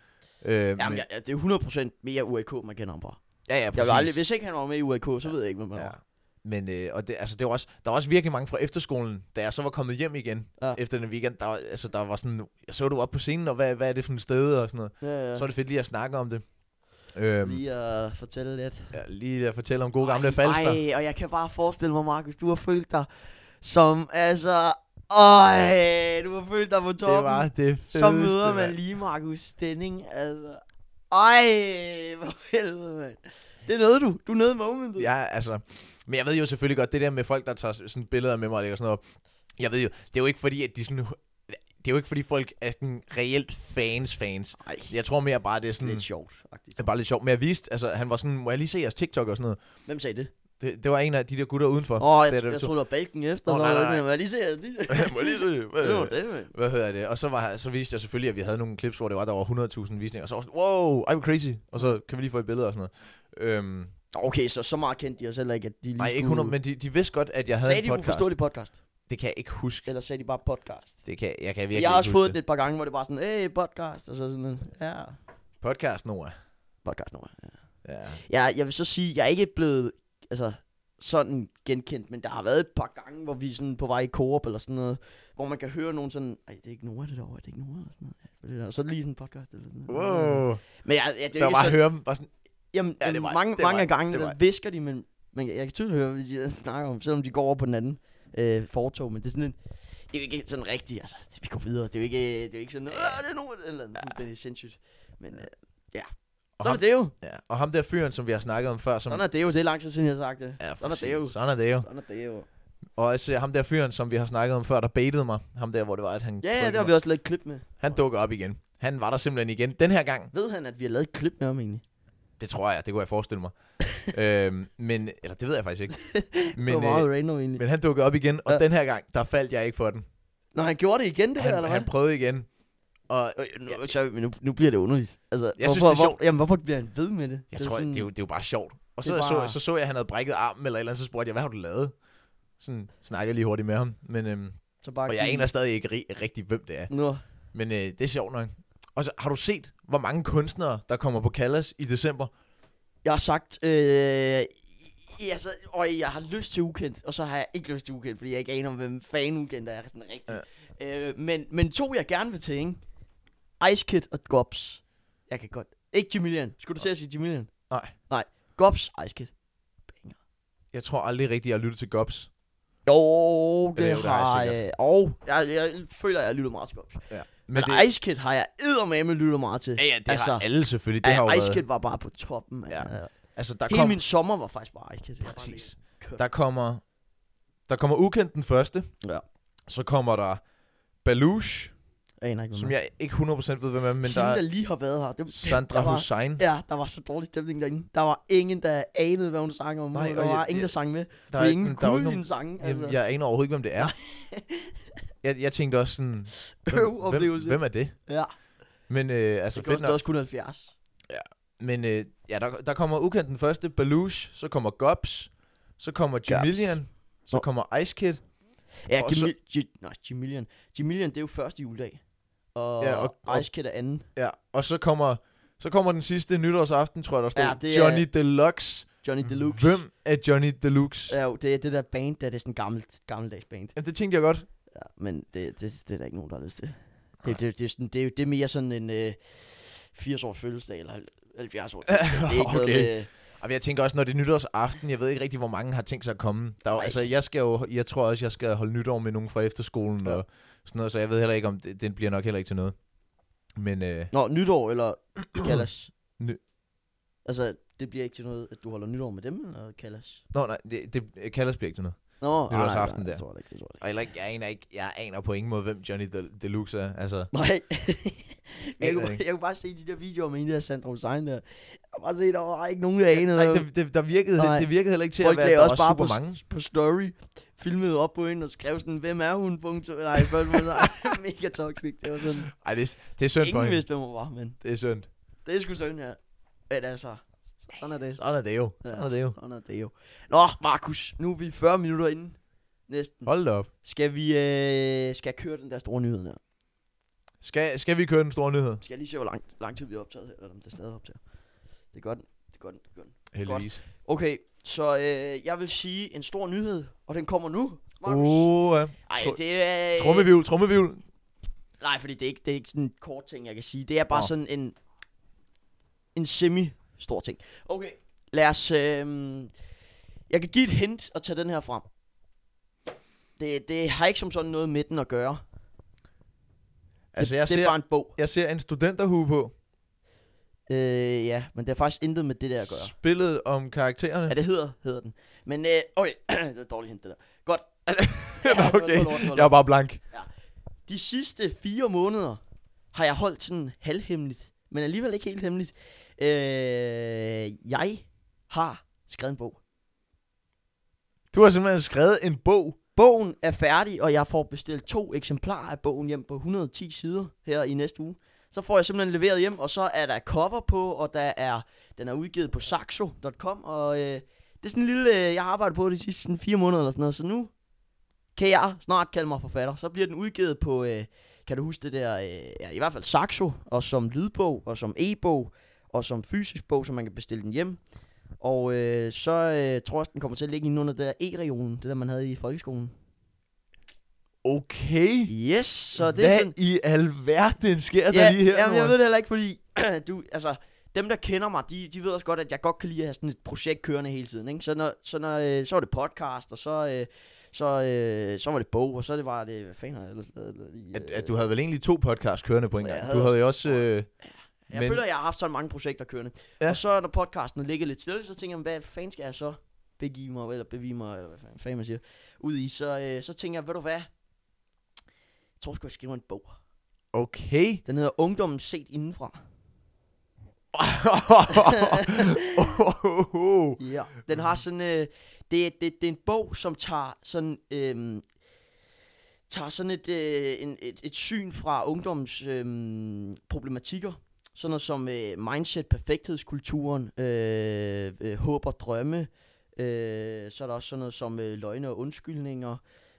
Speaker 1: Øh,
Speaker 2: Jamen, jeg, jeg, det er 100% mere UAK, man kender ham fra.
Speaker 1: ja, ja,
Speaker 2: Jeg
Speaker 1: præcis.
Speaker 2: vil aldrig, hvis ikke han var med i UAK, så ved jeg ikke, hvem han
Speaker 1: Ja.
Speaker 2: var.
Speaker 1: Men øh, og det, altså, det var også, der var også virkelig mange fra efterskolen, da jeg så var kommet hjem igen
Speaker 2: Ja.
Speaker 1: ja. efter den weekend. Der var, altså, der var sådan, jeg så du op på scenen, og hvad, hvad er det for et sted og sådan noget.
Speaker 2: Ja, ja.
Speaker 1: Ja. Så er det fedt lige at snakke om det. Øhm, lige.
Speaker 2: Lige at fortælle lidt.
Speaker 1: Ja, lige at fortælle om gode gamle Falster.
Speaker 2: Ej, og jeg kan bare forestille mig, Markus, du har følt dig som, altså, øj, du har følt dig på toppen.
Speaker 1: Det var det fedeste,
Speaker 2: Så møder man
Speaker 1: mand.
Speaker 2: lige Markus Stenning, altså. Ej, hvor helvede, mand. Det nåede du. Du nåede momentet.
Speaker 1: Ja, altså. Men jeg ved jo selvfølgelig godt, det der med folk, der tager sådan billeder med mig og lægger sådan noget op. Jeg ved jo, det er jo ikke fordi, at de sådan... Det er jo ikke fordi, folk er sådan reelt fans fans.
Speaker 2: Ej,
Speaker 1: Jeg tror mere bare, det er
Speaker 2: det er
Speaker 1: sådan...
Speaker 2: lidt sjovt, faktisk.
Speaker 1: Det er bare lidt sjovt. Men jeg viste, altså han var sådan, må jeg lige se jeres TikTok og sådan noget.
Speaker 2: Hvem sagde det?
Speaker 1: Det, det var en af de der gutter udenfor.
Speaker 2: Åh, oh,
Speaker 1: det
Speaker 2: jeg,
Speaker 1: er
Speaker 2: jeg,
Speaker 1: det,
Speaker 2: jeg
Speaker 1: du-
Speaker 2: troede, det var balken efter.
Speaker 1: Åh,
Speaker 2: Oh,
Speaker 1: nej,
Speaker 2: nej,
Speaker 1: nej, nej.
Speaker 2: nej. Jeg lige se, jeg lige se.
Speaker 1: må jeg lige se?
Speaker 2: Det var det, mand.
Speaker 1: Hvad hedder det? Og så, var, så viste jeg selvfølgelig, at vi havde nogle clips, hvor det var, der var 100.000 visninger. Og så var jeg sådan, wow, I'm crazy. Og så kan vi lige få et billede og sådan noget. Øhm,
Speaker 2: Okay, så så meget kendte de os heller ikke, at de lige
Speaker 1: nej, ikke 100, men de, de vidste godt, at jeg havde
Speaker 2: Sagde
Speaker 1: en
Speaker 2: de
Speaker 1: podcast.
Speaker 2: uforståelig podcast?
Speaker 1: Det kan jeg ikke huske.
Speaker 2: Eller sagde de bare podcast?
Speaker 1: Det kan, jeg kan virkelig
Speaker 2: Jeg, jeg har
Speaker 1: ikke
Speaker 2: også
Speaker 1: huske
Speaker 2: fået det et par gange, hvor det bare sådan, hey, podcast, og så sådan noget. Ja,
Speaker 1: Podcast, Noah.
Speaker 2: podcast nummer. Ja.
Speaker 1: Ja.
Speaker 2: Jeg, jeg vil så sige, jeg er ikke blevet altså, sådan genkendt, men der har været et par gange, hvor vi er sådan på vej i Coop eller sådan noget, hvor man kan høre nogen sådan, ej, det er ikke Nora det derovre, det er ikke Nora eller sådan noget. Ja, det er det der. Og så lige sådan en podcast eller sådan noget.
Speaker 1: Wow.
Speaker 2: Men jeg, jeg, det
Speaker 1: Det
Speaker 2: er
Speaker 1: var
Speaker 2: jo
Speaker 1: bare
Speaker 2: ikke
Speaker 1: at
Speaker 2: sådan,
Speaker 1: høre dem. Bare sådan,
Speaker 2: jamen,
Speaker 1: Ja, det
Speaker 2: ja,
Speaker 1: er mig.
Speaker 2: mange,
Speaker 1: Det er
Speaker 2: mange
Speaker 1: mig.
Speaker 2: af gange,
Speaker 1: Det er
Speaker 2: der
Speaker 1: mig.
Speaker 2: visker de, men, men jeg, jeg kan tydeligt høre, hvad de snakker om, selvom de går over på den anden øh, fortog, men det er sådan en, det er jo ikke sådan rigtigt, altså, vi går videre, det er jo ikke, det er jo ikke sådan, Åh, det er nogen, eller andet, ja. det er sindssygt. Men øh, ja,
Speaker 1: Og
Speaker 2: sådan
Speaker 1: ham-
Speaker 2: er det jo,
Speaker 1: ja. Og ham der fyren, som vi har snakket om før. Som,
Speaker 2: sådan er det jo, det er lang tid siden, jeg har sagt det.
Speaker 1: ja,
Speaker 2: sådan er det jo.
Speaker 1: Sådan er det jo.
Speaker 2: Sådan er det jo.
Speaker 1: Og også øh, ham der fyren, som vi har snakket om før, der baitede mig. Ham der, hvor det var, at han...
Speaker 2: Ja, ja, det
Speaker 1: trykkede
Speaker 2: har vi også lavet et klip med.
Speaker 1: mig. Han dukker op igen. Han var der simpelthen igen. Den her gang,
Speaker 2: Ved han, at vi har lavet et klip med ham egentlig?
Speaker 1: Det tror jeg, det kunne jeg forestille mig. øhm, men, eller det ved jeg faktisk ikke.
Speaker 2: Men, det
Speaker 1: Men,
Speaker 2: var meget
Speaker 1: øh,
Speaker 2: random egentlig. Men,
Speaker 1: men han dukkede op igen, og
Speaker 2: Ja.
Speaker 1: den her gang, der faldt jeg ikke for den.
Speaker 2: Når han gjorde det igen, det der,
Speaker 1: Han,
Speaker 2: eller
Speaker 1: han
Speaker 2: hvad?
Speaker 1: prøvede igen. Og
Speaker 2: Øh, nu, sorry, men nu, nu bliver det underligt. Altså, jeg
Speaker 1: synes,
Speaker 2: hvorfor,
Speaker 1: det er
Speaker 2: hvor,
Speaker 1: sjovt.
Speaker 2: Jamen, hvorfor bliver han ved med det?
Speaker 1: jeg tror, det er, jo, det er jo bare sjovt. Og
Speaker 2: Det
Speaker 1: så,
Speaker 2: er
Speaker 1: bare...
Speaker 2: bare-
Speaker 1: Så, så så jeg, at han havde brækket armen eller et eller andet, så spurgte jeg, hvad har du lavet? Sådan snakkede jeg lige hurtigt med ham. Men, øhm,
Speaker 2: Så bare Mm.
Speaker 1: og jeg aner stadig ikke ri- rigtig, hvem det er.
Speaker 2: Nu,
Speaker 1: Men øh, det er sjovt nok. Og så har du set, hvor mange kunstnere, der kommer på Callas i december?
Speaker 2: jeg har sagt, øh, i- altså, og jeg har lyst til ukendt, og så har jeg ikke lyst til ukendt, fordi jeg ikke aner, hvem fan ukendt er sådan rigtig. Ja. Øh, men, men to, jeg gerne vil til, ikke? Ice Kid og Gobs. Jeg kan godt. Ikke Jamilian. Skulle du til at sige Jamilian?
Speaker 1: Nej.
Speaker 2: Nej. Gobs, Ice Kid.
Speaker 1: Jeg tror aldrig rigtig, jeg har lyttet til Gobs.
Speaker 2: Jo, det,
Speaker 1: Eller jo,
Speaker 2: det har jeg. Og jeg, jeg føler, jeg har lyttet meget til Gobs. Men, men det... Ice Kid har jeg eddermame lyttet meget til.
Speaker 1: ja, ja, det altså,
Speaker 2: altså,
Speaker 1: har alle selvfølgelig. Det har jo
Speaker 2: Ja, Ice
Speaker 1: været-
Speaker 2: Kid var bare på toppen. Man.
Speaker 1: Ja,
Speaker 2: Ja, Hele
Speaker 1: altså, der kom,
Speaker 2: min sommer var faktisk bare Ice Kid. Jeg var
Speaker 1: Præcis.
Speaker 2: Kørt.
Speaker 1: Der kommer, der kommer ukendt den første.
Speaker 2: Ja.
Speaker 1: Så kommer der Balush,
Speaker 2: bare- Jeg aner ikke,
Speaker 1: som jeg ikke 100% ved, hvem er, men
Speaker 2: Hende,
Speaker 1: der
Speaker 2: der
Speaker 1: er
Speaker 2: lige har været her. Det,
Speaker 1: Sandra
Speaker 2: der var,
Speaker 1: Hussein.
Speaker 2: Ja, der var så dårlig stemning derinde. Der var ingen, der anede, hvad hun sang om.
Speaker 1: Nej,
Speaker 2: Nej, der
Speaker 1: og
Speaker 2: var
Speaker 1: jeg-
Speaker 2: ingen, der
Speaker 1: jeg-
Speaker 2: sang med.
Speaker 1: Der
Speaker 2: Der
Speaker 1: er
Speaker 2: var
Speaker 1: ikke,
Speaker 2: ingen
Speaker 1: der er jo
Speaker 2: cool i
Speaker 1: ikke
Speaker 2: hendes
Speaker 1: nogen,
Speaker 2: sange. Altså,
Speaker 1: jeg, jeg aner overhovedet ikke, hvem det er. jeg, jeg tænkte også sådan, hvem, hvem,
Speaker 2: Øv-oplevelse.
Speaker 1: hvem er det?
Speaker 2: ja,
Speaker 1: Men øh,
Speaker 2: så
Speaker 1: altså
Speaker 2: det kostede
Speaker 1: fedt nok.
Speaker 2: også kun 70.
Speaker 1: Men øh, ja, der, der kommer ukendt den første, Balush, så kommer Gobs, så kommer Jamilian, så
Speaker 2: Nå.
Speaker 1: kommer Ice Kid,
Speaker 2: Ja,
Speaker 1: Og
Speaker 2: Jimmy, G, nej, Jimillion. Jimillion, det er jo første juledag. Og,
Speaker 1: Ja,
Speaker 2: ja,
Speaker 1: og-
Speaker 2: og,
Speaker 1: og-
Speaker 2: Ice Kid er anden.
Speaker 1: ja, og så kommer, så kommer den sidste nytårsaften, tror jeg, der står
Speaker 2: Ja, det er-
Speaker 1: Johnny Deluxe.
Speaker 2: Johnny Deluxe.
Speaker 1: Mm. Hvem er Johnny Deluxe?
Speaker 2: Ja, jo, det er det der band, der det er sådan en gammelt, gammeldags band.
Speaker 1: Jamen, det tænkte jeg godt.
Speaker 2: Ja, men det, det, det er der ikke nogen, der har lyst til. Det, det, det, er sådan, det, er jo- det er mere sådan en øh, 80-års fødselsdag, eller 70 års fødselsdag. Det er ikke noget
Speaker 1: Okay.
Speaker 2: med,
Speaker 1: Og jeg tænker også, når det er nytårsaften, jeg ved ikke rigtig, hvor mange har tænkt sig at komme. Der er, jo-
Speaker 2: Nej.
Speaker 1: altså, jeg, skal jo, jeg tror også, jeg skal holde nytår med nogen fra efterskolen
Speaker 2: Ja.
Speaker 1: og sådan noget, så jeg ved heller ikke, om det, den bliver nok heller ikke til noget. Men øh,
Speaker 2: Nå, nytår, eller Kallas.
Speaker 1: Ny-
Speaker 2: altså, det bliver ikke til noget, at du holder nytår med dem, eller Kallas?
Speaker 1: nå, nej, det, det kaldes bliver ikke til noget.
Speaker 2: Nå, ej,
Speaker 1: Nytårsaften
Speaker 2: nej,
Speaker 1: der.
Speaker 2: Det tror jeg ikke, det tror jeg ikke.
Speaker 1: Og heller ikke, jeg aner ikke, jeg aner på ingen måde, hvem Johnny Del- Deluxe er. Altså,
Speaker 2: Nej.
Speaker 1: Aner
Speaker 2: jeg, kunne, bare-
Speaker 1: ikke.
Speaker 2: jeg kunne bare se de der videoer med hende der Sandra Hussein der. Jeg kunne bare se, der var ikke nogen, der anede.
Speaker 1: nej,
Speaker 2: hvad-
Speaker 1: det, det, der virkede,
Speaker 2: Nej.
Speaker 1: det virkede heller ikke til at
Speaker 2: Folk
Speaker 1: være,
Speaker 2: lagde
Speaker 1: der
Speaker 2: også
Speaker 1: var
Speaker 2: bare
Speaker 1: super mange.
Speaker 2: på story, filmede op på hende og skrev sådan, hvem er hun? Punktum. Nej, spørgsmål, nej. mega toxic. Det var sådan,
Speaker 1: Ej, det, er- det er synd for
Speaker 2: ingen
Speaker 1: hende.
Speaker 2: vidste, hvem hun var, men
Speaker 1: Det er synd.
Speaker 2: det er sgu sådan her. Men altså, sådan er det.
Speaker 1: Sådan er det jo.
Speaker 2: Ja.
Speaker 1: Sådan er det jo.
Speaker 2: Sådan er det jo. Nå, Markus, nu er vi 40 minutter inde. Næsten.
Speaker 1: Hold da op.
Speaker 2: Skal vi øh, skal jeg køre den der store nyhed der?
Speaker 1: Skal, skal vi køre den store nyhed?
Speaker 2: Skal jeg lige se, hvor lang, lang tid vi har optaget her, eller om det stadig optager. Det er godt. Det er godt. Det er godt.
Speaker 1: Heldigvis.
Speaker 2: Okay, så øh, jeg vil sige en stor nyhed, og den kommer nu, Markus.
Speaker 1: Uh, ja.
Speaker 2: Ej, det er...
Speaker 1: Trummevivl, trummevivl.
Speaker 2: Nej, fordi det er, ikke, det er ikke sådan en kort ting, jeg kan sige. Det er bare
Speaker 1: Nå.
Speaker 2: sådan en, en semi-stor ting. Okay, lad os... Øh, jeg kan give et hint og tage den her frem. Det, det har ikke som sådan noget med den at gøre.
Speaker 1: Altså,
Speaker 2: det,
Speaker 1: jeg
Speaker 2: det er
Speaker 1: ser,
Speaker 2: bare en bog.
Speaker 1: jeg ser en studenterhue på.
Speaker 2: Øh, ja, men det har faktisk intet med det der at gøre.
Speaker 1: Spillet om karaktererne.
Speaker 2: Ja, det hedder, hedder den. Men, øh, okay, det var et dårligt hint, det der. Godt.
Speaker 1: Nå,
Speaker 2: Ja, det var-
Speaker 1: okay.
Speaker 2: det var lort, det var
Speaker 1: Jeg er
Speaker 2: lort.
Speaker 1: bare blank.
Speaker 2: De sidste fire måneder har jeg holdt sådan halvhemmeligt, men alligevel ikke helt hemmeligt. Øh, jeg har skrevet en bog.
Speaker 1: Du har simpelthen skrevet en bog.
Speaker 2: Bogen er færdig, og jeg får bestilt to eksemplarer af bogen hjem på 110 sider her i næste uge. Så får jeg simpelthen leveret hjem, og så er der cover på, og der er, den er udgivet på saxo.com, og øh, det er sådan en lille, øh, jeg har arbejdet på det de sidste sådan fire måneder eller sådan noget, så nu kan jeg snart kalde mig forfatter. Så bliver den udgivet på, øh, kan du huske det der, øh, ja, i hvert fald Saxo, og som lydbog, og som e-bog, og som fysisk bog, så man kan bestille den hjem. Og øh, så øh, tror jeg, også, den kommer til at ligge inde under det der e-regionen, det der man havde i folkeskolen.
Speaker 1: Okay.
Speaker 2: Yes, så det
Speaker 1: Hvad
Speaker 2: er sådan...
Speaker 1: i alverden sker der lige her?
Speaker 2: jamen, jeg
Speaker 1: Noah?
Speaker 2: ved det heller ikke, fordi du, altså, dem, der kender mig, de, de ved også godt, at jeg godt kan lide at have sådan et projekt kørende hele tiden. Ikke? Så, når, så, når, øh, så var det podcast, og så, øh, så, øh, så var det bog, og så det var det... Hvad fanden har jeg ellers lavet? lige,
Speaker 1: At,
Speaker 2: øh,
Speaker 1: at du havde vel egentlig to podcasts kørende på en
Speaker 2: Ja, jeg
Speaker 1: gang.
Speaker 2: havde
Speaker 1: Du havde jo også... Øh,
Speaker 2: Jeg
Speaker 1: men-
Speaker 2: men... føler, at jeg har haft så mange projekter kørende.
Speaker 1: Ja.
Speaker 2: Ja. Og så når podcasten ligger lidt stille, så tænker jeg, hvad fanden skal jeg så begive mig, eller begive mig, eller hvad fanden- fanden man siger, ud i. Så, øh, så tænker jeg, ved du hvad? Jeg tror sgu, jeg skriver en bog.
Speaker 1: okay.
Speaker 2: Den hedder Ungdommen set indenfra. Ja. Den har sådan... Øh, det, det, det er en bog, som tager sådan... Øh, tager sådan et, øh, en, et, et syn fra ungdommens øh, problematikker. Sådan noget som øh, mindset, perfekthedskulturen, øh, øh, håb og drømme. Øh, så er der også sådan noget som øh, løgne og undskyldninger.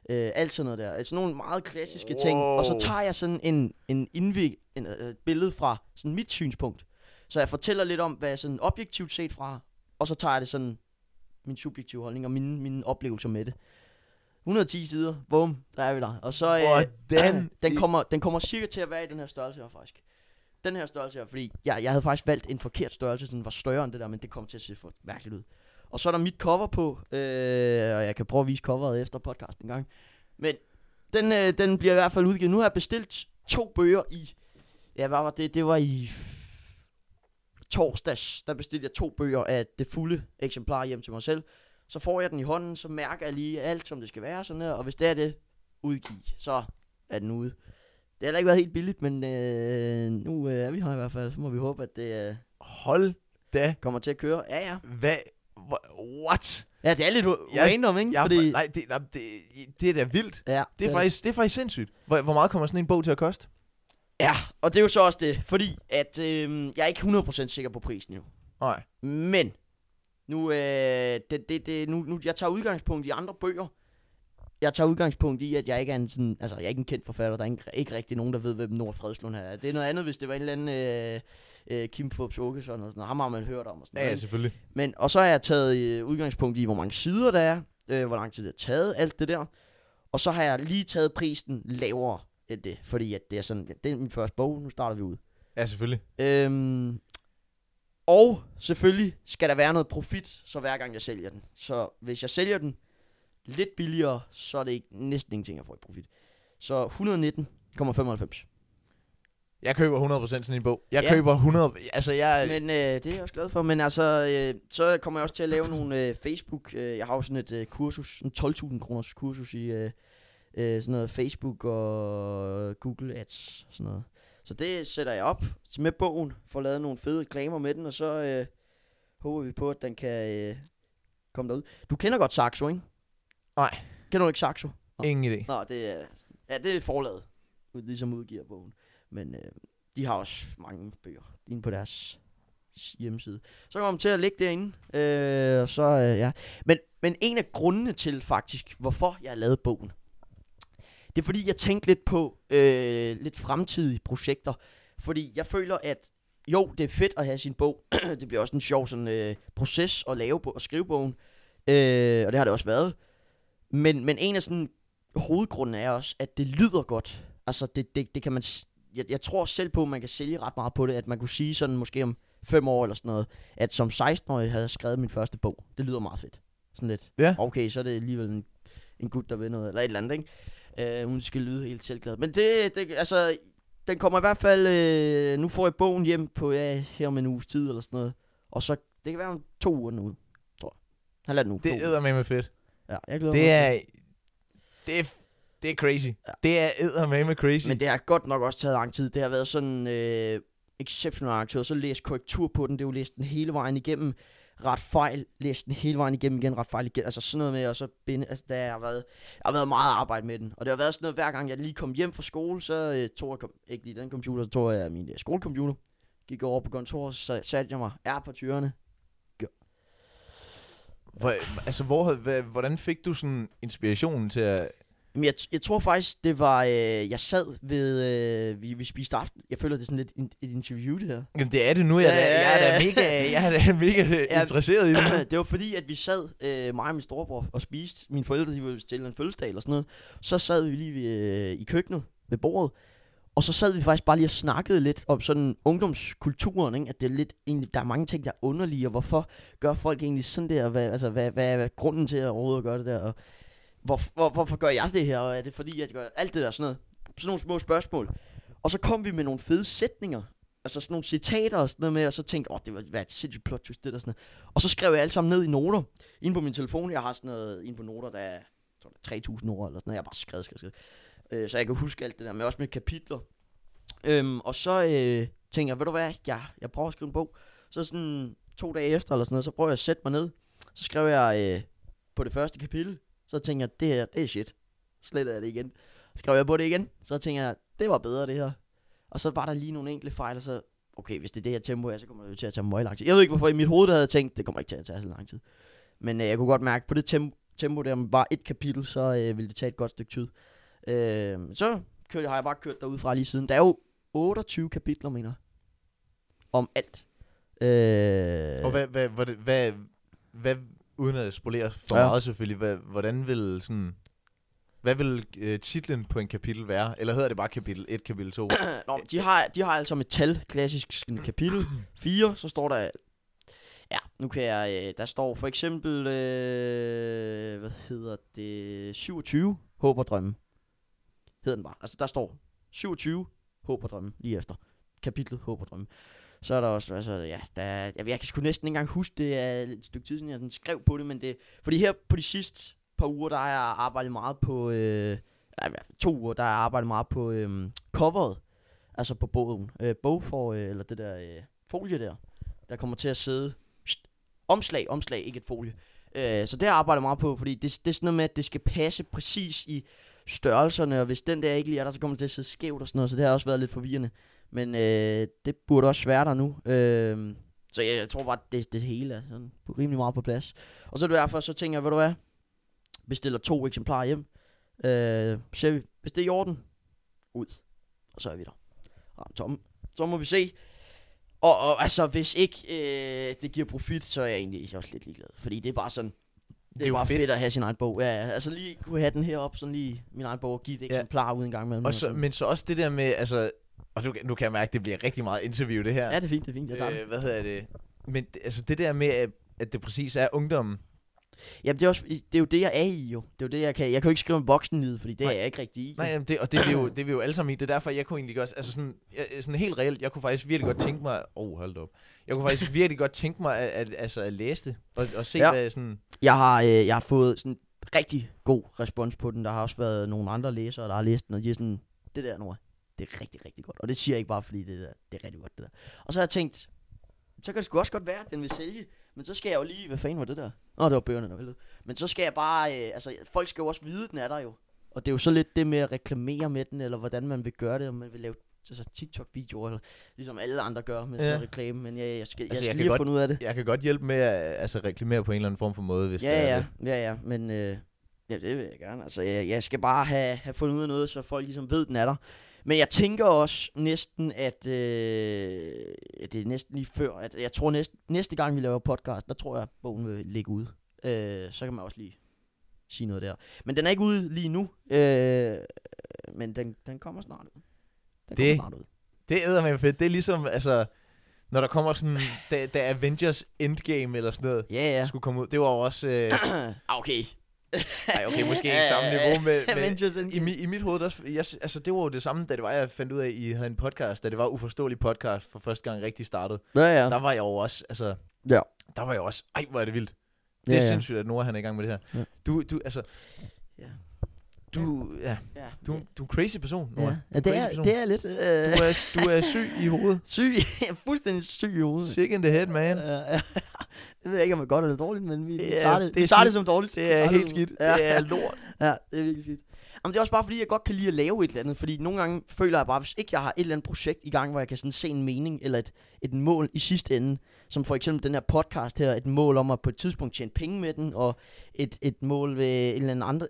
Speaker 2: Øh, alt sådan noget der. Altså nogle meget klassiske ting. Og så
Speaker 1: Wow.
Speaker 2: tager jeg sådan en, en indvik, en, øh, et billede fra sådan mit synspunkt. Så jeg fortæller lidt om, hvad jeg sådan objektivt set fra, og så tager jeg det sådan, min subjektive holdning og mine, mine oplevelser med det. 110 sider, bum, der er vi der. Og så, øh,
Speaker 1: Hvordan i-
Speaker 2: den, kommer, den kommer cirka til at være i den her størrelse her, faktisk. Den her størrelse her, fordi jeg, jeg havde faktisk valgt en forkert størrelse, så den var større end det der, men det kom til at se for mærkeligt ud. Og så er der mit cover på, øh, og jeg kan prøve at vise coveret efter podcasten en gang. Men den, øh, den bliver i hvert fald udgivet. Nu har jeg bestilt to bøger i, ja, hvad var det? Det var i f- torsdags, der bestilte jeg to bøger af det fulde eksemplar hjem til mig selv. Så får jeg den i hånden, så mærker jeg lige alt, som det skal være, sådan her. Og hvis det er det, udgive, så er den ude. Det har heller ikke været helt billigt, men øh, nu øh, er vi her i hvert fald. Så må vi håbe, at det øh,
Speaker 1: Hold da.
Speaker 2: kommer til at køre. Ja, ja.
Speaker 1: Hvad? Hvor- What?
Speaker 2: Ja, det er lidt u-
Speaker 1: Jeg-
Speaker 2: random, ikke?
Speaker 1: Jeg,
Speaker 2: Fordi,
Speaker 1: Fordi... Nej, det, nej det, det er da vildt.
Speaker 2: ja,
Speaker 1: Det er,
Speaker 2: faktisk...
Speaker 1: faktisk, det er faktisk sindssygt. Hvor, hvor meget kommer sådan en bog til at koste?
Speaker 2: Ja, og det er jo så også det, fordi at øh, jeg er ikke 100% sikker på prisen jo.
Speaker 1: Nej.
Speaker 2: Men nu, øh, det, det, det, nu, nu, jeg tager udgangspunkt i andre bøger. Jeg tager udgangspunkt i, at jeg ikke er en, sådan, altså, jeg er ikke en kendt forfatter. Der er ikke, ikke rigtig nogen, der ved, hvem Nord Fredslund her er. Det er noget andet, hvis det var en eller anden øh, øh, Kim Fubs Åkesson og sådan noget. Ham har man hørt om og sådan
Speaker 1: Ja,
Speaker 2: noget.
Speaker 1: ja,
Speaker 2: ikke?
Speaker 1: selvfølgelig.
Speaker 2: Men, og så har jeg taget øh, udgangspunkt i, hvor mange sider der er, øh, hvor lang tid det har taget, alt det der. Og så har jeg lige taget prisen lavere end det, fordi at det er sådan, ja, det er min første bog, nu starter vi ud.
Speaker 1: Ja, selvfølgelig.
Speaker 2: Øhm, og selvfølgelig skal der være noget profit, så hver gang jeg sælger den. Så hvis jeg sælger den lidt billigere, så er det ikke, næsten ingenting, jeg får i profit. Så 119,95.
Speaker 1: Jeg køber 100% sådan en bog. Jeg
Speaker 2: Ja.
Speaker 1: køber 100... Altså, jeg...
Speaker 2: Men øh, det er jeg også glad for. Men altså, øh, så kommer jeg også til at lave nogle øh, Facebook. Øh, jeg har jo sådan et øh, kursus, en 12.000 kroners kursus i øh, øh, sådan noget Facebook og Google Ads. Sådan noget. Så det sætter jeg op med bogen, får lavet nogle fede reklamer med den, og så øh, håber vi på, at den kan øh, komme derud. Du kender godt Saxo, ikke?
Speaker 1: Nej.
Speaker 2: Kender du ikke Saxo?
Speaker 1: Ingen idé.
Speaker 2: Nå, det er, ja, det er forlaget, ligesom udgiver bogen. Men øh, de har også mange bøger inde på deres s- hjemmeside. Så kommer de til at ligge derinde, øh, og så, øh, ja. Men, men en af grundene til faktisk, hvorfor jeg lavede bogen, Det er fordi, jeg tænkte lidt på øh, lidt fremtidige projekter. Fordi jeg føler, at jo, det er fedt at have sin bog. det bliver også en sjov sådan, øh, proces at lave på og skrive bogen. Øh, og det har det også været. Men, men en af sådan, hovedgrunden er også, at det lyder godt. Altså, det, det, det kan man... s- Jeg, jeg, tror selv på, at man kan sælge ret meget på det. At man kunne sige sådan måske om fem år eller sådan noget, at som 16-årig havde jeg skrevet min første bog. Det lyder meget fedt. Sådan lidt.
Speaker 1: Ja.
Speaker 2: Okay, så er det alligevel en, en gut, der ved noget, eller et eller andet, ikke? Øh, hun skal lyde helt selvglad. Men det, det altså, den kommer i hvert fald, øh, nu får jeg bogen hjem på, ja, her om en uges tid eller sådan noget. Og så, det kan være om to uger nu, tror jeg. Halvanden uge. to
Speaker 1: Det
Speaker 2: uger.
Speaker 1: er med fedt.
Speaker 2: Ja, jeg glæder
Speaker 1: Det
Speaker 2: mig.
Speaker 1: er... Det er, det er crazy.
Speaker 2: Ja.
Speaker 1: Det er med crazy.
Speaker 2: Men det har godt nok også taget lang tid. Det har været sådan øh, exceptionelt lang tid. Og så læst korrektur på den. Det er jo læst den hele vejen igennem. Ret fejl. Læst den hele vejen igennem igen. Ret fejl igen. Altså sådan noget med. Og så binde. Altså der har været, der har været meget arbejde med den. Og det har været sådan noget, hver gang jeg lige kom hjem fra skole, så øh, tog jeg, kom, ikke lige den computer, så tog jeg min øh, skolecomputer. Gik over på kontoret, så satte jeg mig er på tyrene.
Speaker 1: Hvor, altså, hvor, havde- hvad- hvordan fik du sådan inspirationen til at...
Speaker 2: Jamen, jeg, t- jeg tror faktisk, det var, øh, jeg sad ved, øh, vi, vi spiste aften. Jeg føler, det er sådan lidt en- et interview, det her.
Speaker 1: Jamen, det er det nu. Jeg, er da- jeg er da
Speaker 2: Ja.
Speaker 1: mega, jeg er da mega
Speaker 2: Ja.
Speaker 1: interesseret i det.
Speaker 2: det var fordi, at vi sad, øh, mig og min storebror, og spiste. Mine forældre, de var til en fødselsdag eller sådan noget. Så sad vi lige ved, øh, i køkkenet ved bordet. Og så sad vi faktisk bare lige og snakkede lidt om sådan ungdomskulturen, ikke? at det er lidt, egentlig, der er mange ting, der er underlige, og hvorfor gør folk egentlig sådan der, og hvad, altså, hvad, hvad, hvad er grunden til at overhovedet at gøre det der, og hvor, hvor, hvorfor gør jeg det her, og er det fordi, at jeg gør alt det der, sådan noget. Sådan nogle små spørgsmål. Og så kom vi med nogle fede sætninger, altså sådan nogle citater og sådan noget med, og så tænkte jeg, åh, det var hvad er et sindssygt plot twist, det der sådan og så skrev jeg alt sammen ned i noter. Inde på min telefon, jeg har sådan noget, inde på noter, der er jeg tror, det er 3.000 ord eller sådan noget. Jeg har bare skrevet, skrevet, skrevet. Øh, så jeg kan huske alt det der, men også med kapitler. Øhm, og så øh, tænkte jeg, ved du hvad, jeg, jeg prøver at skrive en bog. Så sådan to dage efter eller sådan noget, så prøver jeg at sætte mig ned. Så skrev jeg øh, på det første kapitel, så tænkte jeg, det her, det er shit. Slettede jeg det igen. Så skrev jeg på det igen, så tænkte jeg, det var bedre det her. Og så var der lige nogle enkelte fejl, og så okay, hvis det er det her tempo her, så kommer det jo til at tage meget lang tid. Jeg ved ikke, hvorfor i mit hoved der havde jeg tænkt, det kommer ikke til at tage så lang tid. Men øh, jeg kunne godt mærke, på det tempo, tempo der med bare et kapitel, så øh, ville det tage et godt stykke tid. Øh, så kørte, har jeg bare kørt derudfra lige siden. Der er jo 28 kapitler, mener jeg, Om alt. Øh,
Speaker 1: Og hvad, hvad, hvad, hvad, hvad uden at spolere for
Speaker 2: Ja.
Speaker 1: meget selvfølgelig, hvad, hvordan vil sådan... Hvad vil øh, titlen på en kapitel være? Eller hedder det bare kapitel 1, kapitel 2?
Speaker 2: Nå, men de har, de har altså et tal, klassisk sådan kapitel 4, så står der, ja, nu kan jeg, øh, der står for eksempel, øh, hvad hedder det, 27, håb og drømme, hedder den bare, altså der står 27, håb og drømme, lige efter, kapitlet håb og drømme. Så er der også, altså, ja, der, er- jeg, jeg kan sgu næsten ikke engang huske, det er et stykke tid siden, jeg sådan skrev på det, men det, fordi her på de sidste par uger, der har jeg arbejdet meget på, øh, nej, i hvert fald to uger, der har jeg arbejdet meget på øh, coveret, altså på bogen, øh, bog for, øh, eller det der øh, folie der, der kommer til at sidde, pst, omslag, omslag, ikke et folie. Øh, så det har jeg arbejdet meget på, fordi det, det er sådan noget med, at det skal passe præcis i størrelserne, og hvis den der ikke lige er der, så kommer det til at sidde skævt og sådan noget, så det har også været lidt forvirrende. Men øh, det burde også være der nu. Øh, så jeg, jeg tror bare, at det, det hele er sådan rimelig meget på plads. Og så er det derfor, så tænker jeg, ved du hvad, bestiller to eksemplarer hjem. Øh, ser vi, hvis det er i orden, ud. Og så er vi der. Ramt tom. Så må vi se. Og, og altså, hvis ikke øh, det giver profit, så er jeg egentlig også lidt ligeglad. Fordi det er bare sådan, det,
Speaker 1: Det
Speaker 2: det
Speaker 1: er
Speaker 2: er,
Speaker 1: jo
Speaker 2: bare
Speaker 1: fedt.
Speaker 2: fedt. fedt at have sin egen bog. Ja, ja. altså lige kunne have den heroppe, sådan lige min egen bog, og give et
Speaker 1: Ja.
Speaker 2: eksemplar ud en gang imellem.
Speaker 1: og så, men så også det der med, altså... Og nu, nu kan jeg mærke, at det bliver rigtig meget interview, det her.
Speaker 2: Ja, det er fint, det er fint. Jeg tager øh,
Speaker 1: øh, hvad hedder det? Men det- altså det der med, at, at det præcis er ungdommen.
Speaker 2: Jamen, det er, også, det er jo det, jeg er i, jo. Det er jo det, jeg kan. Jeg kan jo ikke skrive en voksenlyd, fordi det
Speaker 1: Nej.
Speaker 2: er jeg ikke rigtig i. jo.
Speaker 1: Nej, jamen det, og det er, vi jo, det er vi jo alle sammen i. Det er derfor, jeg kunne egentlig også... Altså sådan, jeg, sådan helt reelt, jeg kunne faktisk virkelig godt tænke mig... Åh, oh, hold da op. Jeg kunne faktisk virkelig godt tænke mig at, at, altså, at læse det. Og, og se, ja.
Speaker 2: Ja.
Speaker 1: hvad sådan...
Speaker 2: Jeg har, øh, jeg har fået sådan rigtig god respons på den. Der har også været nogle andre læsere, der har læst den, og de er sådan, det der, Nora, det er rigtig, rigtig godt. Og det siger jeg ikke bare, fordi det, der, det er rigtig godt, det der. Og så har jeg tænkt, så kan det sgu også godt være, at den vil sælge. Men så skal jeg jo lige, hvad fanden var det der? Nå, det var bøgerne, der væltede. Men så skal jeg bare, øh, altså folk skal jo også vide, den er der jo. Og det er jo så lidt det med at reklamere med den, eller hvordan man vil gøre det, om man vil lave altså, TikTok-videoer, eller ligesom alle andre gør med sådan
Speaker 1: Ja.
Speaker 2: noget reklame. Men jeg, jeg skal, jeg
Speaker 1: Altså, jeg
Speaker 2: skal
Speaker 1: kan
Speaker 2: lige have
Speaker 1: godt-
Speaker 2: fundet ud af det.
Speaker 1: Jeg kan godt hjælpe med at altså, reklamere på en eller anden form for måde, hvis det
Speaker 2: Ja,
Speaker 1: er
Speaker 2: ja,
Speaker 1: det.
Speaker 2: ja, ja, men øh, Ja, det vil jeg gerne. Altså, jeg, jeg skal bare have, have fundet ud af noget, så folk ligesom ved, den er der. Men jeg tænker også næsten, at øh, det er næsten lige før, at jeg tror næste, næste gang, vi laver podcast, der tror jeg, at bogen vil ligge ude. Øh, så kan man også lige sige noget der. Men den er ikke ude lige nu, øh, men den, den kommer snart ud. Den
Speaker 1: Det-
Speaker 2: kommer snart ud.
Speaker 1: Det er med fedt. Det er ligesom, altså, når der kommer sådan, da, da Avengers Endgame eller sådan noget,
Speaker 2: Ja, ja.
Speaker 1: skulle komme ud. Det var jo også, øh,
Speaker 2: Ah, okay.
Speaker 1: ej, okay, måske ikke samme niveau med, med
Speaker 2: Avengers
Speaker 1: i, mi, i mit hoved, der, jeg, sy- altså, det var jo det samme, da det var, jeg fandt ud af, at I havde en podcast, da det var uforståelig podcast for første gang rigtig startet.
Speaker 2: Ja, ja.
Speaker 1: Der var jeg jo også, altså,
Speaker 2: Ja.
Speaker 1: der var jeg jo også, ej, hvor er det vildt. Det
Speaker 2: ja,
Speaker 1: er
Speaker 2: ja.
Speaker 1: sindssygt, at Nora han er i gang med det her.
Speaker 2: Ja.
Speaker 1: Du, du, altså,
Speaker 2: Ja.
Speaker 1: du, ja,
Speaker 2: Ja.
Speaker 1: du, du er en crazy person, Nora.
Speaker 2: Ja, ja
Speaker 1: Du
Speaker 2: det,
Speaker 1: crazy
Speaker 2: er,
Speaker 1: person.
Speaker 2: det er lidt... Øh,
Speaker 1: Du er, du er syg i hovedet.
Speaker 2: syg. jeg er fuldstændig syg i hovedet.
Speaker 1: Sick in the head, man.
Speaker 2: Øh, det ved jeg ikke, om det er godt eller dårligt, men vi, vi
Speaker 1: Det er-
Speaker 2: tager det,
Speaker 1: det er
Speaker 2: vi tager det
Speaker 1: skidt.
Speaker 2: som dårligt. Vi
Speaker 1: Det
Speaker 2: tager
Speaker 1: er helt
Speaker 2: som-
Speaker 1: skidt.
Speaker 2: Ja,
Speaker 1: Det er lort.
Speaker 2: ja, det er virkelig skidt. Jamen, det er også bare fordi, jeg godt kan lide at lave et eller andet. Fordi nogle gange føler jeg bare, hvis ikke jeg har et eller andet projekt i gang, hvor jeg kan sådan se en mening eller et, et mål i sidste ende, som for eksempel den her podcast her, et mål om at på et tidspunkt tjene penge med den, og et, et mål ved en eller anden, andre,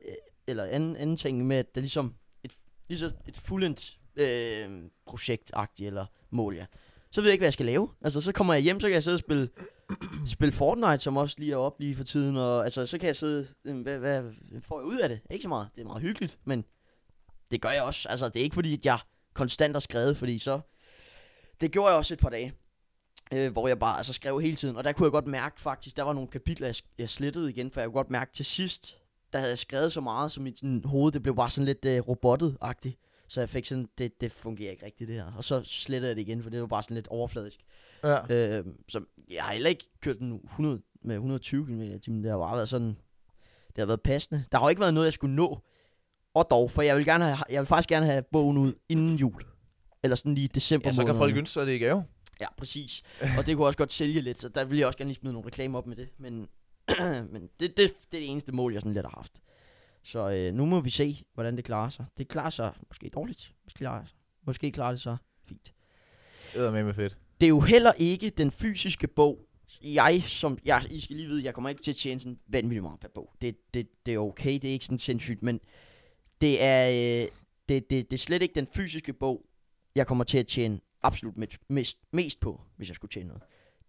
Speaker 2: eller anden, anden ting med, at det er ligesom et, ligesom et fuldendt øh, projektagtigt eller mål, ja. Så ved jeg ikke, hvad jeg skal lave. Altså, så kommer jeg hjem, så kan jeg sidde og spille, spille Fortnite, som også lige er op lige for tiden, og altså, så kan jeg sidde, øh, hvad, hvad får jeg ud af det? Ikke så meget. Det er meget hyggeligt, men det gør jeg også. Altså, det er ikke fordi, at jeg konstant har skrevet, fordi så... Det gjorde jeg også et par dage, øh, hvor jeg bare altså, skrev hele tiden, og der kunne jeg godt mærke faktisk, der var nogle kapitler, jeg, jeg slettede igen, for jeg kunne godt mærke til sidst, der havde jeg skrevet så meget, så mit sådan, hoved, det blev bare sådan lidt øh, robottet-agtigt. Så jeg fik sådan, det, det fungerer ikke rigtigt det her. Og så slettede jeg det igen, for det var bare sådan lidt overfladisk.
Speaker 1: Ja.
Speaker 2: Øh, så jeg har heller ikke kørt den 100, med 120 km i timen. Det har bare været sådan, det har været passende. Der har jo ikke været noget, jeg skulle nå. Og dog, for jeg vil, gerne have, jeg vil faktisk gerne have bogen ud inden jul. Eller sådan lige i december
Speaker 1: ja, så kan
Speaker 2: måned.
Speaker 1: folk ønske sig det i gave.
Speaker 2: Ja, præcis. Og det kunne også godt sælge lidt, så der ville jeg også gerne lige smide nogle reklamer op med det. Men, men det, det, det er det eneste mål, jeg sådan lidt har haft. Så øh, nu må vi se, hvordan det klarer sig. Det klarer sig måske dårligt. Måske klarer, det sig- måske klarer det sig fint.
Speaker 1: Det er med med fedt.
Speaker 2: Det er jo heller ikke den fysiske bog. Jeg, som, jeg, I skal lige vide, jeg kommer ikke til at tjene sådan vanvittigt meget per bog. Det, det, det er okay, det er ikke sådan sindssygt, men det er, øh, det, det, det er slet ikke den fysiske bog, jeg kommer til at tjene absolut mit, mest, mest på, hvis jeg skulle tjene noget.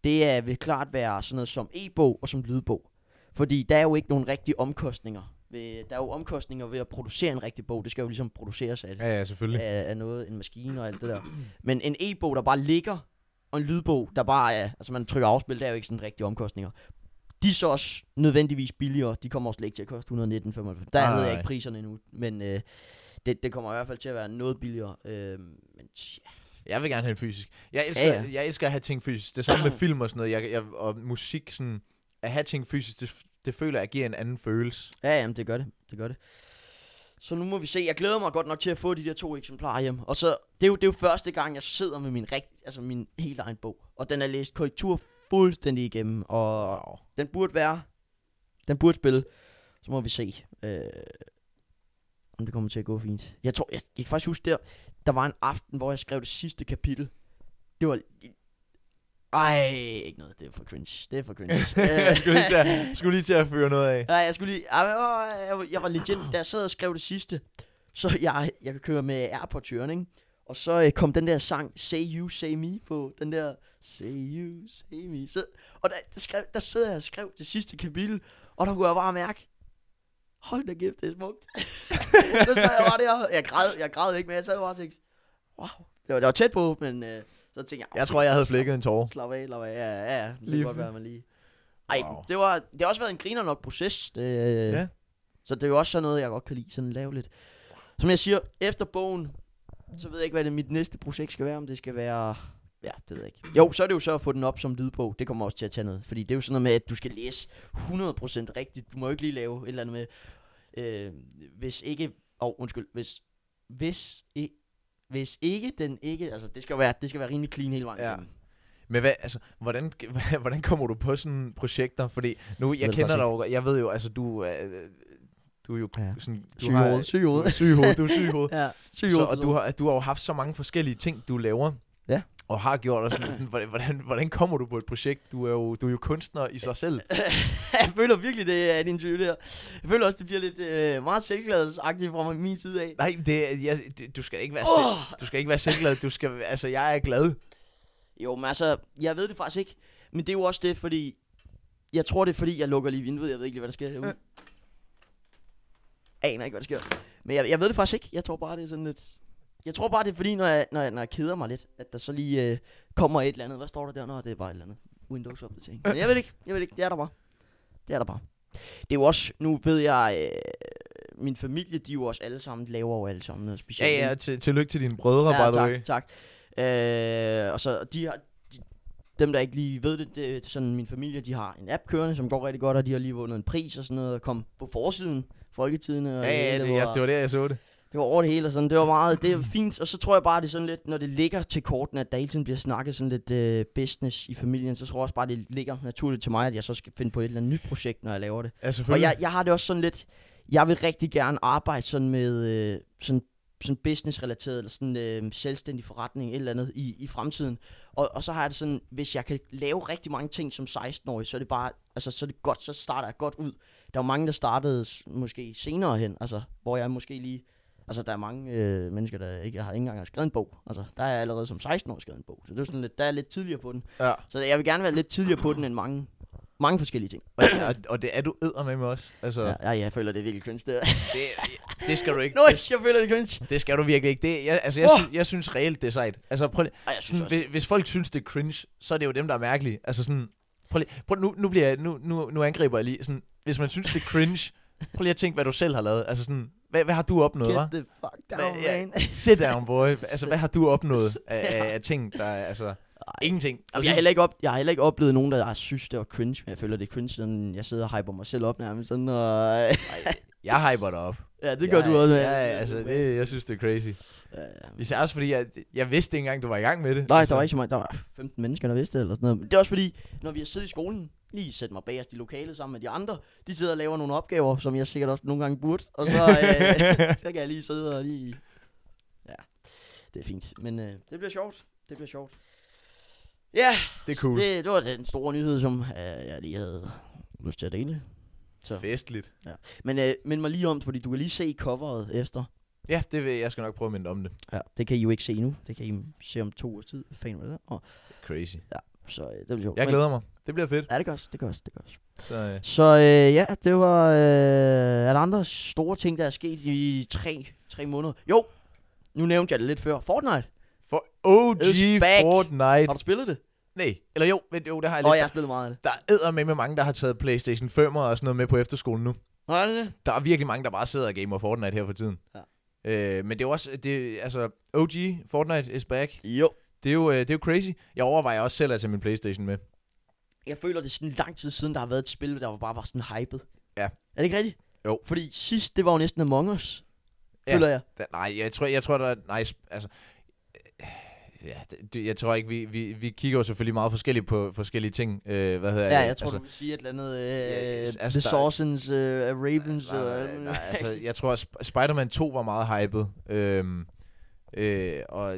Speaker 2: Det er, vil klart være sådan noget som e-bog og som lydbog. Fordi der er jo ikke nogen rigtige omkostninger. Ved, der er jo omkostninger ved at producere en rigtig bog. Det skal jo ligesom produceres af
Speaker 1: Ja, ja, selvfølgelig.
Speaker 2: af, af noget, en maskine og alt det der. Men en e-bog, der bare ligger, og en lydbog, der bare er, altså man trykker afspil, det er jo ikke sådan rigtige omkostninger. De er så også nødvendigvis billigere, de kommer også slet ikke til at koste 119,95. Der
Speaker 1: Nej,
Speaker 2: ved jeg
Speaker 1: nej.
Speaker 2: ikke priserne endnu, men øh, det, det kommer i hvert fald til at være noget billigere. Øh, men ja,
Speaker 1: Jeg vil gerne have en fysisk. Jeg elsker, ja,
Speaker 2: Ja,
Speaker 1: ja.
Speaker 2: ja.
Speaker 1: jeg elsker at have ting fysisk. Det samme med film og sådan noget. Jeg, jeg, og musik, sådan, at have ting fysisk, det, det føler jeg giver en anden følelse.
Speaker 2: ja, jamen, det gør det, det gør det. Så nu må vi se. Jeg glæder mig godt nok til at få de der to eksemplarer hjem. Og så, det er jo, det er jo første gang, jeg sidder med min, rigt, altså min helt egen bog. Og den er læst korrektur fuldstændig igennem. Og,
Speaker 1: Wow.
Speaker 2: den burde være, den burde spille. Så må vi se, øh, om det kommer til at gå fint. Jeg tror, jeg, jeg kan faktisk huske der, der var en aften, hvor jeg skrev det sidste kapitel. Det var... Ej, ikke noget. Det er for cringe. Det er for cringe.
Speaker 1: jeg skulle lige, til at, skulle lige til at føre noget af.
Speaker 2: Nej, jeg skulle lige... Ej, jeg var, jeg var- jeg var legit, da jeg sad og skrev det sidste. Så jeg, jeg kan køre med Airport ikke? Og så øh, kom den der sang, Say You, Say Me, på den der, Say You, Say Me. Så, og der, der, skrev, der sidder jeg og skrev det sidste kapitel, og der kunne jeg bare mærke, hold da kæft, det er smukt. så sad jeg bare der, og jeg græd, jeg græd ikke, men jeg sad bare og tænkte, wow, det var, det var tæt på, men øh, så tænkte jeg,
Speaker 1: Jeg tror, jeg havde flækket en tårer.
Speaker 2: Slap af, slap af. Ja, ja, ja. Det
Speaker 1: Lige
Speaker 2: lige kan godt
Speaker 1: fint.
Speaker 2: være, man lige... Ej,
Speaker 1: Wow.
Speaker 2: wow. det, var, det har også været en griner nok proces. Det,
Speaker 1: Ja.
Speaker 2: ja. Så det er jo også sådan noget, jeg godt kan lide, sådan lave lidt. Som jeg siger, efter bogen, så ved jeg ikke, hvad det mit næste projekt skal være, om det skal være... Ja, det ved jeg ikke. Jo, så er det jo så at få den op som lydbog. Det kommer også til at tage noget. Fordi det er jo sådan noget med, at du skal læse 100% rigtigt. Du må jo ikke lige lave et eller andet med... Øh, hvis ikke... Åh, oh, undskyld. Hvis... Hvis ikke... Hvis ikke den ikke... Altså, det skal være, det skal være rimelig clean hele vejen.
Speaker 1: Ja.
Speaker 2: igennem.
Speaker 1: Men hvad, altså, hvordan, hvordan kommer du på sådan projekter? Fordi nu, jeg
Speaker 2: det
Speaker 1: kender
Speaker 2: faktisk
Speaker 1: dig jo, jeg ved jo, altså du, er- du er jo
Speaker 2: Ja.
Speaker 1: sådan... Du
Speaker 2: Syg i
Speaker 1: har-
Speaker 2: hovedet, syg i hovedet.
Speaker 1: Du er syg i hovedet, du er syg i hovedet.
Speaker 2: Ja, syg
Speaker 1: Så, og du har, du har jo haft så mange forskellige ting, du laver.
Speaker 2: Ja.
Speaker 1: og har gjort, og sådan, sådan hvordan- hvordan, hvordan kommer du på et projekt? Du er jo, du er jo kunstner i sig selv.
Speaker 2: jeg føler virkelig, det er et interview der. Jeg føler også, det bliver lidt øh, meget selvglædesagtigt fra min side af.
Speaker 1: Nej, altså, det, jeg, det, du skal ikke være,
Speaker 2: Åh!
Speaker 1: selv, du skal ikke være selvglad. Du skal, altså, jeg er glad.
Speaker 2: Jo, men altså, jeg ved det faktisk ikke. Men det er jo også det, fordi... Jeg tror, det er fordi, jeg lukker lige vinduet. Jeg ved ikke lige, hvad der sker herude. Aner ikke, hvad der sker. Men jeg, jeg ved det faktisk ikke. Jeg tror bare, det er sådan lidt... Jeg tror bare, det er fordi, når jeg, når jeg, når jeg keder mig lidt, at der så lige øh, kommer et eller andet. Hvad står der der? Nå, det er bare et eller andet. Windows-opdatering. Men jeg ved det ikke. Jeg ved det ikke. Det er der bare. Det er der bare. Det er jo også... Nu ved jeg... Øh, min familie, de er jo også alle sammen, laver jo alle sammen noget specielt.
Speaker 1: Ja,
Speaker 2: ikke?
Speaker 1: ja, til, tillykke til dine brødre, ja, by the way.
Speaker 2: tak, tak. Øh, og så de har, de, dem der ikke lige ved det, det, er sådan min familie, de har en app kørende, som går rigtig godt, og de har lige vundet en pris og sådan noget, og kom på forsiden, folketiden. Og
Speaker 1: Ja, ja, det, jeg, det var der, jeg så det.
Speaker 2: det var over det hele og sådan. Det var meget, det er fint. Og så tror jeg bare, det er sådan lidt, når det ligger til korten, at der hele tiden bliver snakket sådan lidt øh, business i familien, så tror jeg også bare, det ligger naturligt til mig, at jeg så skal finde på et eller andet nyt projekt, når jeg laver det.
Speaker 1: Ja,
Speaker 2: Og
Speaker 1: selvfølgelig.
Speaker 2: jeg, jeg har det også sådan lidt, jeg vil rigtig gerne arbejde sådan med øh, sådan, sådan business-relateret, eller sådan øh, selvstændig forretning, et eller andet i, i fremtiden. Og, og så har jeg det sådan, hvis jeg kan lave rigtig mange ting som 16-årig, så er det bare, altså så er det godt, så starter jeg godt ud. Der er jo mange, der startede s- måske senere hen, altså hvor jeg måske lige, altså der er mange øh, mennesker, der ikke, jeg har ikke engang har skrevet en bog. Altså der er jeg allerede som 16-årig skrevet en bog, så det er jo sådan lidt, der er jeg lidt tidligere på den.
Speaker 1: Ja.
Speaker 2: Så jeg vil gerne være lidt tidligere på den end mange, mange forskellige ting.
Speaker 1: Og, og, og det er du æder med mig også. Altså,
Speaker 2: Ja,
Speaker 1: ja.
Speaker 2: ja, jeg føler, det er virkelig cringe, det her.
Speaker 1: det, det skal du ikke.
Speaker 2: Nå,
Speaker 1: Det,
Speaker 2: jeg føler det cringe.
Speaker 1: det skal du virkelig ikke. Det, jeg, altså, jeg,
Speaker 2: Åh!
Speaker 1: sy, jeg synes reelt, det er sejt. Altså, prøv, lige-
Speaker 2: Ej, jeg synes
Speaker 1: sådan,
Speaker 2: også.
Speaker 1: hvis, hvis folk synes, det er cringe, så er det jo dem, der er mærkelige. Altså sådan, prøv lige, prøv, nu, nu, bliver jeg, nu, nu, nu angriber jeg lige. Sådan, hvis man synes, det er cringe, prøv lige at tænke, hvad du selv har lavet. Altså sådan, hvad, hvad har du opnået, hva'?
Speaker 2: Get the fuck down,
Speaker 1: Hvad- ja,
Speaker 2: man.
Speaker 1: Sit down, boy. Altså, hvad har du opnået af, af, af ting, der er, altså... Ingenting.
Speaker 2: Jamen, jeg, har heller ikke op, jeg har heller ikke oplevet nogen, der har synes, det var cringe, men jeg føler, det er cringe, sådan jeg sidder og hyper mig selv op nærmest. Sådan, og...
Speaker 1: jeg hyper dig op.
Speaker 2: ja, det gør
Speaker 1: jeg,
Speaker 2: du også,
Speaker 1: Ja,
Speaker 2: man.
Speaker 1: altså, det, jeg synes, det er crazy.
Speaker 2: Ja, ja.
Speaker 1: Især også fordi, jeg, jeg vidste ikke engang, du var i gang med det.
Speaker 2: Nej,
Speaker 1: altså,
Speaker 2: der var ikke så mange. Der var 15 mennesker, der vidste det, eller sådan noget. Men det er også fordi, når vi har siddet i skolen, lige sæt mig bagerst i lokalet sammen med de andre. De sidder og laver nogle opgaver, som jeg sikkert også nogle gange burde. Og så, øh, så kan jeg lige sidde og lige... Ja, det er fint. Men øh, det bliver sjovt. Det bliver sjovt. Ja,
Speaker 1: Det er cool.
Speaker 2: Det, det var den store nyhed, som øh, jeg lige havde lyst til at dele.
Speaker 1: Det... Festligt.
Speaker 2: Men øh, mind mig lige om, det, fordi du kan lige se coveret efter.
Speaker 1: Ja, det vil, jeg skal nok prøve at minde om det.
Speaker 2: Ja. Det kan I jo ikke se nu. Det kan I se om to års tid. Hvad Fanden var det der? Og,
Speaker 1: Crazy.
Speaker 2: så øh, det bliver sjovt.
Speaker 1: Jeg
Speaker 2: Men-
Speaker 1: glæder mig. Det bliver fedt.
Speaker 2: Ja, det gør også, det gør også, det gør også.
Speaker 1: Så, øh,
Speaker 2: Så øh, ja, det var... Øh, er der andre store ting, der er sket i tre, tre måneder? Jo, nu nævnte jeg det lidt før. Fortnite,
Speaker 1: for OG
Speaker 2: It's back.
Speaker 1: Fortnite.
Speaker 2: har du spillet det?
Speaker 1: Nej, eller jo, men jo, det har jeg
Speaker 2: Åh,
Speaker 1: lidt.
Speaker 2: jeg har spillet meget af det.
Speaker 1: Der er med med mange, der har taget Playstation 5 og sådan noget med på efterskolen nu.
Speaker 2: Nå, er det det?
Speaker 1: Der er virkelig mange, der bare sidder og gamer Fortnite her for tiden.
Speaker 2: Ja.
Speaker 1: Øh, men det er jo også, det, altså, OG Fortnite is back.
Speaker 2: Jo.
Speaker 1: Det er, jo, øh, det er jo crazy. Jeg overvejer også selv at tage min Playstation med.
Speaker 2: Jeg føler, det er sådan lang tid siden, der har været et spil, der bare var sådan hypet.
Speaker 1: Ja.
Speaker 2: Er det ikke rigtigt?
Speaker 1: Jo.
Speaker 2: Fordi sidst, det var jo næsten Among Us.
Speaker 1: Ja.
Speaker 2: Føler jeg.
Speaker 1: Da, nej, jeg tror, jeg tror der nej, sp- altså, øh, ja, det- det, jeg tror ikke, vi, vi, vi kigger jo selvfølgelig meget forskelligt på forskellige ting. Øh, hvad hedder
Speaker 2: Ja,
Speaker 1: det?
Speaker 2: jeg tror, altså,
Speaker 1: altså,
Speaker 2: du vil sige et eller andet. Øh,
Speaker 1: altså,
Speaker 2: altså,
Speaker 1: altså,
Speaker 2: The
Speaker 1: der-
Speaker 2: Sorsens, øh, Ravens.
Speaker 1: Nej,
Speaker 2: øh,
Speaker 1: nej, nej, altså, jeg tror, at Sp- Spider-Man 2 var meget hypet. Øhm, øh, og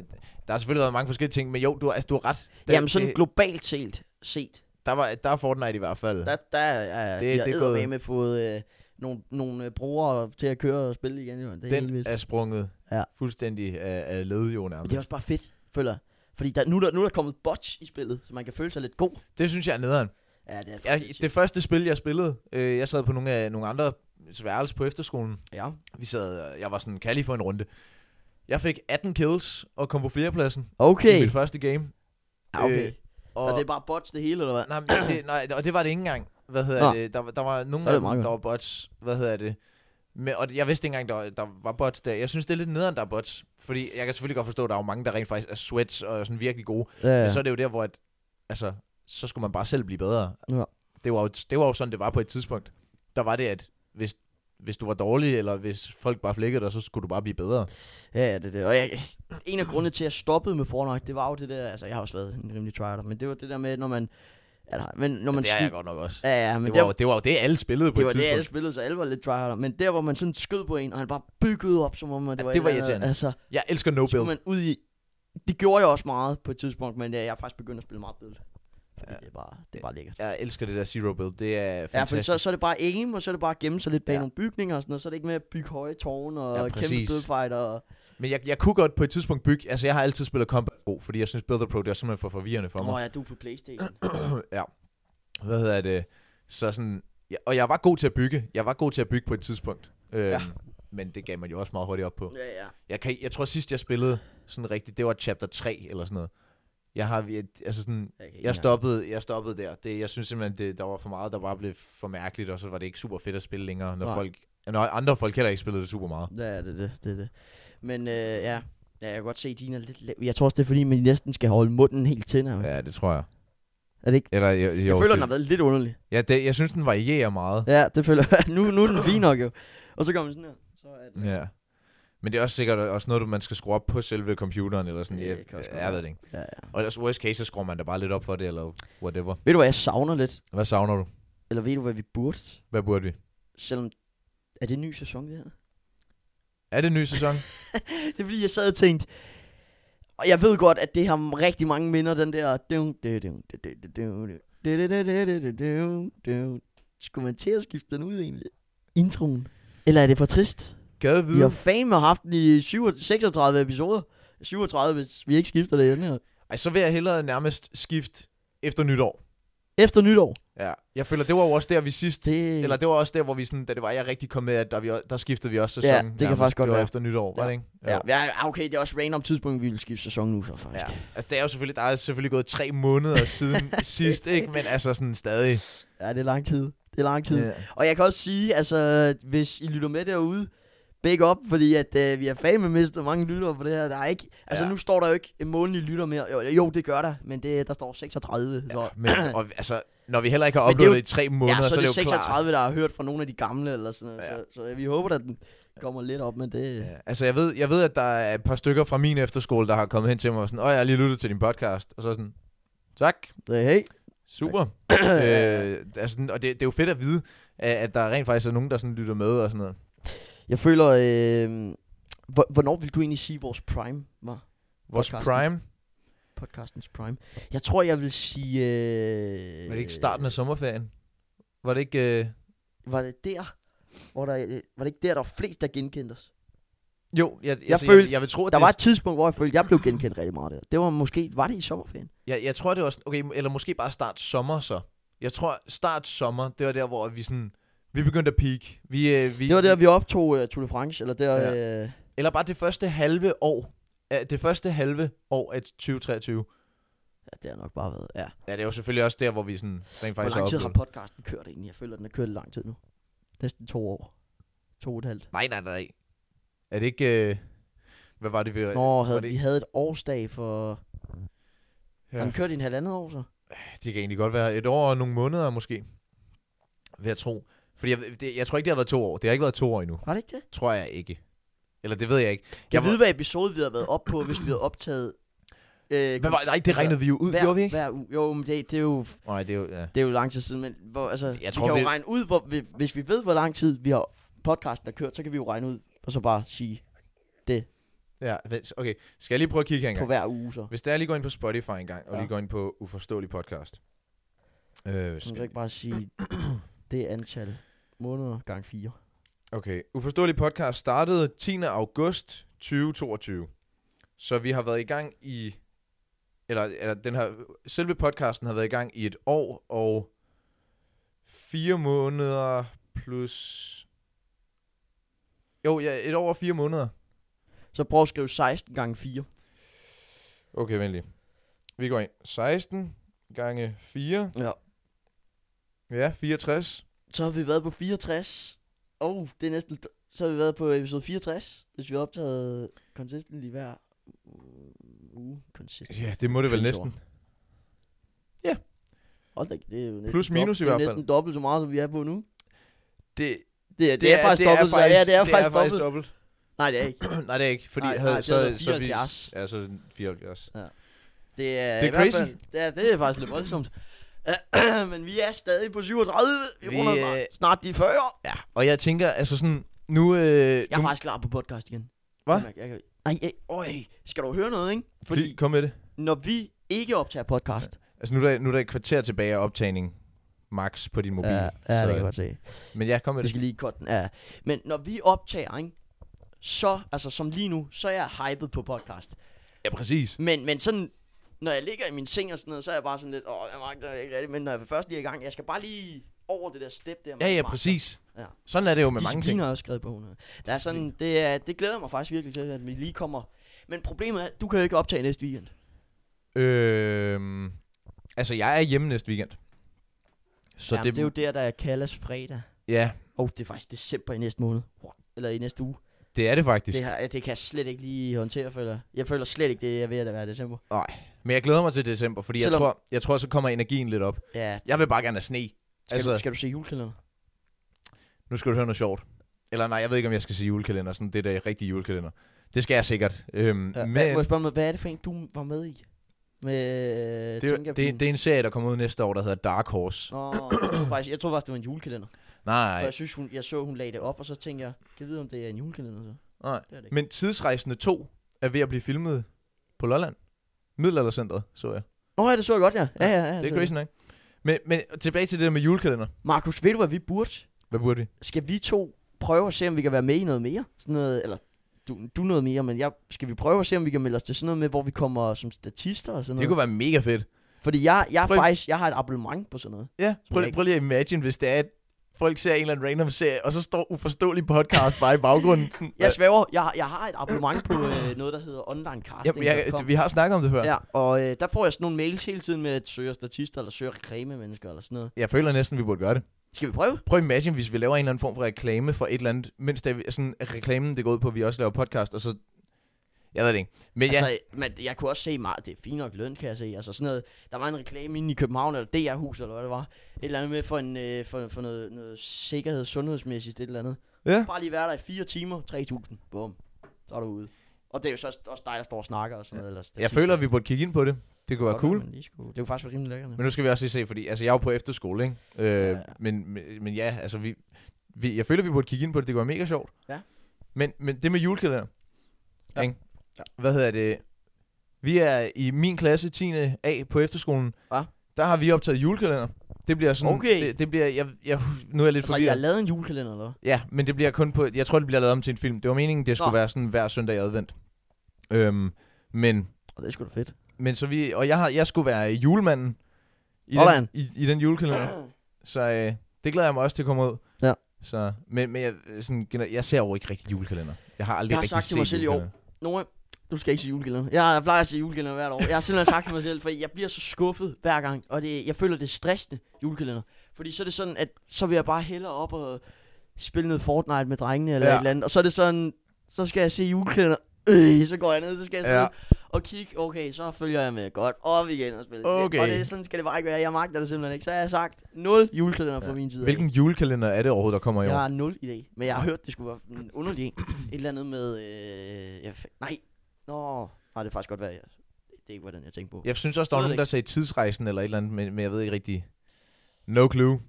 Speaker 1: der har selvfølgelig været mange forskellige ting, men jo, du, har- altså, du har ret. Der,
Speaker 2: Jamen sådan
Speaker 1: det,
Speaker 2: globalt set, set
Speaker 1: der, var, der er Fortnite i hvert fald.
Speaker 2: der, der er
Speaker 1: Det-
Speaker 2: det, de har
Speaker 1: det er gået-
Speaker 2: eddermame fået øh, nogle, nogle øh, brugere til at køre og spille igen. Jo. Det er helt
Speaker 1: den
Speaker 2: vildt.
Speaker 1: er sprunget
Speaker 2: Ja.
Speaker 1: fuldstændig af, af led, jo
Speaker 2: Men
Speaker 1: nærmest.
Speaker 2: det er også bare fedt, føler jeg. Fordi der, nu, er der, nu er der kommet bots i spillet, så man kan føle sig lidt god.
Speaker 1: Det synes jeg er nederen.
Speaker 2: Ja, det er
Speaker 1: Jeg,
Speaker 2: faktisk
Speaker 1: det første spil, jeg spillede, øh, jeg sad på nogle, af, nogle andre værelser på efterskolen.
Speaker 2: Ja.
Speaker 1: Vi sad, og jeg var sådan, kan jeg lige få en runde? Jeg fik 18 kills og kom på fjerdepladsen
Speaker 2: Okay.
Speaker 1: i mit første game.
Speaker 2: Ja, okay.
Speaker 1: øh,
Speaker 2: Og, og det er bare bots det hele, eller hvad?
Speaker 1: Nej, men det, nej, og det var det ikke engang. Hvad hedder
Speaker 2: Nå.
Speaker 1: det? Der, var- der var nogle
Speaker 2: Så
Speaker 1: af
Speaker 2: er det
Speaker 1: dem,
Speaker 2: meget
Speaker 1: der
Speaker 2: godt.
Speaker 1: var bots. Hvad hedder det? Men, og jeg vidste ikke engang, der, var- der var bots der. Jeg synes, det er lidt nederen, der er bots. Fordi jeg kan selvfølgelig godt forstå, at der er jo mange, der rent faktisk er sweats og er sådan virkelig gode.
Speaker 2: Ja,
Speaker 1: Men så er det jo der, hvor at, altså, så skulle man bare selv blive bedre.
Speaker 2: Ja.
Speaker 1: Det, var jo, det var jo sådan, det var på et tidspunkt. Der var det, at hvis, hvis du var dårlig, eller hvis folk bare flækkede dig, så skulle du bare blive bedre.
Speaker 2: Ja, ja, det er det. Og jeg, en af grundene til, at jeg stoppede med Fortnite, det var jo det der, altså jeg har også været en rimelig tryharder, men det var det der med, når man, eller, men når man
Speaker 1: det er
Speaker 2: sky-
Speaker 1: jeg godt nok også.
Speaker 2: Ja, ja, men
Speaker 1: Det
Speaker 2: der,
Speaker 1: var, jo, det var jo det, alle spillede på
Speaker 2: det
Speaker 1: et
Speaker 2: var det,
Speaker 1: tidspunkt.
Speaker 2: alle spillede, så alle var lidt tryharder, men der, hvor man sådan skød på en, og han bare byggede op, som om at
Speaker 1: Ja,
Speaker 2: det var
Speaker 1: det
Speaker 2: et
Speaker 1: var
Speaker 2: eller andet,
Speaker 1: irriterende.
Speaker 2: Altså,
Speaker 1: Jeg elsker no
Speaker 2: så kunne
Speaker 1: build.
Speaker 2: man ud i, det gjorde jeg også meget på et tidspunkt, men øh, jeg er faktisk begyndt at spille meget bødel. Fordi
Speaker 1: Ja.
Speaker 2: ja. det, er bare, det er bare lækkert.
Speaker 1: Jeg elsker det der zero build. Det er
Speaker 2: Ja, for
Speaker 1: fantastisk.
Speaker 2: så, så er det bare aim, og så er det bare at gemme sig lidt bag
Speaker 1: Ja.
Speaker 2: ja. nogle bygninger og sådan noget. Så er det ikke med at bygge høje tårne og
Speaker 1: Ja,
Speaker 2: ja, kæmpe
Speaker 1: præcis.
Speaker 2: dødfighter. Og,
Speaker 1: Men jeg, jeg kunne godt på et tidspunkt bygge... Altså, jeg har altid spillet Combat Pro, fordi jeg synes, Builder Pro, det er simpelthen for forvirrende for mig.
Speaker 2: Åh oh, ja, du er på Playstation.
Speaker 1: ja. Hvad hedder det? Så sådan, ja, og jeg var god til at bygge. Jeg var god til at bygge på et tidspunkt. Øhm,
Speaker 2: Ja.
Speaker 1: Men det gav man jo også meget hurtigt op på.
Speaker 2: ja, ja.
Speaker 1: Jeg, kan, jeg tror sidst, jeg spillede sådan rigtigt, det var chapter 3 eller sådan noget. Jeg har, jeg, altså sådan,
Speaker 2: Jeg, kan ikke
Speaker 1: jeg
Speaker 2: engang-
Speaker 1: stoppede, jeg stoppede der. Det, jeg synes simpelthen, det, der var for meget, der bare blev for mærkeligt, og så var det ikke super fedt at spille længere, når,
Speaker 2: Nej.
Speaker 1: folk, når andre folk heller ikke spillede det super meget.
Speaker 2: Ja, ja, det er det, det, er det. Men øh, ja. ja, jeg kan godt se, at din er lidt lav. Jeg tror også, det er fordi, man næsten skal holde munden helt til nærmest. Ja.
Speaker 1: Ja, det tror jeg.
Speaker 2: Er det ikke?
Speaker 1: Eller, jeg,
Speaker 2: Jeg føler, den
Speaker 1: det,
Speaker 2: har været lidt underlig.
Speaker 1: ja, det, jeg synes, den varierer meget.
Speaker 2: Ja, det føler jeg. nu, nu er den fin nok jo. Og så kommer den sådan her. Så er den.
Speaker 1: Ja. Men det er også sikkert også noget, du- man skal skrue op på selve computeren, eller sådan,
Speaker 2: Det
Speaker 1: jeg,
Speaker 2: kan også godt
Speaker 1: jeg, jeg ved det ikke.
Speaker 2: Ja, ja.
Speaker 1: Og ellers worst case, så skruer man da bare lidt op for det, eller whatever.
Speaker 2: Ved du, hvad jeg savner lidt?
Speaker 1: Hvad savner du?
Speaker 2: Eller ved du, hvad vi burde?
Speaker 1: Hvad burde vi?
Speaker 2: Selvom... Er det en ny sæson, det her?
Speaker 1: Er det en ny sæson?
Speaker 2: Det er fordi, jeg sad og tænkte... Og jeg ved godt, at det har rigtig mange minder, den der... dun, dun, dun, dun, dun, dun, dun, dun, dun, dun, dun, dun, dun, dun. Skulle man til at skifte den ud egentlig? Introen. Eller er det for trist?
Speaker 1: Gade
Speaker 2: Vi har
Speaker 1: vide.
Speaker 2: fame haft den i 37 36 episoder. 37, hvis vi ikke skifter det i den her.
Speaker 1: Ej, så vil jeg hellere nærmest skifte efter nytår.
Speaker 2: Efter nytår.
Speaker 1: Ja. Jeg føler, det var jo også der, vi sidst...
Speaker 2: Det...
Speaker 1: Eller det var også der, hvor vi sådan, da det var, jeg rigtig kom med, at der, vi, der skiftede vi også
Speaker 2: Ja,
Speaker 1: sæson.
Speaker 2: det kan faktisk godt
Speaker 1: det var
Speaker 2: være.
Speaker 1: efter nytår, var det ikke? Jo.
Speaker 2: Ja, ja, okay, det er også random tidspunkt, vi vil skifte sæson nu så faktisk.
Speaker 1: ja. Altså, det er jo selvfølgelig, der er selvfølgelig gået tre måneder siden sidst, ikke? Men altså sådan stadig.
Speaker 2: Ja, ja det er lang tid. Det er lang tid.
Speaker 1: Ja.
Speaker 2: Og jeg kan også sige, altså, hvis I lytter med derude, big up, fordi at øh, vi har fandme mistet mange lyttere på det her. Der er ikke, altså
Speaker 1: Ja.
Speaker 2: ja. nu står der jo ikke en månedlig lytter mere. Jo, jo det gør der, men det, der står 36. Ja, så.
Speaker 1: Men, og, altså, når vi heller ikke har
Speaker 2: Men det er
Speaker 1: oplevet
Speaker 2: jo-
Speaker 1: det, i tre måneder,
Speaker 2: ja, så,
Speaker 1: så,
Speaker 2: er det
Speaker 1: jo klart.
Speaker 2: 36, der har hørt fra nogle af de gamle eller sådan noget.
Speaker 1: Ja.
Speaker 2: Ja. Så, så, vi håber, at den kommer lidt op, men det... Ja.
Speaker 1: Ja, altså, jeg ved, jeg ved, at der er et par stykker fra min efterskole, der har kommet hen til mig og sådan, åh, jeg har lige lyttet til din podcast. Og så sådan, tak,
Speaker 2: Det, hey.
Speaker 1: super. øh, altså, og det, det, er jo fedt at vide, at at der rent faktisk er nogen, der sådan lytter med og sådan noget.
Speaker 2: Jeg føler, øh, hvor- hvornår vil du egentlig sige, vores prime var?
Speaker 1: Vores
Speaker 2: Podcasten.
Speaker 1: prime,
Speaker 2: Podcastens prime. Jeg tror, jeg vil sige... Øh,
Speaker 1: var det ikke starten af sommerferien? Var det ikke... Øh...
Speaker 2: Var det der, hvor der, øh, var det ikke der, der var flest, der genkendte os?
Speaker 1: Jo, jeg, altså, jeg, jeg,
Speaker 2: følte-
Speaker 1: jeg, vil tro, at
Speaker 2: Der
Speaker 1: det,
Speaker 2: var et tidspunkt, hvor jeg følte, jeg blev genkendt rigtig meget der. Det var måske, var det i sommerferien?
Speaker 1: jeg, jeg tror, det var... sådan- Okay, eller måske bare start sommer så. Jeg tror, start sommer, det var der, hvor vi sådan... Vi begyndte at peak. Vi, øh, vi,
Speaker 2: Det var der, vi optog uh, Tour de France, eller der... Ja. Øh,
Speaker 1: Eller bare det første halve år. af- Det første halve år af 2023.
Speaker 2: ja, det har nok bare været, ja.
Speaker 1: Ja, det er jo selvfølgelig også der, hvor vi sådan rent
Speaker 2: Hvor
Speaker 1: faktisk
Speaker 2: lang tid har
Speaker 1: oplevet
Speaker 2: podcasten kørt egentlig? Jeg føler, den har kørt i lang tid nu. Næsten to år. To og et halvt.
Speaker 1: det. Nej, nej, nej. Er det ikke... Øh, hvad var det, vi...
Speaker 2: Nå,
Speaker 1: Øh, var
Speaker 2: havde,
Speaker 1: det-
Speaker 2: vi havde et årsdag for... Ja. Har
Speaker 1: ja,
Speaker 2: den kørt i en halvandet år så?
Speaker 1: det kan egentlig godt være et år og nogle måneder måske. Vil jeg tro. Fordi jeg, ved- det, jeg tror ikke, det har været to år. Det har ikke været to år endnu.
Speaker 2: Var det ikke det?
Speaker 1: Tror jeg ikke. Eller det ved jeg ikke.
Speaker 2: Kan
Speaker 1: Jeg
Speaker 2: jeg
Speaker 1: var-
Speaker 2: vide, hvad episode vi havde været op på, hvis vi havde optaget... Øh,
Speaker 1: Hvad var, nej, det regnede vi jo ud,
Speaker 2: hver,
Speaker 1: gjorde vi ikke?
Speaker 2: Altså, Hver uge. Jo, men det, det er jo
Speaker 1: Nej, det er jo... Ja.
Speaker 2: Det er jo lang tid siden, men hvor, altså, jeg vi
Speaker 1: tror,
Speaker 2: tror, kan jo
Speaker 1: vi-
Speaker 2: regne ud, hvor, vi- hvis vi ved, hvor lang tid vi har podcasten er kørt, så kan vi jo regne ud, og så bare sige
Speaker 1: ja. vent, Okay, skal jeg lige prøve at kigge her en
Speaker 2: på
Speaker 1: gang?
Speaker 2: hver uge så.
Speaker 1: Hvis der lige går ind på Spotify en gang, og
Speaker 2: Ja.
Speaker 1: lige går ind på Uforståelig Podcast. Øh,
Speaker 2: Så kan
Speaker 1: skal
Speaker 2: du ikke bare sige det antal måneder gange 4.
Speaker 1: Okay, Uforståelig Podcast startede 10. august 2022. Så vi har været i gang i... Eller, eller den her, selve podcasten har været i gang i et år og fire måneder plus... Jo, ja, et år og fire måneder.
Speaker 2: Så prøv at skrive 16 gange 4.
Speaker 1: Okay, vent lige. Vi går ind. 16 gange 4.
Speaker 2: Ja.
Speaker 1: Ja, 64.
Speaker 2: Så har vi været på 64. Oh, det er næsten... Så har vi været på episode 64, hvis vi har optaget consistently hver uge. Consistent.
Speaker 1: Ja, det må det vel
Speaker 2: Fint ord.
Speaker 1: næsten.
Speaker 2: Hold da, det er jo næsten
Speaker 1: Plus minus i
Speaker 2: dobbelt- det er
Speaker 1: hvert fald.
Speaker 2: næsten dobbelt så meget, som vi er på nu.
Speaker 1: Det,
Speaker 2: Det, er, det, er, faktisk dobbelt. så- ja, det er faktisk dobbelt.
Speaker 1: dobbelt.
Speaker 2: Nej, det er ikke.
Speaker 1: Nej, det er ikke, fordi
Speaker 2: Nej,
Speaker 1: havde,
Speaker 2: nej, det
Speaker 1: så,
Speaker 2: havde været
Speaker 1: så vi,
Speaker 2: 74.
Speaker 1: ja, så 74.
Speaker 2: Det er,
Speaker 1: Det er
Speaker 2: i hvert
Speaker 1: crazy.
Speaker 2: Fald, det, er, det er faktisk lidt voldsomt. Men vi er stadig på 37. Vi,
Speaker 1: Vi,
Speaker 2: vi runder
Speaker 1: øh,
Speaker 2: øh, snart de 40.
Speaker 1: Og jeg tænker, altså sådan, nu... Øh,
Speaker 2: Jeg er
Speaker 1: nu
Speaker 2: faktisk klar på podcast igen.
Speaker 1: Hvad?
Speaker 2: Jeg, jeg, Nej, jeg, øj, skal du høre noget, ikke?
Speaker 1: Fordi,
Speaker 2: Fordi
Speaker 1: kom med det.
Speaker 2: når vi ikke optager podcast...
Speaker 1: Altså, nu er, der, nu er der et kvarter tilbage af optagning, max, på din mobil.
Speaker 2: ja, ja, det kan jeg godt se.
Speaker 1: Men ja, kom med
Speaker 2: Vi
Speaker 1: det.
Speaker 2: skal lige korte den. Ja. Men når vi optager, ikke? så, altså som lige nu, så er jeg hyped på podcast.
Speaker 1: Ja, præcis.
Speaker 2: Men, men sådan, når jeg ligger i min seng og sådan noget, så er jeg bare sådan lidt, åh, jeg magter det ikke rigtigt, men når jeg først lige er i gang, jeg skal bare lige over det der step der. man
Speaker 1: Ja, ja,
Speaker 2: ikke magter.
Speaker 1: præcis.
Speaker 2: Ja.
Speaker 1: Sådan er det jo med mange
Speaker 2: Disciplin
Speaker 1: ting.
Speaker 2: er også skrevet på hun. Der er sådan, det, er, det glæder jeg mig faktisk virkelig til, at vi lige kommer. Men problemet er, at du kan jo ikke optage næste weekend.
Speaker 1: Øhm, altså, jeg er hjemme næste weekend. Så
Speaker 2: Jamen, det, det, er jo der, der kaldes fredag.
Speaker 1: Ja,
Speaker 2: Og oh, det er faktisk december i næste måned. Wow. Eller i næste uge.
Speaker 1: det er det faktisk.
Speaker 2: Det, her, det kan jeg slet ikke lige håndtere, føler jeg. føler slet ikke, det er ved at være december.
Speaker 1: Men jeg glæder mig til december, fordi jeg
Speaker 2: Selvom-
Speaker 1: tror, jeg tror, så kommer energien lidt op.
Speaker 2: Ja,
Speaker 1: Jeg vil bare gerne have sne.
Speaker 2: skal, altså, du, skal du se julekalender?
Speaker 1: Nu skal du høre noget sjovt. Eller nej, jeg ved ikke, om jeg skal sige julekalender. Sådan det der rigtige julekalender. Det skal jeg sikkert. Øhm,
Speaker 2: Ja,
Speaker 1: ja,
Speaker 2: men... Må
Speaker 1: men
Speaker 2: jeg spørge mig, hvad er det for en, du var med i? Med
Speaker 1: det, er jo- det, det er en serie, der kommer ud næste år, der hedder Dark Horse.
Speaker 2: Nå, jeg tror faktisk, jeg tror faktisk, det var en julekalender. For
Speaker 1: Nej,
Speaker 2: jeg synes, hun, jeg så, hun lagde det op, og så tænkte jeg, kan jeg vide, om det er en julekalender så?
Speaker 1: nej.
Speaker 2: Det er det ikke.
Speaker 1: Men Tidsrejsende 2 er ved at blive filmet på Lolland. Middelaldercenteret, så jeg.
Speaker 2: Nå, ja, det så jeg godt, ja. Ja, ja, ja.
Speaker 1: Det
Speaker 2: så
Speaker 1: er crazy nok. Men, men tilbage til det der med julekalender.
Speaker 2: Markus, ved du, hvad vi burde?
Speaker 1: Hvad burde vi?
Speaker 2: Skal vi to prøve at se, om vi kan være med i noget mere? Sådan noget, eller du, du noget mere, men jeg, skal vi prøve at se, om vi kan melde os til sådan noget med, hvor vi kommer som statister og sådan noget?
Speaker 1: Det kunne være mega fedt.
Speaker 2: Fordi jeg, jeg, er
Speaker 1: Prøv-
Speaker 2: faktisk, jeg har et abonnement på sådan noget.
Speaker 1: Ja, prøv,
Speaker 2: jeg
Speaker 1: lige-
Speaker 2: ikke-
Speaker 1: prøv lige at imagine, hvis det er, at folk ser en eller anden random serie, og så står uforståelig podcast bare i baggrunden. Sådan,
Speaker 2: Jeg svæver, jeg, har- jeg har et abonnement på øh, noget, der hedder onlinecasting.com.
Speaker 1: Jamen, jeg, vi har snakket om det før. Ja.
Speaker 2: Ja, og øh, der får jeg sådan nogle mails hele tiden med, at søger statister eller søger reklamemennesker eller sådan noget.
Speaker 1: Jeg føler næsten, vi burde gøre det.
Speaker 2: Skal vi prøve?
Speaker 1: Prøv at imagine, hvis vi laver en eller anden form for reklame for et eller andet, mens det er sådan, at reklamen det går ud på, at vi også laver podcast, og så... Jeg ved det ikke. Men altså, ja,
Speaker 2: Altså, men jeg kunne også se meget, det er fint nok løn, kan jeg se. Altså sådan noget, der var en reklame inde i København, eller DR-hus, eller hvad det var. Et eller andet med for, en, øh, for, for noget, noget sikkerhed, sundhedsmæssigt, et eller andet.
Speaker 1: Ja.
Speaker 2: Bare lige være der i fire timer, 3.000, bum, så er du ude. Og det er jo så også dig, der står og snakker og sådan noget. Eller
Speaker 1: jeg føler, at vi burde kigge ind på det. Det kunne være cool.
Speaker 2: Man lige skulle, det var faktisk rimelig lækkert.
Speaker 1: Men nu skal vi også lige se, fordi altså, jeg er jo på efterskole, ikke? Øh,
Speaker 2: Ja,
Speaker 1: ja,
Speaker 2: ja.
Speaker 1: ja. Men, men, men ja, altså, vi, vi, jeg føler, vi burde kigge ind på det. Det kunne være mega sjovt.
Speaker 2: Ja.
Speaker 1: Men, men det med julekalender,
Speaker 2: Ja.
Speaker 1: ja. ikke?
Speaker 2: Ja.
Speaker 1: Hvad hedder det? Vi er i min klasse, 10. A på efterskolen.
Speaker 2: Hva?
Speaker 1: Der har vi optaget julekalender. Det bliver sådan...
Speaker 2: Okay.
Speaker 1: Det, det bliver... Jeg, jeg, nu er jeg lidt
Speaker 2: altså, jeg
Speaker 1: forvirret.
Speaker 2: har lavet en julekalender, eller hvad?
Speaker 1: Ja, men det bliver kun på... Jeg tror, det bliver lavet om til en film. Det var meningen, det skulle
Speaker 2: Nå.
Speaker 1: Nå. være sådan hver søndag i advent. Øhm, men,
Speaker 2: Og det er sgu da fedt.
Speaker 1: men så vi... Og jeg, har, jeg skulle være julemanden i,
Speaker 2: Hvordan?
Speaker 1: den, i, i den julekalender. Så øh, det glæder jeg mig også til at komme ud.
Speaker 2: Ja.
Speaker 1: Så, men men jeg, øh, sådan, gener- jeg ser jo ikke rigtig julekalender. Jeg har aldrig
Speaker 2: Jeg har
Speaker 1: rigtig
Speaker 2: sagt til
Speaker 1: set
Speaker 2: mig selv i år.
Speaker 1: julekalender.
Speaker 2: Nora, du skal ikke se julekalender. Jeg, jeg plejer at se julekalender hvert år. Jeg har simpelthen sagt til mig selv, fordi jeg bliver så skuffet hver gang. Og det, jeg føler, det er stressende, julekalender. Fordi så er det sådan, at så vil jeg bare hellere op og spille noget Fortnite med drengene eller ja.
Speaker 1: Ja.
Speaker 2: et eller andet. Og så er det sådan, så skal jeg se julekalender. Øh, så går jeg ned, så skal jeg sidde
Speaker 1: Ja.
Speaker 2: og kigge. Okay, så følger jeg med godt op igen og spille.
Speaker 1: Okay.
Speaker 2: Og det, er sådan skal det bare ikke være. Jeg magter det simpelthen ikke. Så har jeg sagt, 0 julekalender fra min side. af.
Speaker 1: Hvilken julekalender er det overhovedet, der kommer i år?
Speaker 2: Jeg har nul idé, men jeg har hørt, det skulle være en underlig en. Et eller andet med... Øh, jeg, fa- nej, nå, nej, det er faktisk godt være, jeg, det er ikke, hvordan jeg tænkte på.
Speaker 1: Jeg synes også, der var
Speaker 2: Jeg ved det
Speaker 1: nogen, der sagde tidsrejsen eller et eller andet, men, men jeg ved ikke rigtig. No clue. Men,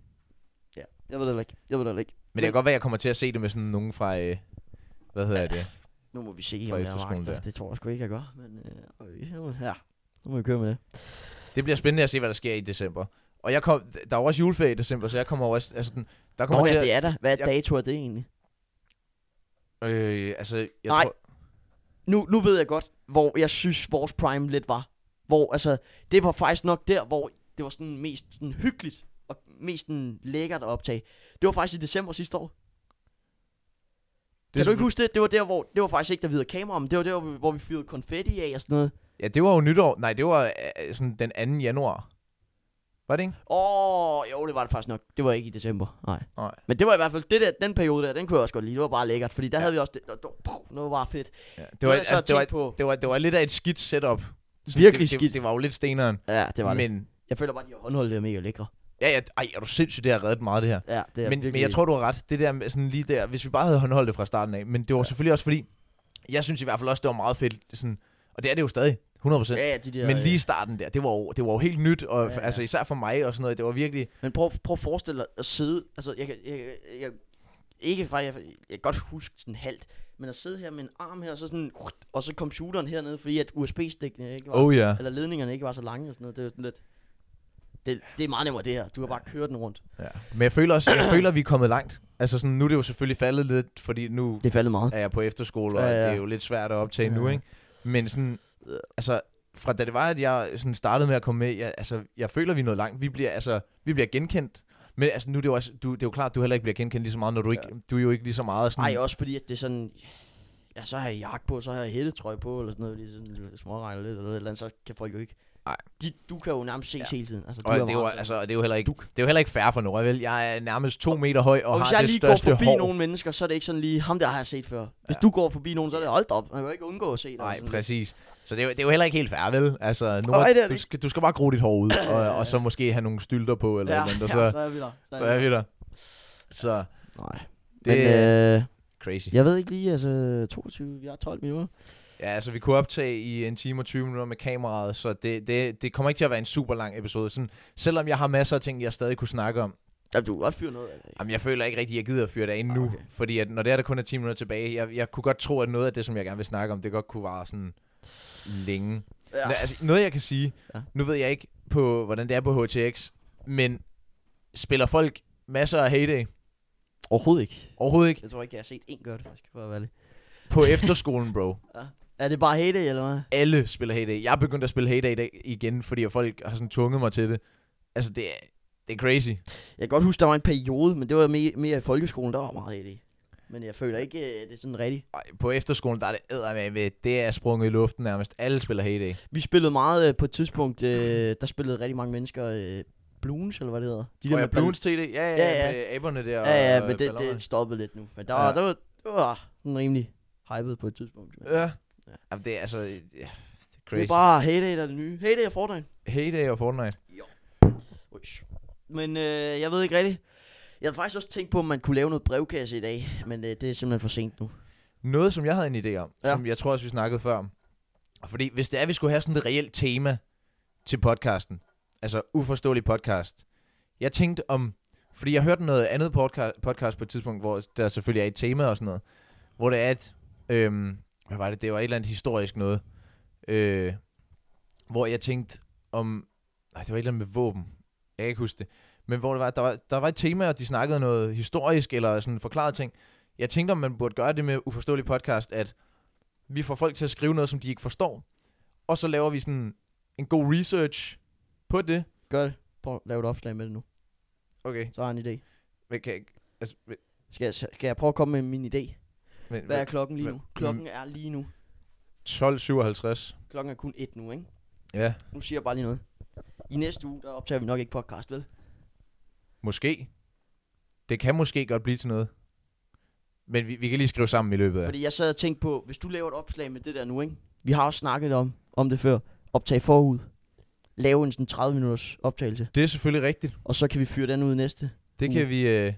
Speaker 2: Ja. Jeg ved det heller ikke, jeg ved det heller ikke.
Speaker 1: men det kan godt være, jeg kommer til at se det med sådan nogen fra... Øh, hvad hedder det?
Speaker 2: Nu må vi se,
Speaker 1: Fra
Speaker 2: om jeg
Speaker 1: efterskolen
Speaker 2: magter.
Speaker 1: der.
Speaker 2: Det tror jeg sgu ikke, jeg gør, men øh, øh, ja, nu må jeg køre med det.
Speaker 1: Det bliver spændende at se, hvad der sker i december. Og jeg kom, der er jo også juleferie i december, så jeg kommer over... Altså, den, der kommer
Speaker 2: Nå
Speaker 1: til
Speaker 2: ja,
Speaker 1: at...
Speaker 2: det er der. Hvad
Speaker 1: jeg-
Speaker 2: dato er det egentlig?
Speaker 1: Øh, altså, jeg
Speaker 2: Nej.
Speaker 1: tror...
Speaker 2: Nu, nu ved jeg godt, hvor jeg synes, vores prime lidt var. Hvor, altså, det var faktisk nok der, hvor det var sådan mest sådan hyggeligt og mest sådan lækkert at optage. Det var faktisk i december sidste år. Det kan du ikke huske det? Det var der, hvor... Det var faktisk ikke, der videre kamera, men det var der, hvor vi- hvor vi fyrede konfetti af og sådan noget.
Speaker 1: Ja, det var jo nytår. Nej, det var øh, sådan den 2. januar. Var det ikke?
Speaker 2: Åh, oh, jo, det var det faktisk nok. Det var ikke i december, nej.
Speaker 1: Nej.
Speaker 2: Men det var i hvert fald... Det der, den periode der, den kunne jeg også godt lide. Det var bare lækkert, fordi der
Speaker 1: Ja.
Speaker 2: havde vi også... Det, der, der, puh, det var bare fedt.
Speaker 1: Ja,
Speaker 2: Det
Speaker 1: det var,
Speaker 2: jeg så
Speaker 1: altså, det var,
Speaker 2: tænkt på...
Speaker 1: det var, det var lidt af et skidt setup.
Speaker 2: Virkelig
Speaker 1: det, det,
Speaker 2: skidt.
Speaker 1: Det var jo lidt steneren.
Speaker 2: Ja, det var det.
Speaker 1: men, det.
Speaker 2: Jeg føler bare, at de har håndholdt det er mega lækre.
Speaker 1: Ja, ja, ej, er du sindssygt, det har reddet meget det her.
Speaker 2: Ja, det
Speaker 1: men,
Speaker 2: er virkelig...
Speaker 1: men jeg tror, du har ret. Det der med sådan lige der, hvis vi bare havde håndholdt det fra starten af. Men det var ja. selvfølgelig også fordi, jeg synes i hvert fald også, det var meget fedt. Sådan, og det er det jo stadig, 100 procent. Ja,
Speaker 2: Ja, ja, de der...
Speaker 1: ja, men lige
Speaker 2: øh,
Speaker 1: i starten der, det var jo, det var jo helt nyt. Og,
Speaker 2: Ja,
Speaker 1: ja,
Speaker 2: ja.
Speaker 1: Altså især for mig og sådan noget, det var virkelig...
Speaker 2: Men prøv, prøv at forestille dig at sidde... Altså, jeg kan... Jeg, jeg, jeg, ikke fra, jeg, jeg kan godt huske sådan halvt, Men at sidde her med en arm her, og så sådan, og så computeren hernede, fordi at USB-stikkene ikke var,
Speaker 1: Oh ja.
Speaker 2: eller ledningerne ikke var så lange og sådan noget, det er jo sådan lidt, det, det er meget nemmere det her. Du kan bare køre den rundt.
Speaker 1: ja. Men jeg føler også, jeg føler, at vi er kommet langt. Altså sådan, nu er det jo selvfølgelig faldet lidt, fordi nu
Speaker 2: Det faldet meget.
Speaker 1: er jeg på efterskole, og
Speaker 2: Ja, ja.
Speaker 1: det er jo lidt svært at optage
Speaker 2: Ja.
Speaker 1: nu, ikke? Men sådan, altså, fra da det var, at jeg sådan startede med at komme med, jeg, altså, jeg føler, vi er nået langt. Vi bliver, altså, vi bliver genkendt. Men altså, nu er det jo, også, du, det er jo klart, at du heller ikke bliver genkendt lige så meget, når du, ikke, du er jo ikke lige så meget sådan...
Speaker 2: Nej, også fordi, at det er sådan, ja, så har jeg jakke på, så har jeg hættetrøj på, eller sådan noget, lige sådan småregner lidt, eller, et eller andet, så kan folk jo ikke.
Speaker 1: Nej.
Speaker 2: De, du kan jo nærmest ses
Speaker 1: Ja.
Speaker 2: ja. hele tiden. Altså, du
Speaker 1: Og
Speaker 2: jo
Speaker 1: det er, jo,
Speaker 2: meget-
Speaker 1: altså, og det er jo heller ikke, det er jo heller ikke fair for Nora, vel? Jeg er nærmest to meter høj og,
Speaker 2: og hvis
Speaker 1: har
Speaker 2: jeg
Speaker 1: det
Speaker 2: lige går
Speaker 1: største
Speaker 2: forbi
Speaker 1: hår.
Speaker 2: nogle mennesker, så er det ikke sådan lige, ham der har jeg set før. Hvis
Speaker 1: Ja.
Speaker 2: du går forbi nogen, så er det holdt op. Man kan jo ikke undgå at se dig. Altså,
Speaker 1: Nej,
Speaker 2: sådan.
Speaker 1: præcis. Så det er, jo, det er jo heller ikke helt fair, vel? Altså, Nora,
Speaker 2: Nej, det er det
Speaker 1: du,
Speaker 2: ikke.
Speaker 1: skal, du skal bare gro dit hår ud, og, og så måske have nogle stylter på, eller
Speaker 2: Ja,
Speaker 1: ja, noget,
Speaker 2: ja,
Speaker 1: og
Speaker 2: så,
Speaker 1: så,
Speaker 2: er vi der.
Speaker 1: så er vi der. Så
Speaker 2: Nej.
Speaker 1: det
Speaker 2: Men,
Speaker 1: er
Speaker 2: øh,
Speaker 1: crazy.
Speaker 2: jeg ved ikke lige, altså 22, vi har 12 minutter.
Speaker 1: Ja, altså, vi kunne optage i en time og 20 minutter med kameraet, så det, det, det kommer ikke til at være en super lang episode. Sådan, selvom jeg har masser af ting, jeg stadig kunne snakke om,
Speaker 2: Jamen, du kan godt fyre noget af det.
Speaker 1: Jamen, jeg føler ikke rigtig, at jeg gider at fyre det af endnu. Ah, Okay.
Speaker 2: Okay.
Speaker 1: Fordi at, når det er, der kun er 10 minutter tilbage, jeg, jeg kunne godt tro, at noget af det, som jeg gerne vil snakke om, det godt kunne vare sådan længe. Ja. Nå,
Speaker 2: Ja.
Speaker 1: altså, noget, jeg kan sige, ja.
Speaker 2: Ja.
Speaker 1: nu ved jeg ikke, på, hvordan det er på HTX, men spiller folk masser af Heyday?
Speaker 2: Overhovedet ikke.
Speaker 1: Overhovedet ikke.
Speaker 2: Jeg tror ikke, jeg har set en gøre det faktisk, for at være ærlig.
Speaker 1: På efterskolen, bro.
Speaker 2: Er det bare hate, eller hvad?
Speaker 1: Alle spiller Heyday. Jeg er begyndt at spille Heyday i dag igen, fordi at folk har sådan tvunget mig til det. Altså, det er, det er crazy.
Speaker 2: Jeg kan godt huske, der var en periode, men det var mere, mere i folkeskolen, der var meget hate i. Men jeg føler ikke, øh, det er sådan rigtigt.
Speaker 1: Ej, på efterskolen, der er det eddermame. Det er sprunget i luften nærmest. Alle spiller Heyday.
Speaker 2: Vi spillede meget øh, på et tidspunkt, øh, der spillede rigtig mange mennesker øh, Bloons, eller hvad det hedder.
Speaker 1: De der med
Speaker 2: med ball-
Speaker 1: Bloons TD? Ja, ja, ja.
Speaker 2: Ja, ja.
Speaker 1: Med aberne der.
Speaker 2: Ja, ja,
Speaker 1: og
Speaker 2: men det,
Speaker 1: ballonerne.
Speaker 2: det stoppede lidt nu. Men der var,
Speaker 1: Ja.
Speaker 2: ja. der var, det var sådan rimelig hyped på et tidspunkt. Men.
Speaker 1: Ja.
Speaker 2: Ja.
Speaker 1: Jamen, det er altså... Ja, det er crazy.
Speaker 2: Det er bare Heyday, der er det nye. Heyday er Fortnite.
Speaker 1: Heyday og Fortnite.
Speaker 2: Uish. Men øh, jeg ved ikke rigtigt. Jeg havde faktisk også tænkt på, om man kunne lave noget brevkasse i dag, men øh, det er simpelthen for sent nu.
Speaker 1: Noget, som jeg havde en idé om, ja.
Speaker 2: Ja.
Speaker 1: som jeg tror også, vi snakkede før om. Fordi hvis det er, at vi skulle have sådan et reelt tema til podcasten, altså uforståelig podcast, jeg tænkte om... Fordi jeg hørte noget andet podca- podcast på et tidspunkt, hvor der selvfølgelig er et tema og sådan noget, hvor det er, at... Øhm, hvad var det? Det var et eller andet historisk noget. Øh, hvor jeg tænkte om... Nej, det var et eller andet med våben. Jeg kan ikke huske det. Men hvor det var, der var, der var et tema, og de snakkede noget historisk, eller sådan forklarede ting. Jeg tænkte, om man burde gøre det med uforståelig podcast, at vi får folk til at skrive noget, som de ikke forstår. Og så laver vi sådan en god research på det.
Speaker 2: Gør det. Prøv at lave et opslag med det nu.
Speaker 1: Okay,
Speaker 2: Så har jeg en idé.
Speaker 1: men kan jeg, ikke- altså, men,
Speaker 2: Skal jeg, skal jeg prøve at komme med min idé?
Speaker 1: men,
Speaker 2: Hvad er klokken lige
Speaker 1: hvad- mm.
Speaker 2: nu? Klokken er lige nu.
Speaker 1: 12.57.
Speaker 2: Klokken er kun et nu, ikke?
Speaker 1: Ja,
Speaker 2: Nu siger jeg bare lige noget. I næste uge, der optager vi nok ikke podcast, vel?
Speaker 1: måske. Det kan måske godt blive til noget. Men vi, vi kan lige skrive sammen i løbet af.
Speaker 2: Fordi jeg sad og tænkte på, hvis du laver et opslag med det der nu, ikke? Vi har også snakket om, om det før. Optag forud. Lave en sådan 30 minutters optagelse.
Speaker 1: Det er selvfølgelig rigtigt.
Speaker 2: Og så kan vi fyre den ud næste.
Speaker 1: Det
Speaker 2: Uh.
Speaker 1: kan vi... Øh,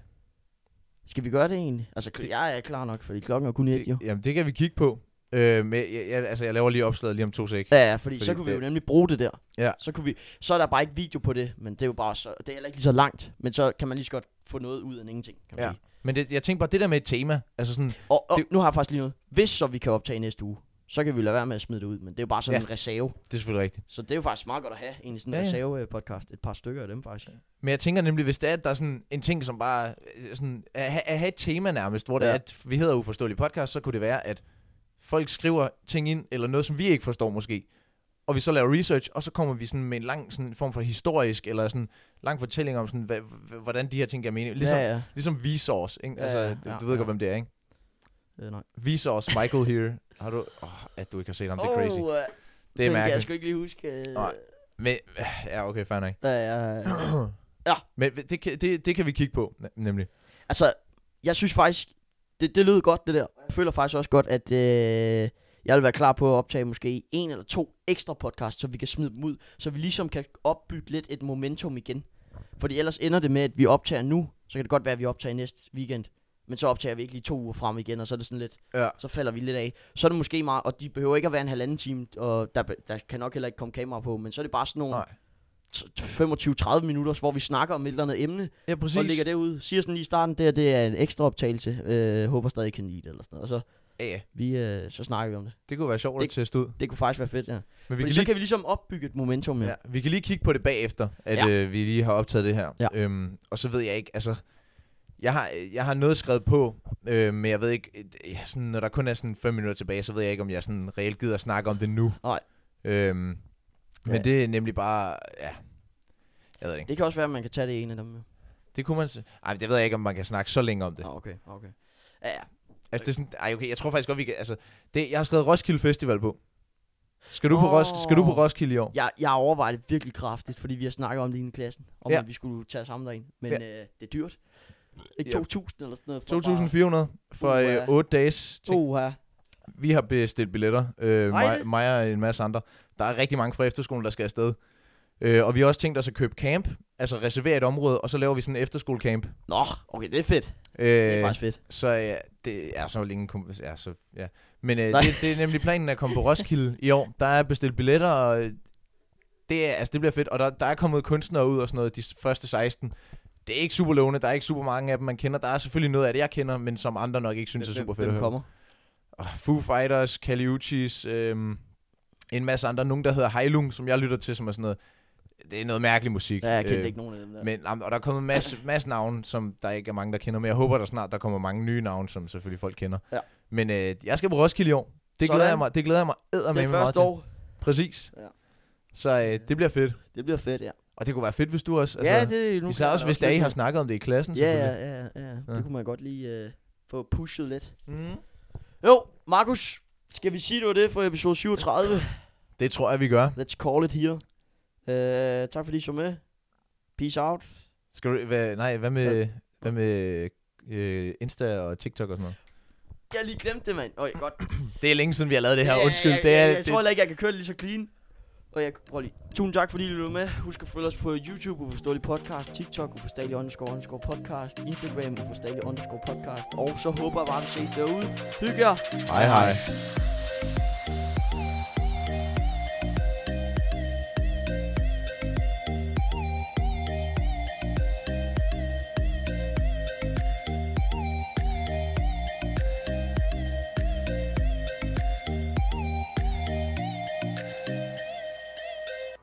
Speaker 2: Skal vi gøre det egentlig? Altså, kl-
Speaker 1: Det-
Speaker 2: jeg er klar nok, fordi klokken er kun et, jo.
Speaker 1: det, jamen, det kan vi kigge på. Øh, med, jeg, jeg, altså, jeg laver lige opslaget lige om to sek.
Speaker 2: Ja, ja, fordi,
Speaker 1: Fordi
Speaker 2: fordi så kunne det... vi
Speaker 1: det-
Speaker 2: jo nemlig bruge det der.
Speaker 1: Ja.
Speaker 2: Så, kunne vi, så er der bare ikke video på det, men det er jo bare så, det er heller ikke lige så langt. Men så kan man lige så godt få noget ud af ingenting, kan man
Speaker 1: Ja.
Speaker 2: ja. sige.
Speaker 1: Men det, jeg tænkte bare, det der med et tema, altså sådan,
Speaker 2: Og, og
Speaker 1: Det-
Speaker 2: det... nu har jeg faktisk lige noget. Hvis så vi kan optage næste uge, så kan vi lade være med at smide det ud, men det er jo bare
Speaker 1: Ja.
Speaker 2: sådan ja. en reserve.
Speaker 1: det er selvfølgelig rigtigt.
Speaker 2: Så det er jo faktisk meget godt at have, egentlig sådan en
Speaker 1: Ja,
Speaker 2: ja,
Speaker 1: ja.
Speaker 2: reserve-podcast. Et par stykker af dem faktisk.
Speaker 1: Men jeg tænker nemlig, hvis det er, at der er sådan en ting, som bare... øh, Sådan, at, ha- at have et tema nærmest, hvor ja. det
Speaker 2: Ja.
Speaker 1: er, at vi hedder Uforståelig Podcast, så kunne det være, at folk skriver ting ind, eller noget, som vi ikke forstår måske. Og vi så laver research, og så kommer vi sådan med en lang sådan, form for historisk, eller sådan lang fortælling om, sådan, hvad, h- hvordan de her ting giver mening. Ligesom, ja, ja.
Speaker 2: ja,
Speaker 1: ligesom Vsauce, ikke? Altså,
Speaker 2: Ja, ja,
Speaker 1: du,
Speaker 2: ja,
Speaker 1: du ved
Speaker 2: ja.
Speaker 1: godt, hvem det er, ikke?
Speaker 2: Øh, nej.
Speaker 1: Vsauce, Michael here. Har du... Åh, at du ikke har set ham, det er crazy.
Speaker 2: Oh, uh, det
Speaker 1: Det er
Speaker 2: kan jeg
Speaker 1: mærkeligt.
Speaker 2: sgu ikke lige huske. Uh,
Speaker 1: Nej. Men, ja, okay, fair nok.
Speaker 2: ja, ja, ja. Ja.
Speaker 1: Men det, kan- det, det kan vi kigge på, ne- nemlig.
Speaker 2: Altså, jeg synes faktisk, det, det lød godt det der. Jeg føler faktisk også godt, at øh, jeg vil være klar på at optage måske en eller to ekstra podcasts, så vi kan smide dem ud, så vi ligesom kan opbygge lidt et momentum igen. Fordi ellers ender det med, at vi optager nu, så kan det godt være, at vi optager næste weekend. Men så optager vi ikke lige to uger frem igen, og så er det sådan lidt,
Speaker 1: Ja.
Speaker 2: så falder vi lidt af. Så er det måske meget, og de behøver ikke at være en halvanden time, og der, der kan nok heller ikke komme kamera på, men så er det bare sådan nogle
Speaker 1: Nej.
Speaker 2: t- 25-30 minutter, hvor vi snakker om et eller andet emne,
Speaker 1: Ja,
Speaker 2: Præcis. Og lægger det ud. Siger sådan lige i starten, det her det er en ekstra optagelse. Øh, håber stadig, I kan lide det. Eller sådan noget. Og så
Speaker 1: Ja, ja.
Speaker 2: Vi, øh, så snakker vi om det.
Speaker 1: Det kunne være sjovt at
Speaker 2: Det-
Speaker 1: teste ud.
Speaker 2: Det kunne faktisk være fedt, ja. Vi
Speaker 1: Men vi
Speaker 2: Fordi
Speaker 1: kan,
Speaker 2: så
Speaker 1: lige,
Speaker 2: kan vi ligesom opbygge et momentum, ja.
Speaker 1: ja, vi kan lige kigge på det bagefter, at
Speaker 2: Ja.
Speaker 1: ja. øh, vi lige har optaget det her.
Speaker 2: Ja.
Speaker 1: Øhm, og så ved jeg ikke, altså... Jeg har, jeg har noget skrevet på, øh, men jeg ved ikke, øh, ja, sådan, når der kun er sådan 5 minutter tilbage, så ved jeg ikke, om jeg sådan reelt gider at snakke om det nu.
Speaker 2: Nej.
Speaker 1: Øhm, men
Speaker 2: Ja.
Speaker 1: det er nemlig bare, ja, jeg ved det ikke.
Speaker 2: Det kan også være, at man kan tage det ene af dem, jo.
Speaker 1: Det kunne man... s- Ej, det ved jeg ikke, om man kan snakke så længe om det.
Speaker 2: Ah, okay, okay. Ja, ja.
Speaker 1: Altså, det er sådan... Ej, okay, jeg tror faktisk godt, vi kan... Altså, det, jeg har skrevet Roskilde Festival på. Skal du, på, Ros, skal du på
Speaker 2: Åh.
Speaker 1: Roskilde i år?
Speaker 2: Jeg, jeg overvejer det virkelig kraftigt, fordi vi har snakket om det i klassen, om ja.
Speaker 1: Ja.
Speaker 2: at vi skulle tage sammen derind. Men
Speaker 1: Ja.
Speaker 2: øh, det er dyrt. Ikke
Speaker 1: Ja.
Speaker 2: 2.000 eller sådan noget.
Speaker 1: 2.400 for
Speaker 2: Uha.
Speaker 1: øh, 8 dages. ting.
Speaker 2: Uh, her.
Speaker 1: Vi har bestilt billetter. Øh,
Speaker 2: Ej,
Speaker 1: mig,
Speaker 2: det-
Speaker 1: mig og en masse andre. Der er rigtig mange fra efterskolen, der skal afsted. Øh, og vi har også tænkt os at købe camp. Altså reservere et område, og så laver vi sådan en efterskolecamp.
Speaker 2: Nå, okay, det er fedt.
Speaker 1: Øh,
Speaker 2: Det er faktisk fedt.
Speaker 1: Så ja, det er så jo længe... kom- Ja, så, ja. Men øh,
Speaker 2: Nej.
Speaker 1: det, det, er nemlig planen at komme på Roskilde i år. Der er bestilt billetter, og øh, det, er, altså, det bliver fedt. Og der, der er kommet kunstnere ud og sådan noget, de s- første 16. Det er ikke super lovende, der er ikke super mange af dem, man kender. Der er selvfølgelig noget af det, jeg kender, men som andre nok ikke synes er super fedt at
Speaker 2: Hvem
Speaker 1: høre.
Speaker 2: kommer?
Speaker 1: Oh, Foo Fighters, Kali Uchis, øhm, en masse andre. Nogen, der hedder Heilung, som jeg lytter til, som er sådan noget... Det er noget mærkelig musik.
Speaker 2: Ja, jeg kendte
Speaker 1: Øh,
Speaker 2: ikke nogen af dem der.
Speaker 1: men, am- og der er kommet en masse, masse navne, som der ikke er mange, der kender, men jeg håber, der snart der kommer mange nye navne, som selvfølgelig folk kender.
Speaker 2: Ja.
Speaker 1: Men øh, jeg skal på Roskilde i år. Det
Speaker 2: Sådan.
Speaker 1: glæder jeg mig, det glæder jeg mig
Speaker 2: det
Speaker 1: eddermame
Speaker 2: er
Speaker 1: meget
Speaker 2: første
Speaker 1: til.
Speaker 2: år.
Speaker 1: Præcis.
Speaker 2: Ja.
Speaker 1: Så øh, det bliver fedt.
Speaker 2: Det bliver fedt, ja.
Speaker 1: Og det kunne være fedt, hvis du også...
Speaker 2: ja, det nu
Speaker 1: Altså, især også, hvis det er, I har snakket om det i klassen,
Speaker 2: Ja, ja,
Speaker 1: selvfølgelig.
Speaker 2: ja, ja, ja. Det
Speaker 1: Ja.
Speaker 2: kunne man godt lige øh, få pushet lidt.
Speaker 1: Mm.
Speaker 2: Jo, Markus, skal vi sige, det var det for episode 37?
Speaker 1: Det tror jeg, vi gør.
Speaker 2: Let's call it here. Uh, tak fordi I så med. Peace out.
Speaker 1: Skal du, hvad, nej, hvad med, hvad med øh, Insta og TikTok og sådan noget?
Speaker 2: Jeg har lige glemt det, mand. Øj, godt.
Speaker 1: Det er længe siden, vi har lavet det her. Undskyld.
Speaker 2: Jeg, jeg,
Speaker 1: det er,
Speaker 2: jeg, jeg
Speaker 1: det,
Speaker 2: tror heller ikke, jeg kan køre det lige så clean. Og jeg prøver lige. Tusind tak, fordi I lyttede med. Husk at følge os på YouTube, Uforståelig Podcast, TikTok, Uforståelig underscore underscore podcast, Instagram, Uforståelig underscore podcast. Og så håber jeg bare, vi ses derude. Hygge jer.
Speaker 1: hej, hej.